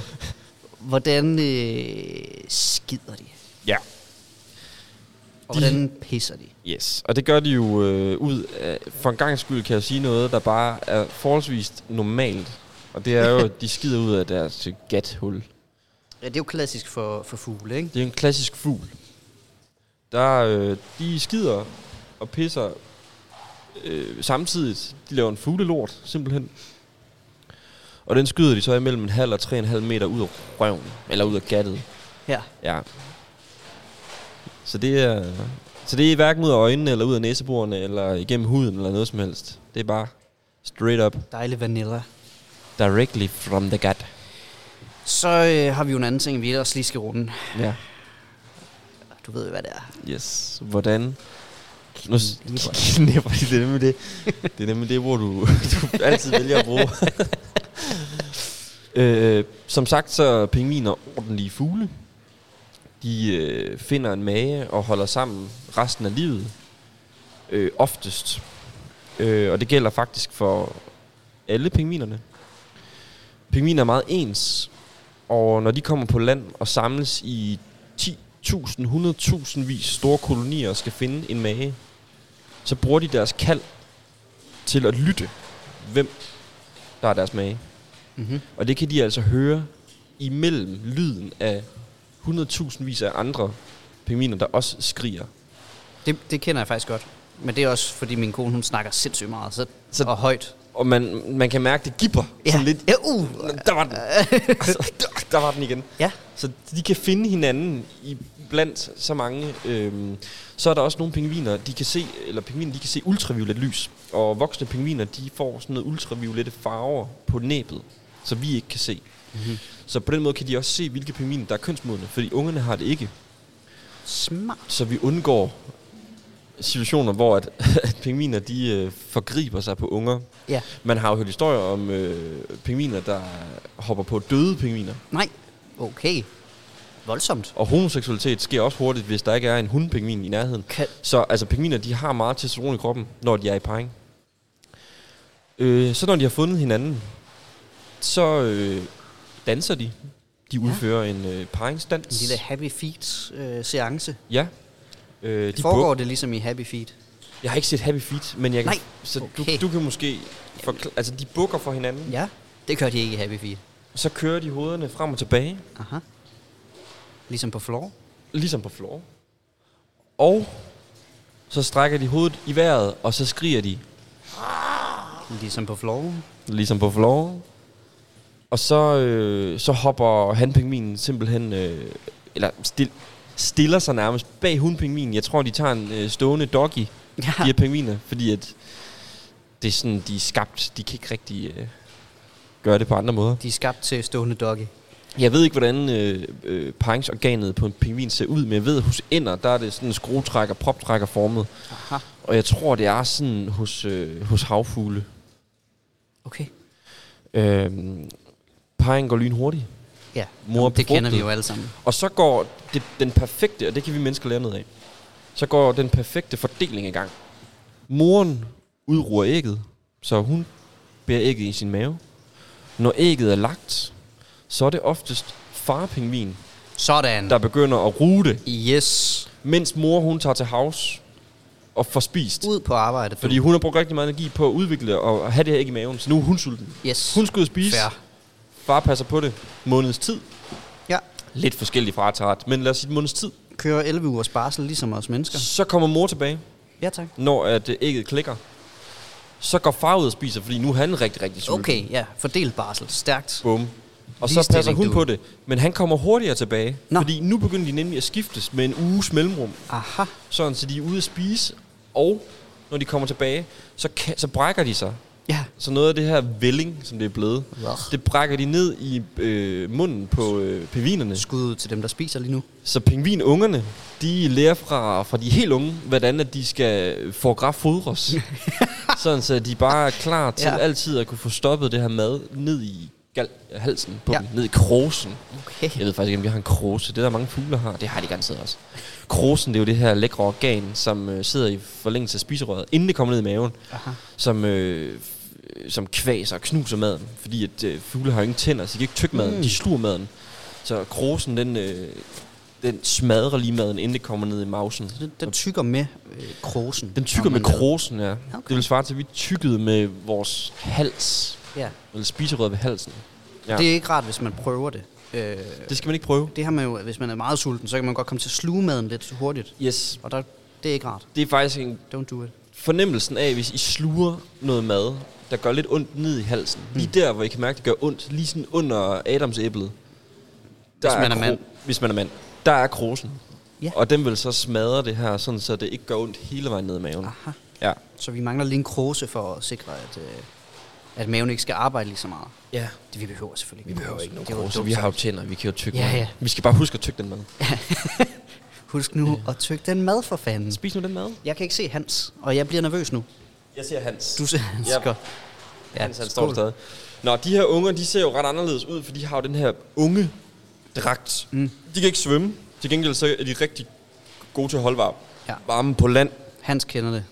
Speaker 1: hvordan øh, skider de?
Speaker 2: ja.
Speaker 1: Og
Speaker 2: De-
Speaker 1: hvordan pisser de?
Speaker 2: Yes, og det gør de jo øh, ud af, for en gang skyld kan jeg sige noget, der bare er forholdsvis normalt. Og det er jo, at de skider ud af deres øh, gathul.
Speaker 1: Ja, det er jo klassisk for, for fugle, ikke?
Speaker 2: Det er en klassisk fugl. Der, øh, de skider og pisser øh, samtidig. De laver en fuglelort, simpelthen. Og den skyder de så imellem en halv og tre en halv meter ud af røven, eller ud af gattet.
Speaker 1: Her.
Speaker 2: Ja. Så det er, så det er hverken ud af øjnene, eller ud af næseborene, eller igennem huden, eller noget som helst. Det er bare straight up,
Speaker 1: Dejlig vanilla.
Speaker 2: directly from the gut.
Speaker 1: Så øh, har vi jo en anden ting, vi ellers lige skal runde.
Speaker 2: Ja.
Speaker 1: Du ved jo, hvad det er.
Speaker 2: Yes. Hvordan? Nu s- knipper de, det er nemlig det. Det er nemlig det, hvor du, du altid vælger at bruge. øh, som sagt, så er pingviner ordentlige fugle. De øh, finder en mage og holder sammen resten af livet. Øh, oftest. Øh, og det gælder faktisk for alle pingvinerne. Pingviner er meget ens, og når de kommer på land og samles i 10.000, 100.000 vis store kolonier og skal finde en mage, så bruger de deres kald til at lytte, hvem der er deres mage.
Speaker 1: Mm-hmm.
Speaker 2: Og det kan de altså høre imellem lyden af 100.000 vis af andre pingviner, der også skriger.
Speaker 1: Det, det kender jeg faktisk godt. Men det er også, fordi min kone, hun snakker sindssygt meget så, så,
Speaker 2: Så-
Speaker 1: og højt.
Speaker 2: Og man, man kan mærke, det gipper sådan lidt.
Speaker 1: ja uh.
Speaker 2: Der var den. Altså, der- der var den igen.
Speaker 1: Ja.
Speaker 2: Så de kan finde hinanden i blandt så mange. Øhm, så er der også nogle pingviner, de kan se, eller pingviner, de kan se ultraviolet lys. Og voksne pingviner, de får sådan noget ultraviolette farver på næbet, så vi ikke kan se. Mm-hmm. Så på den måde kan de også se, hvilke pingviner, der er kønsmodne, fordi ungerne har det ikke.
Speaker 1: Smart.
Speaker 2: Så vi undgår situationer, hvor at, at pingviner de øh, forgriber sig på unger.
Speaker 1: Ja.
Speaker 2: Man har jo hørt historier om øh, pingviner, der hopper på døde pingviner.
Speaker 1: Nej. Okay. Voldsomt.
Speaker 2: Og homoseksualitet sker også hurtigt, hvis der ikke er en hundpingvin i nærheden.
Speaker 1: Kan-
Speaker 2: Så altså, pingviner, de har meget testosteron i kroppen, når de er i parring. Øh, så når de har fundet hinanden, så øh, danser de. De udfører ja. en øh, parringsdans.
Speaker 1: En lille Happy Feet-seance.
Speaker 2: Ja. Øh, de
Speaker 1: Foregår
Speaker 2: buk-
Speaker 1: det ligesom i Happy Feet?
Speaker 2: Jeg har ikke set Happy Feet, men jeg kan...
Speaker 1: Nej,
Speaker 2: Så
Speaker 1: okay.
Speaker 2: du, du kan måske... Forkl- altså, de bukker for hinanden. Ja.
Speaker 1: Ja. Det gør de ikke i Happy Feet.
Speaker 2: Så kører de hovederne frem og tilbage,
Speaker 1: Aha. Ligesom på floor?
Speaker 2: ligesom på floor. Og så strækker de hovedet i vejret, og så skriger de,
Speaker 1: Ligesom på floor?
Speaker 2: ligesom på floor. Og så, øh, så hopper hanpingvinen simpelthen... Øh, eller stil, stiller sig nærmest bag hundpingvinen. Jeg tror, de tager en øh, stående doggy,
Speaker 1: Ja.
Speaker 2: de her pingviner, fordi at det er sådan, de er skabt. De kan ikke rigtig øh, gøre det på andre måder.
Speaker 1: De er skabt til stående doggy.
Speaker 2: Jeg ved ikke, hvordan øh, øh, pangsorganet på en pingvin ser ud, men jeg ved, at hos ender, der er det sådan en skruetrækker, proptrækker formet.
Speaker 1: Aha.
Speaker 2: Og jeg tror, det er sådan hos, øh, hos havfugle.
Speaker 1: Okay.
Speaker 2: Øh, parring går lynhurtigt.
Speaker 1: Ja.
Speaker 2: Mor
Speaker 1: det kender
Speaker 2: befrugtet.
Speaker 1: vi jo alle sammen.
Speaker 2: Og så går det, den perfekte, og det kan vi mennesker lære noget af, så går den perfekte fordeling i gang. Moren udruer ægget, så hun bærer ægget i sin mave. Når ægget er lagt, så er det oftest farpingvin,
Speaker 1: Sådan.
Speaker 2: der begynder at ruge det,
Speaker 1: Yes.
Speaker 2: mens mor hun tager til havs og får spist.
Speaker 1: Ud på arbejde. du.
Speaker 2: Fordi hun har brugt rigtig meget energi på at udvikle og have det her æg i maven, så nu er hun sulten.
Speaker 1: Yes.
Speaker 2: Hun skal ud og spise.
Speaker 1: Fair.
Speaker 2: Far passer på det. Måneds tid.
Speaker 1: Ja.
Speaker 2: Lidt forskellig fra ret til ret, men lad os sige en måneds tid.
Speaker 1: Kører 11 ugers barsel, ligesom os mennesker.
Speaker 2: Så kommer mor tilbage,
Speaker 1: Ja, tak.
Speaker 2: når at øh, ægget klikker. Så går far ud og spiser, fordi nu er han rigtig, rigtig sulten.
Speaker 1: Okay, ja. Fordelt barsel. Stærkt.
Speaker 2: Bum. Og så
Speaker 1: Ligestilling,
Speaker 2: passer hun
Speaker 1: du.
Speaker 2: på det, men han kommer hurtigere tilbage,
Speaker 1: Nå.
Speaker 2: fordi nu begynder de nemlig at skiftes med en uges mellemrum.
Speaker 1: Aha.
Speaker 2: Sådan, så de er ude at spise, og når de kommer tilbage, så, kan, så brækker de sig.
Speaker 1: Ja.
Speaker 2: Så noget af det her velling, som det er blevet,
Speaker 1: Wow.
Speaker 2: det brækker de ned i øh, munden på øh, pingvinerne.
Speaker 1: Skud ud til dem, der spiser lige nu.
Speaker 2: Så pingvinungerne, de lærer fra, fra de helt unge, hvordan at de skal forgraf fodres. Sådan så de bare er klar til
Speaker 1: Ja.
Speaker 2: ja. altid at kunne få stoppet det her mad ned i gal- halsen på
Speaker 1: Ja.
Speaker 2: ja. dem, ned i krosen.
Speaker 1: Okay.
Speaker 2: Jeg ved faktisk ikke, om vi har en krose. Det er der mange fugle har. Det har de garanteret også. Krosen, det er jo det her lækre organ, som øh, sidder i forlængelse af spiserøret, inden det kommer ned i maven,
Speaker 1: Aha.
Speaker 2: som, øh, f- som kvaser og knuser maden. Fordi at øh, fugle har jo ingen tænder, så de kan ikke tykke maden.
Speaker 1: Mm.
Speaker 2: Mm. De sluger maden. Så krosen, den, øh, den smadrer lige maden, inden det kommer ned i mausen.
Speaker 1: Den, den tykker med øh, krosen.
Speaker 2: Den tykker
Speaker 1: om
Speaker 2: med
Speaker 1: man vil.
Speaker 2: krosen, ja.
Speaker 1: Okay.
Speaker 2: Okay. Det vil svare til, at vi tykkede med vores hals.
Speaker 1: Ja.
Speaker 2: Eller spiserøret ved halsen. Ja.
Speaker 1: Det
Speaker 2: Det,
Speaker 1: er ikke rart, hvis man prøver det. Øh,
Speaker 2: det skal man ikke prøve.
Speaker 1: det har man jo, hvis man er meget sulten, så kan man godt komme til at sluge maden lidt hurtigt.
Speaker 2: Yes.
Speaker 1: Og der, det er ikke rart.
Speaker 2: Det er faktisk en
Speaker 1: Don't do it.
Speaker 2: fornemmelsen af, hvis I sluger noget mad, der gør lidt ondt ned i halsen. Mm. Lige der, hvor I kan mærke, det gør ondt, lige sådan under Adamsæblet.
Speaker 1: Hvis man er mand.
Speaker 2: Hvis man er mand. Der er krosen.
Speaker 1: Ja.
Speaker 2: Og den vil så smadre det her, sådan så det ikke gør ondt hele vejen ned i maven.
Speaker 1: Aha.
Speaker 2: Ja.
Speaker 1: Så vi mangler lige en krose for at sikre, at, øh, at maven ikke skal arbejde lige så meget.
Speaker 2: Ja.
Speaker 1: Det vi behøver selvfølgelig
Speaker 2: Vi behøver ikke nogen
Speaker 1: Det er jo
Speaker 2: krose.
Speaker 1: dumt
Speaker 2: Vi har jo
Speaker 1: sagt.
Speaker 2: tænder, vi kan jo tykke
Speaker 1: Ja,
Speaker 2: mad.
Speaker 1: ja.
Speaker 2: Vi skal bare huske at tykke den mad.
Speaker 1: Husk nu at tykke den mad for fanden.
Speaker 2: Spis nu den mad.
Speaker 1: Jeg kan ikke se Hans, og jeg bliver nervøs nu.
Speaker 2: Jeg ser Hans.
Speaker 1: Du ser Hans
Speaker 2: Ja.
Speaker 1: godt.
Speaker 2: Ja, han, han
Speaker 1: skål.
Speaker 2: står der stadig. Nå, de her unger, de ser jo ret anderledes ud, for de har jo den her unge dragt. Mm. De kan ikke svømme. Til gengæld så er de rigtig gode til at holde varme.
Speaker 1: Ja.
Speaker 2: varmen på land.
Speaker 1: Hans kender det.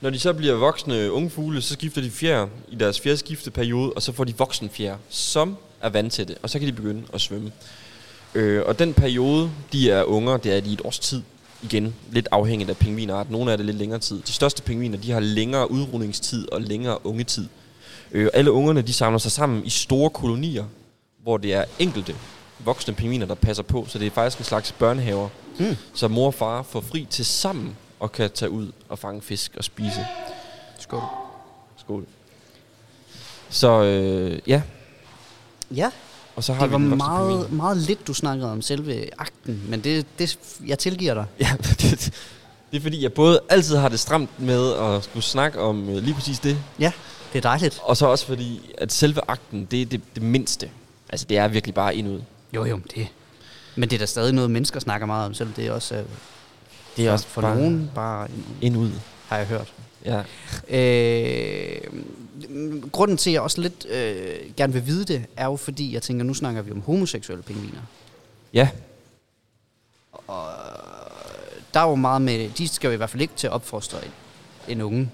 Speaker 2: Når de så bliver voksne unge fugle, så skifter de fjer i deres fjerskifteperiode, og så får de voksenfjer, som er vant til det, og så kan de begynde at svømme. Øh, og den periode, de er unger, det er de i et års tid. Igen, lidt afhængigt af pingvinart. Nogle af det lidt længere tid. De største pingviner, de har længere udrundingstid og længere ungetid. Øh, alle ungerne, de samler sig sammen i store kolonier, hvor det er enkelte voksne pingviner, der passer på. Så det er faktisk en slags børnehaver.
Speaker 1: Hmm.
Speaker 2: Mm. Så mor og far får fri til sammen og kan tage ud og fange fisk og spise.
Speaker 1: Skål.
Speaker 2: Skål. Så øh, ja,
Speaker 1: Ja,
Speaker 2: og så har
Speaker 1: det
Speaker 2: vi
Speaker 1: var
Speaker 2: den voksne
Speaker 1: meget,
Speaker 2: pingvin.
Speaker 1: meget lidt, du snakkede om selve akten, men det, det jeg tilgiver dig.
Speaker 2: Ja, det, det er fordi, jeg både altid har det stramt med at skulle snakke om øh, lige præcis det,
Speaker 1: Ja, det er dejligt.
Speaker 2: og så også fordi, at selve akten, det er det, det mindste. Altså, det er virkelig bare endnu.
Speaker 1: Jo, jo, men det. Men det er der stadig noget, mennesker snakker meget om, selvom det også er,
Speaker 2: Det er
Speaker 1: for,
Speaker 2: også
Speaker 1: for
Speaker 2: bare-
Speaker 1: nogen bare en,
Speaker 2: Ind ud.
Speaker 1: har jeg hørt.
Speaker 2: Ja.
Speaker 1: Øh, mm, grunden til, at jeg også lidt øh, gerne vil vide det, er jo fordi, jeg tænker, nu snakker vi om homoseksuelle pingviner.
Speaker 2: Ja.
Speaker 1: Der er jo meget med, de skal jo i hvert fald ikke til at opfostre en, en unge.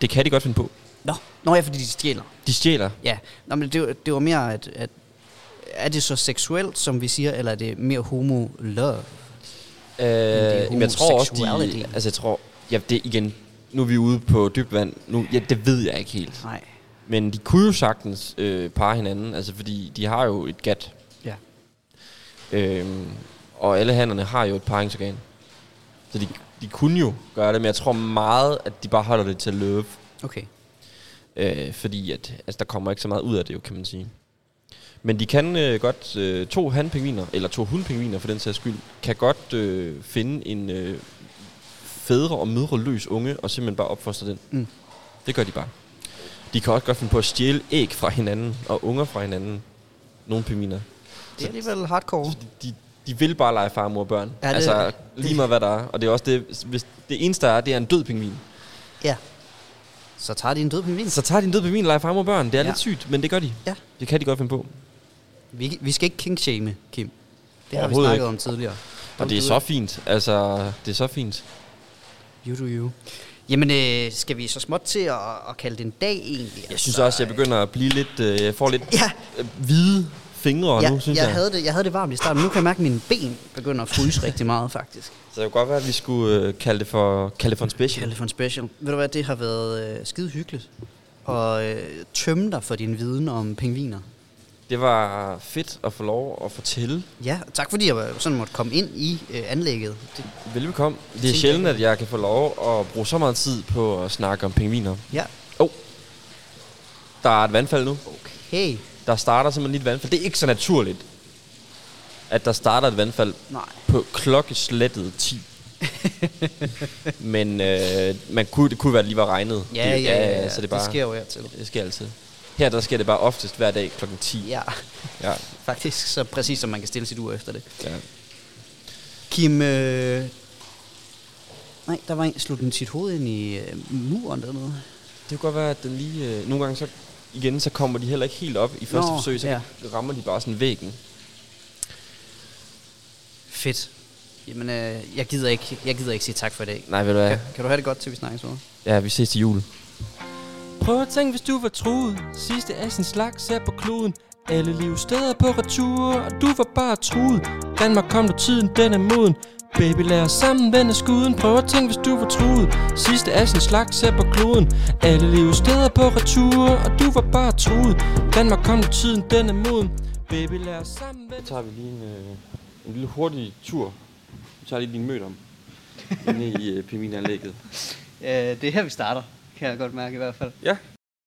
Speaker 2: Det kan de godt finde på.
Speaker 1: Nå. Nå ja, fordi de stjæler.
Speaker 2: De stjæler.
Speaker 1: Ja, Nå, men det, var- det var mere, at, at er det så seksuelt, som vi siger, eller er det mere homo-love?
Speaker 2: Øh,
Speaker 1: er
Speaker 2: men jeg tror også, de...
Speaker 1: homoseksualitet.
Speaker 2: Altså, jeg tror... Ja, det igen... Nu er vi ude på dybt vand. Nu, ja, det ved jeg ikke helt.
Speaker 1: Nej.
Speaker 2: Men de kunne jo sagtens øh, parre hinanden, altså fordi de har jo et gat.
Speaker 1: Ja.
Speaker 2: Øhm, og alle hannerne har jo et parringsorgan. Så de, de kunne jo gøre det, men jeg tror meget, at de bare holder det til løb.
Speaker 1: Okay.
Speaker 2: Øh, fordi at, altså, der kommer ikke så meget ud af det, jo, kan man sige. Men de kan øh, godt, øh, to handpingviner, eller to hundpingviner for den sags skyld, kan godt øh, finde en øh, fædre og mødre løs unge, og simpelthen bare opfostre den.
Speaker 1: Mm.
Speaker 2: Det gør de bare. De kan også godt finde på at stjæle æg fra hinanden, og unger fra hinanden. Nogle pingviner.
Speaker 1: Det er alligevel hardcore.
Speaker 2: De, de, de vil bare lege far, mor og børn.
Speaker 1: Ja,
Speaker 2: Ja,
Speaker 1: det-
Speaker 2: det, altså, lige meget hvad der er. Og det er også det, hvis det eneste der er, det er en død pingvin.
Speaker 1: Ja. Så tager de en død pingvin.
Speaker 2: Så tager de en død pingvin og leger far, mor og børn. Det er
Speaker 1: Ja.
Speaker 2: ja. lidt sygt, men det gør de.
Speaker 1: Ja.
Speaker 2: Det kan de godt finde på.
Speaker 1: Vi, vi skal ikke kingshame, Kim. Det har vi
Speaker 2: Overhovedet
Speaker 1: snakket
Speaker 2: ikke.
Speaker 1: om tidligere.
Speaker 2: Og det er så fint. Altså, det er så fint.
Speaker 1: You do you. Jamen, øh, skal vi så småt til at, at kalde det en dag egentlig? Altså,
Speaker 2: Jeg synes også, jeg begynder at blive lidt... Øh, jeg får lidt
Speaker 1: Ja.
Speaker 2: øh, hvide fingre
Speaker 1: ja,
Speaker 2: nu, synes jeg.
Speaker 1: jeg, Havde det, jeg havde det varmt i starten, nu kan jeg mærke, at mine ben begynder at fryse rigtig meget, faktisk.
Speaker 2: Så det kunne godt være, at vi skulle øh, kalde, det for, kalde det for
Speaker 1: Kalde
Speaker 2: en special.
Speaker 1: det for en special. Ved du hvad, det har været øh, skide hyggeligt. Og øh, tømme dig for din viden om pingviner.
Speaker 2: Det var fedt at få lov at fortælle.
Speaker 1: Ja, og tak fordi jeg var- sådan måtte komme ind i øh, anlægget. Det,
Speaker 2: Velbekomme. Det er
Speaker 1: Tænker
Speaker 2: sjældent,
Speaker 1: jeg.
Speaker 2: at jeg kan få lov at bruge så meget tid på at snakke om pingviner.
Speaker 1: ja,
Speaker 2: Oh. Der er et vandfald nu.
Speaker 1: okay.
Speaker 2: Der starter simpelthen lige et vandfald. Det er ikke så naturligt, at der starter et vandfald
Speaker 1: Nej.
Speaker 2: på klokkeslættet 10. Men øh, man kunne, det kunne være, at det lige var regnet.
Speaker 1: Ja,
Speaker 2: det,
Speaker 1: ja, ja, ja.
Speaker 2: Så det, bare,
Speaker 1: det sker jo her til.
Speaker 2: det sker altid. Her der sker det bare oftest hver dag klokken 10.
Speaker 1: Ja,
Speaker 2: Ja.
Speaker 1: faktisk så præcis, som man kan stille sit ur efter det.
Speaker 2: ja.
Speaker 1: Kim, øh... nej, der var en, slog den sit hoved ind i øh, muren dernede.
Speaker 2: Det kunne godt være, at den lige... Øh, nogle gange så, igen, så kommer de heller ikke helt op i første
Speaker 1: Nå,
Speaker 2: Nå, forsøg, så
Speaker 1: ja.
Speaker 2: ja. rammer de bare sådan væggen.
Speaker 1: Fedt. Jamen, øh, jeg, gider ikke, jeg gider ikke sige tak for i dag.
Speaker 2: Nej, ved du hvad?
Speaker 1: Kan, kan du have det godt, til vi snakkes over?
Speaker 2: Ja, vi ses til jul.
Speaker 4: Prøv at tænke, hvis du var truet. Sidste af sin slags er på kloden. Alle livsteder på retur, og du var bare truet. Danmark kom nu tiden, den er moden. Baby, lad os sammen vende skuden. Prøv at tænke, hvis du var truet. Sidste af sin slags er på kloden. Alle livsteder på retur, og du var bare truet. Danmark kom nu tiden, den er moden. Baby, lad os sammen vende
Speaker 5: Så tager vi lige en, øh, en lille hurtig tur. Vi tager lige din mødt om. inde i øh, Pemina-anlægget.
Speaker 1: Øh, det er her, vi starter, kan jeg godt mærke i hvert fald.
Speaker 5: Ja,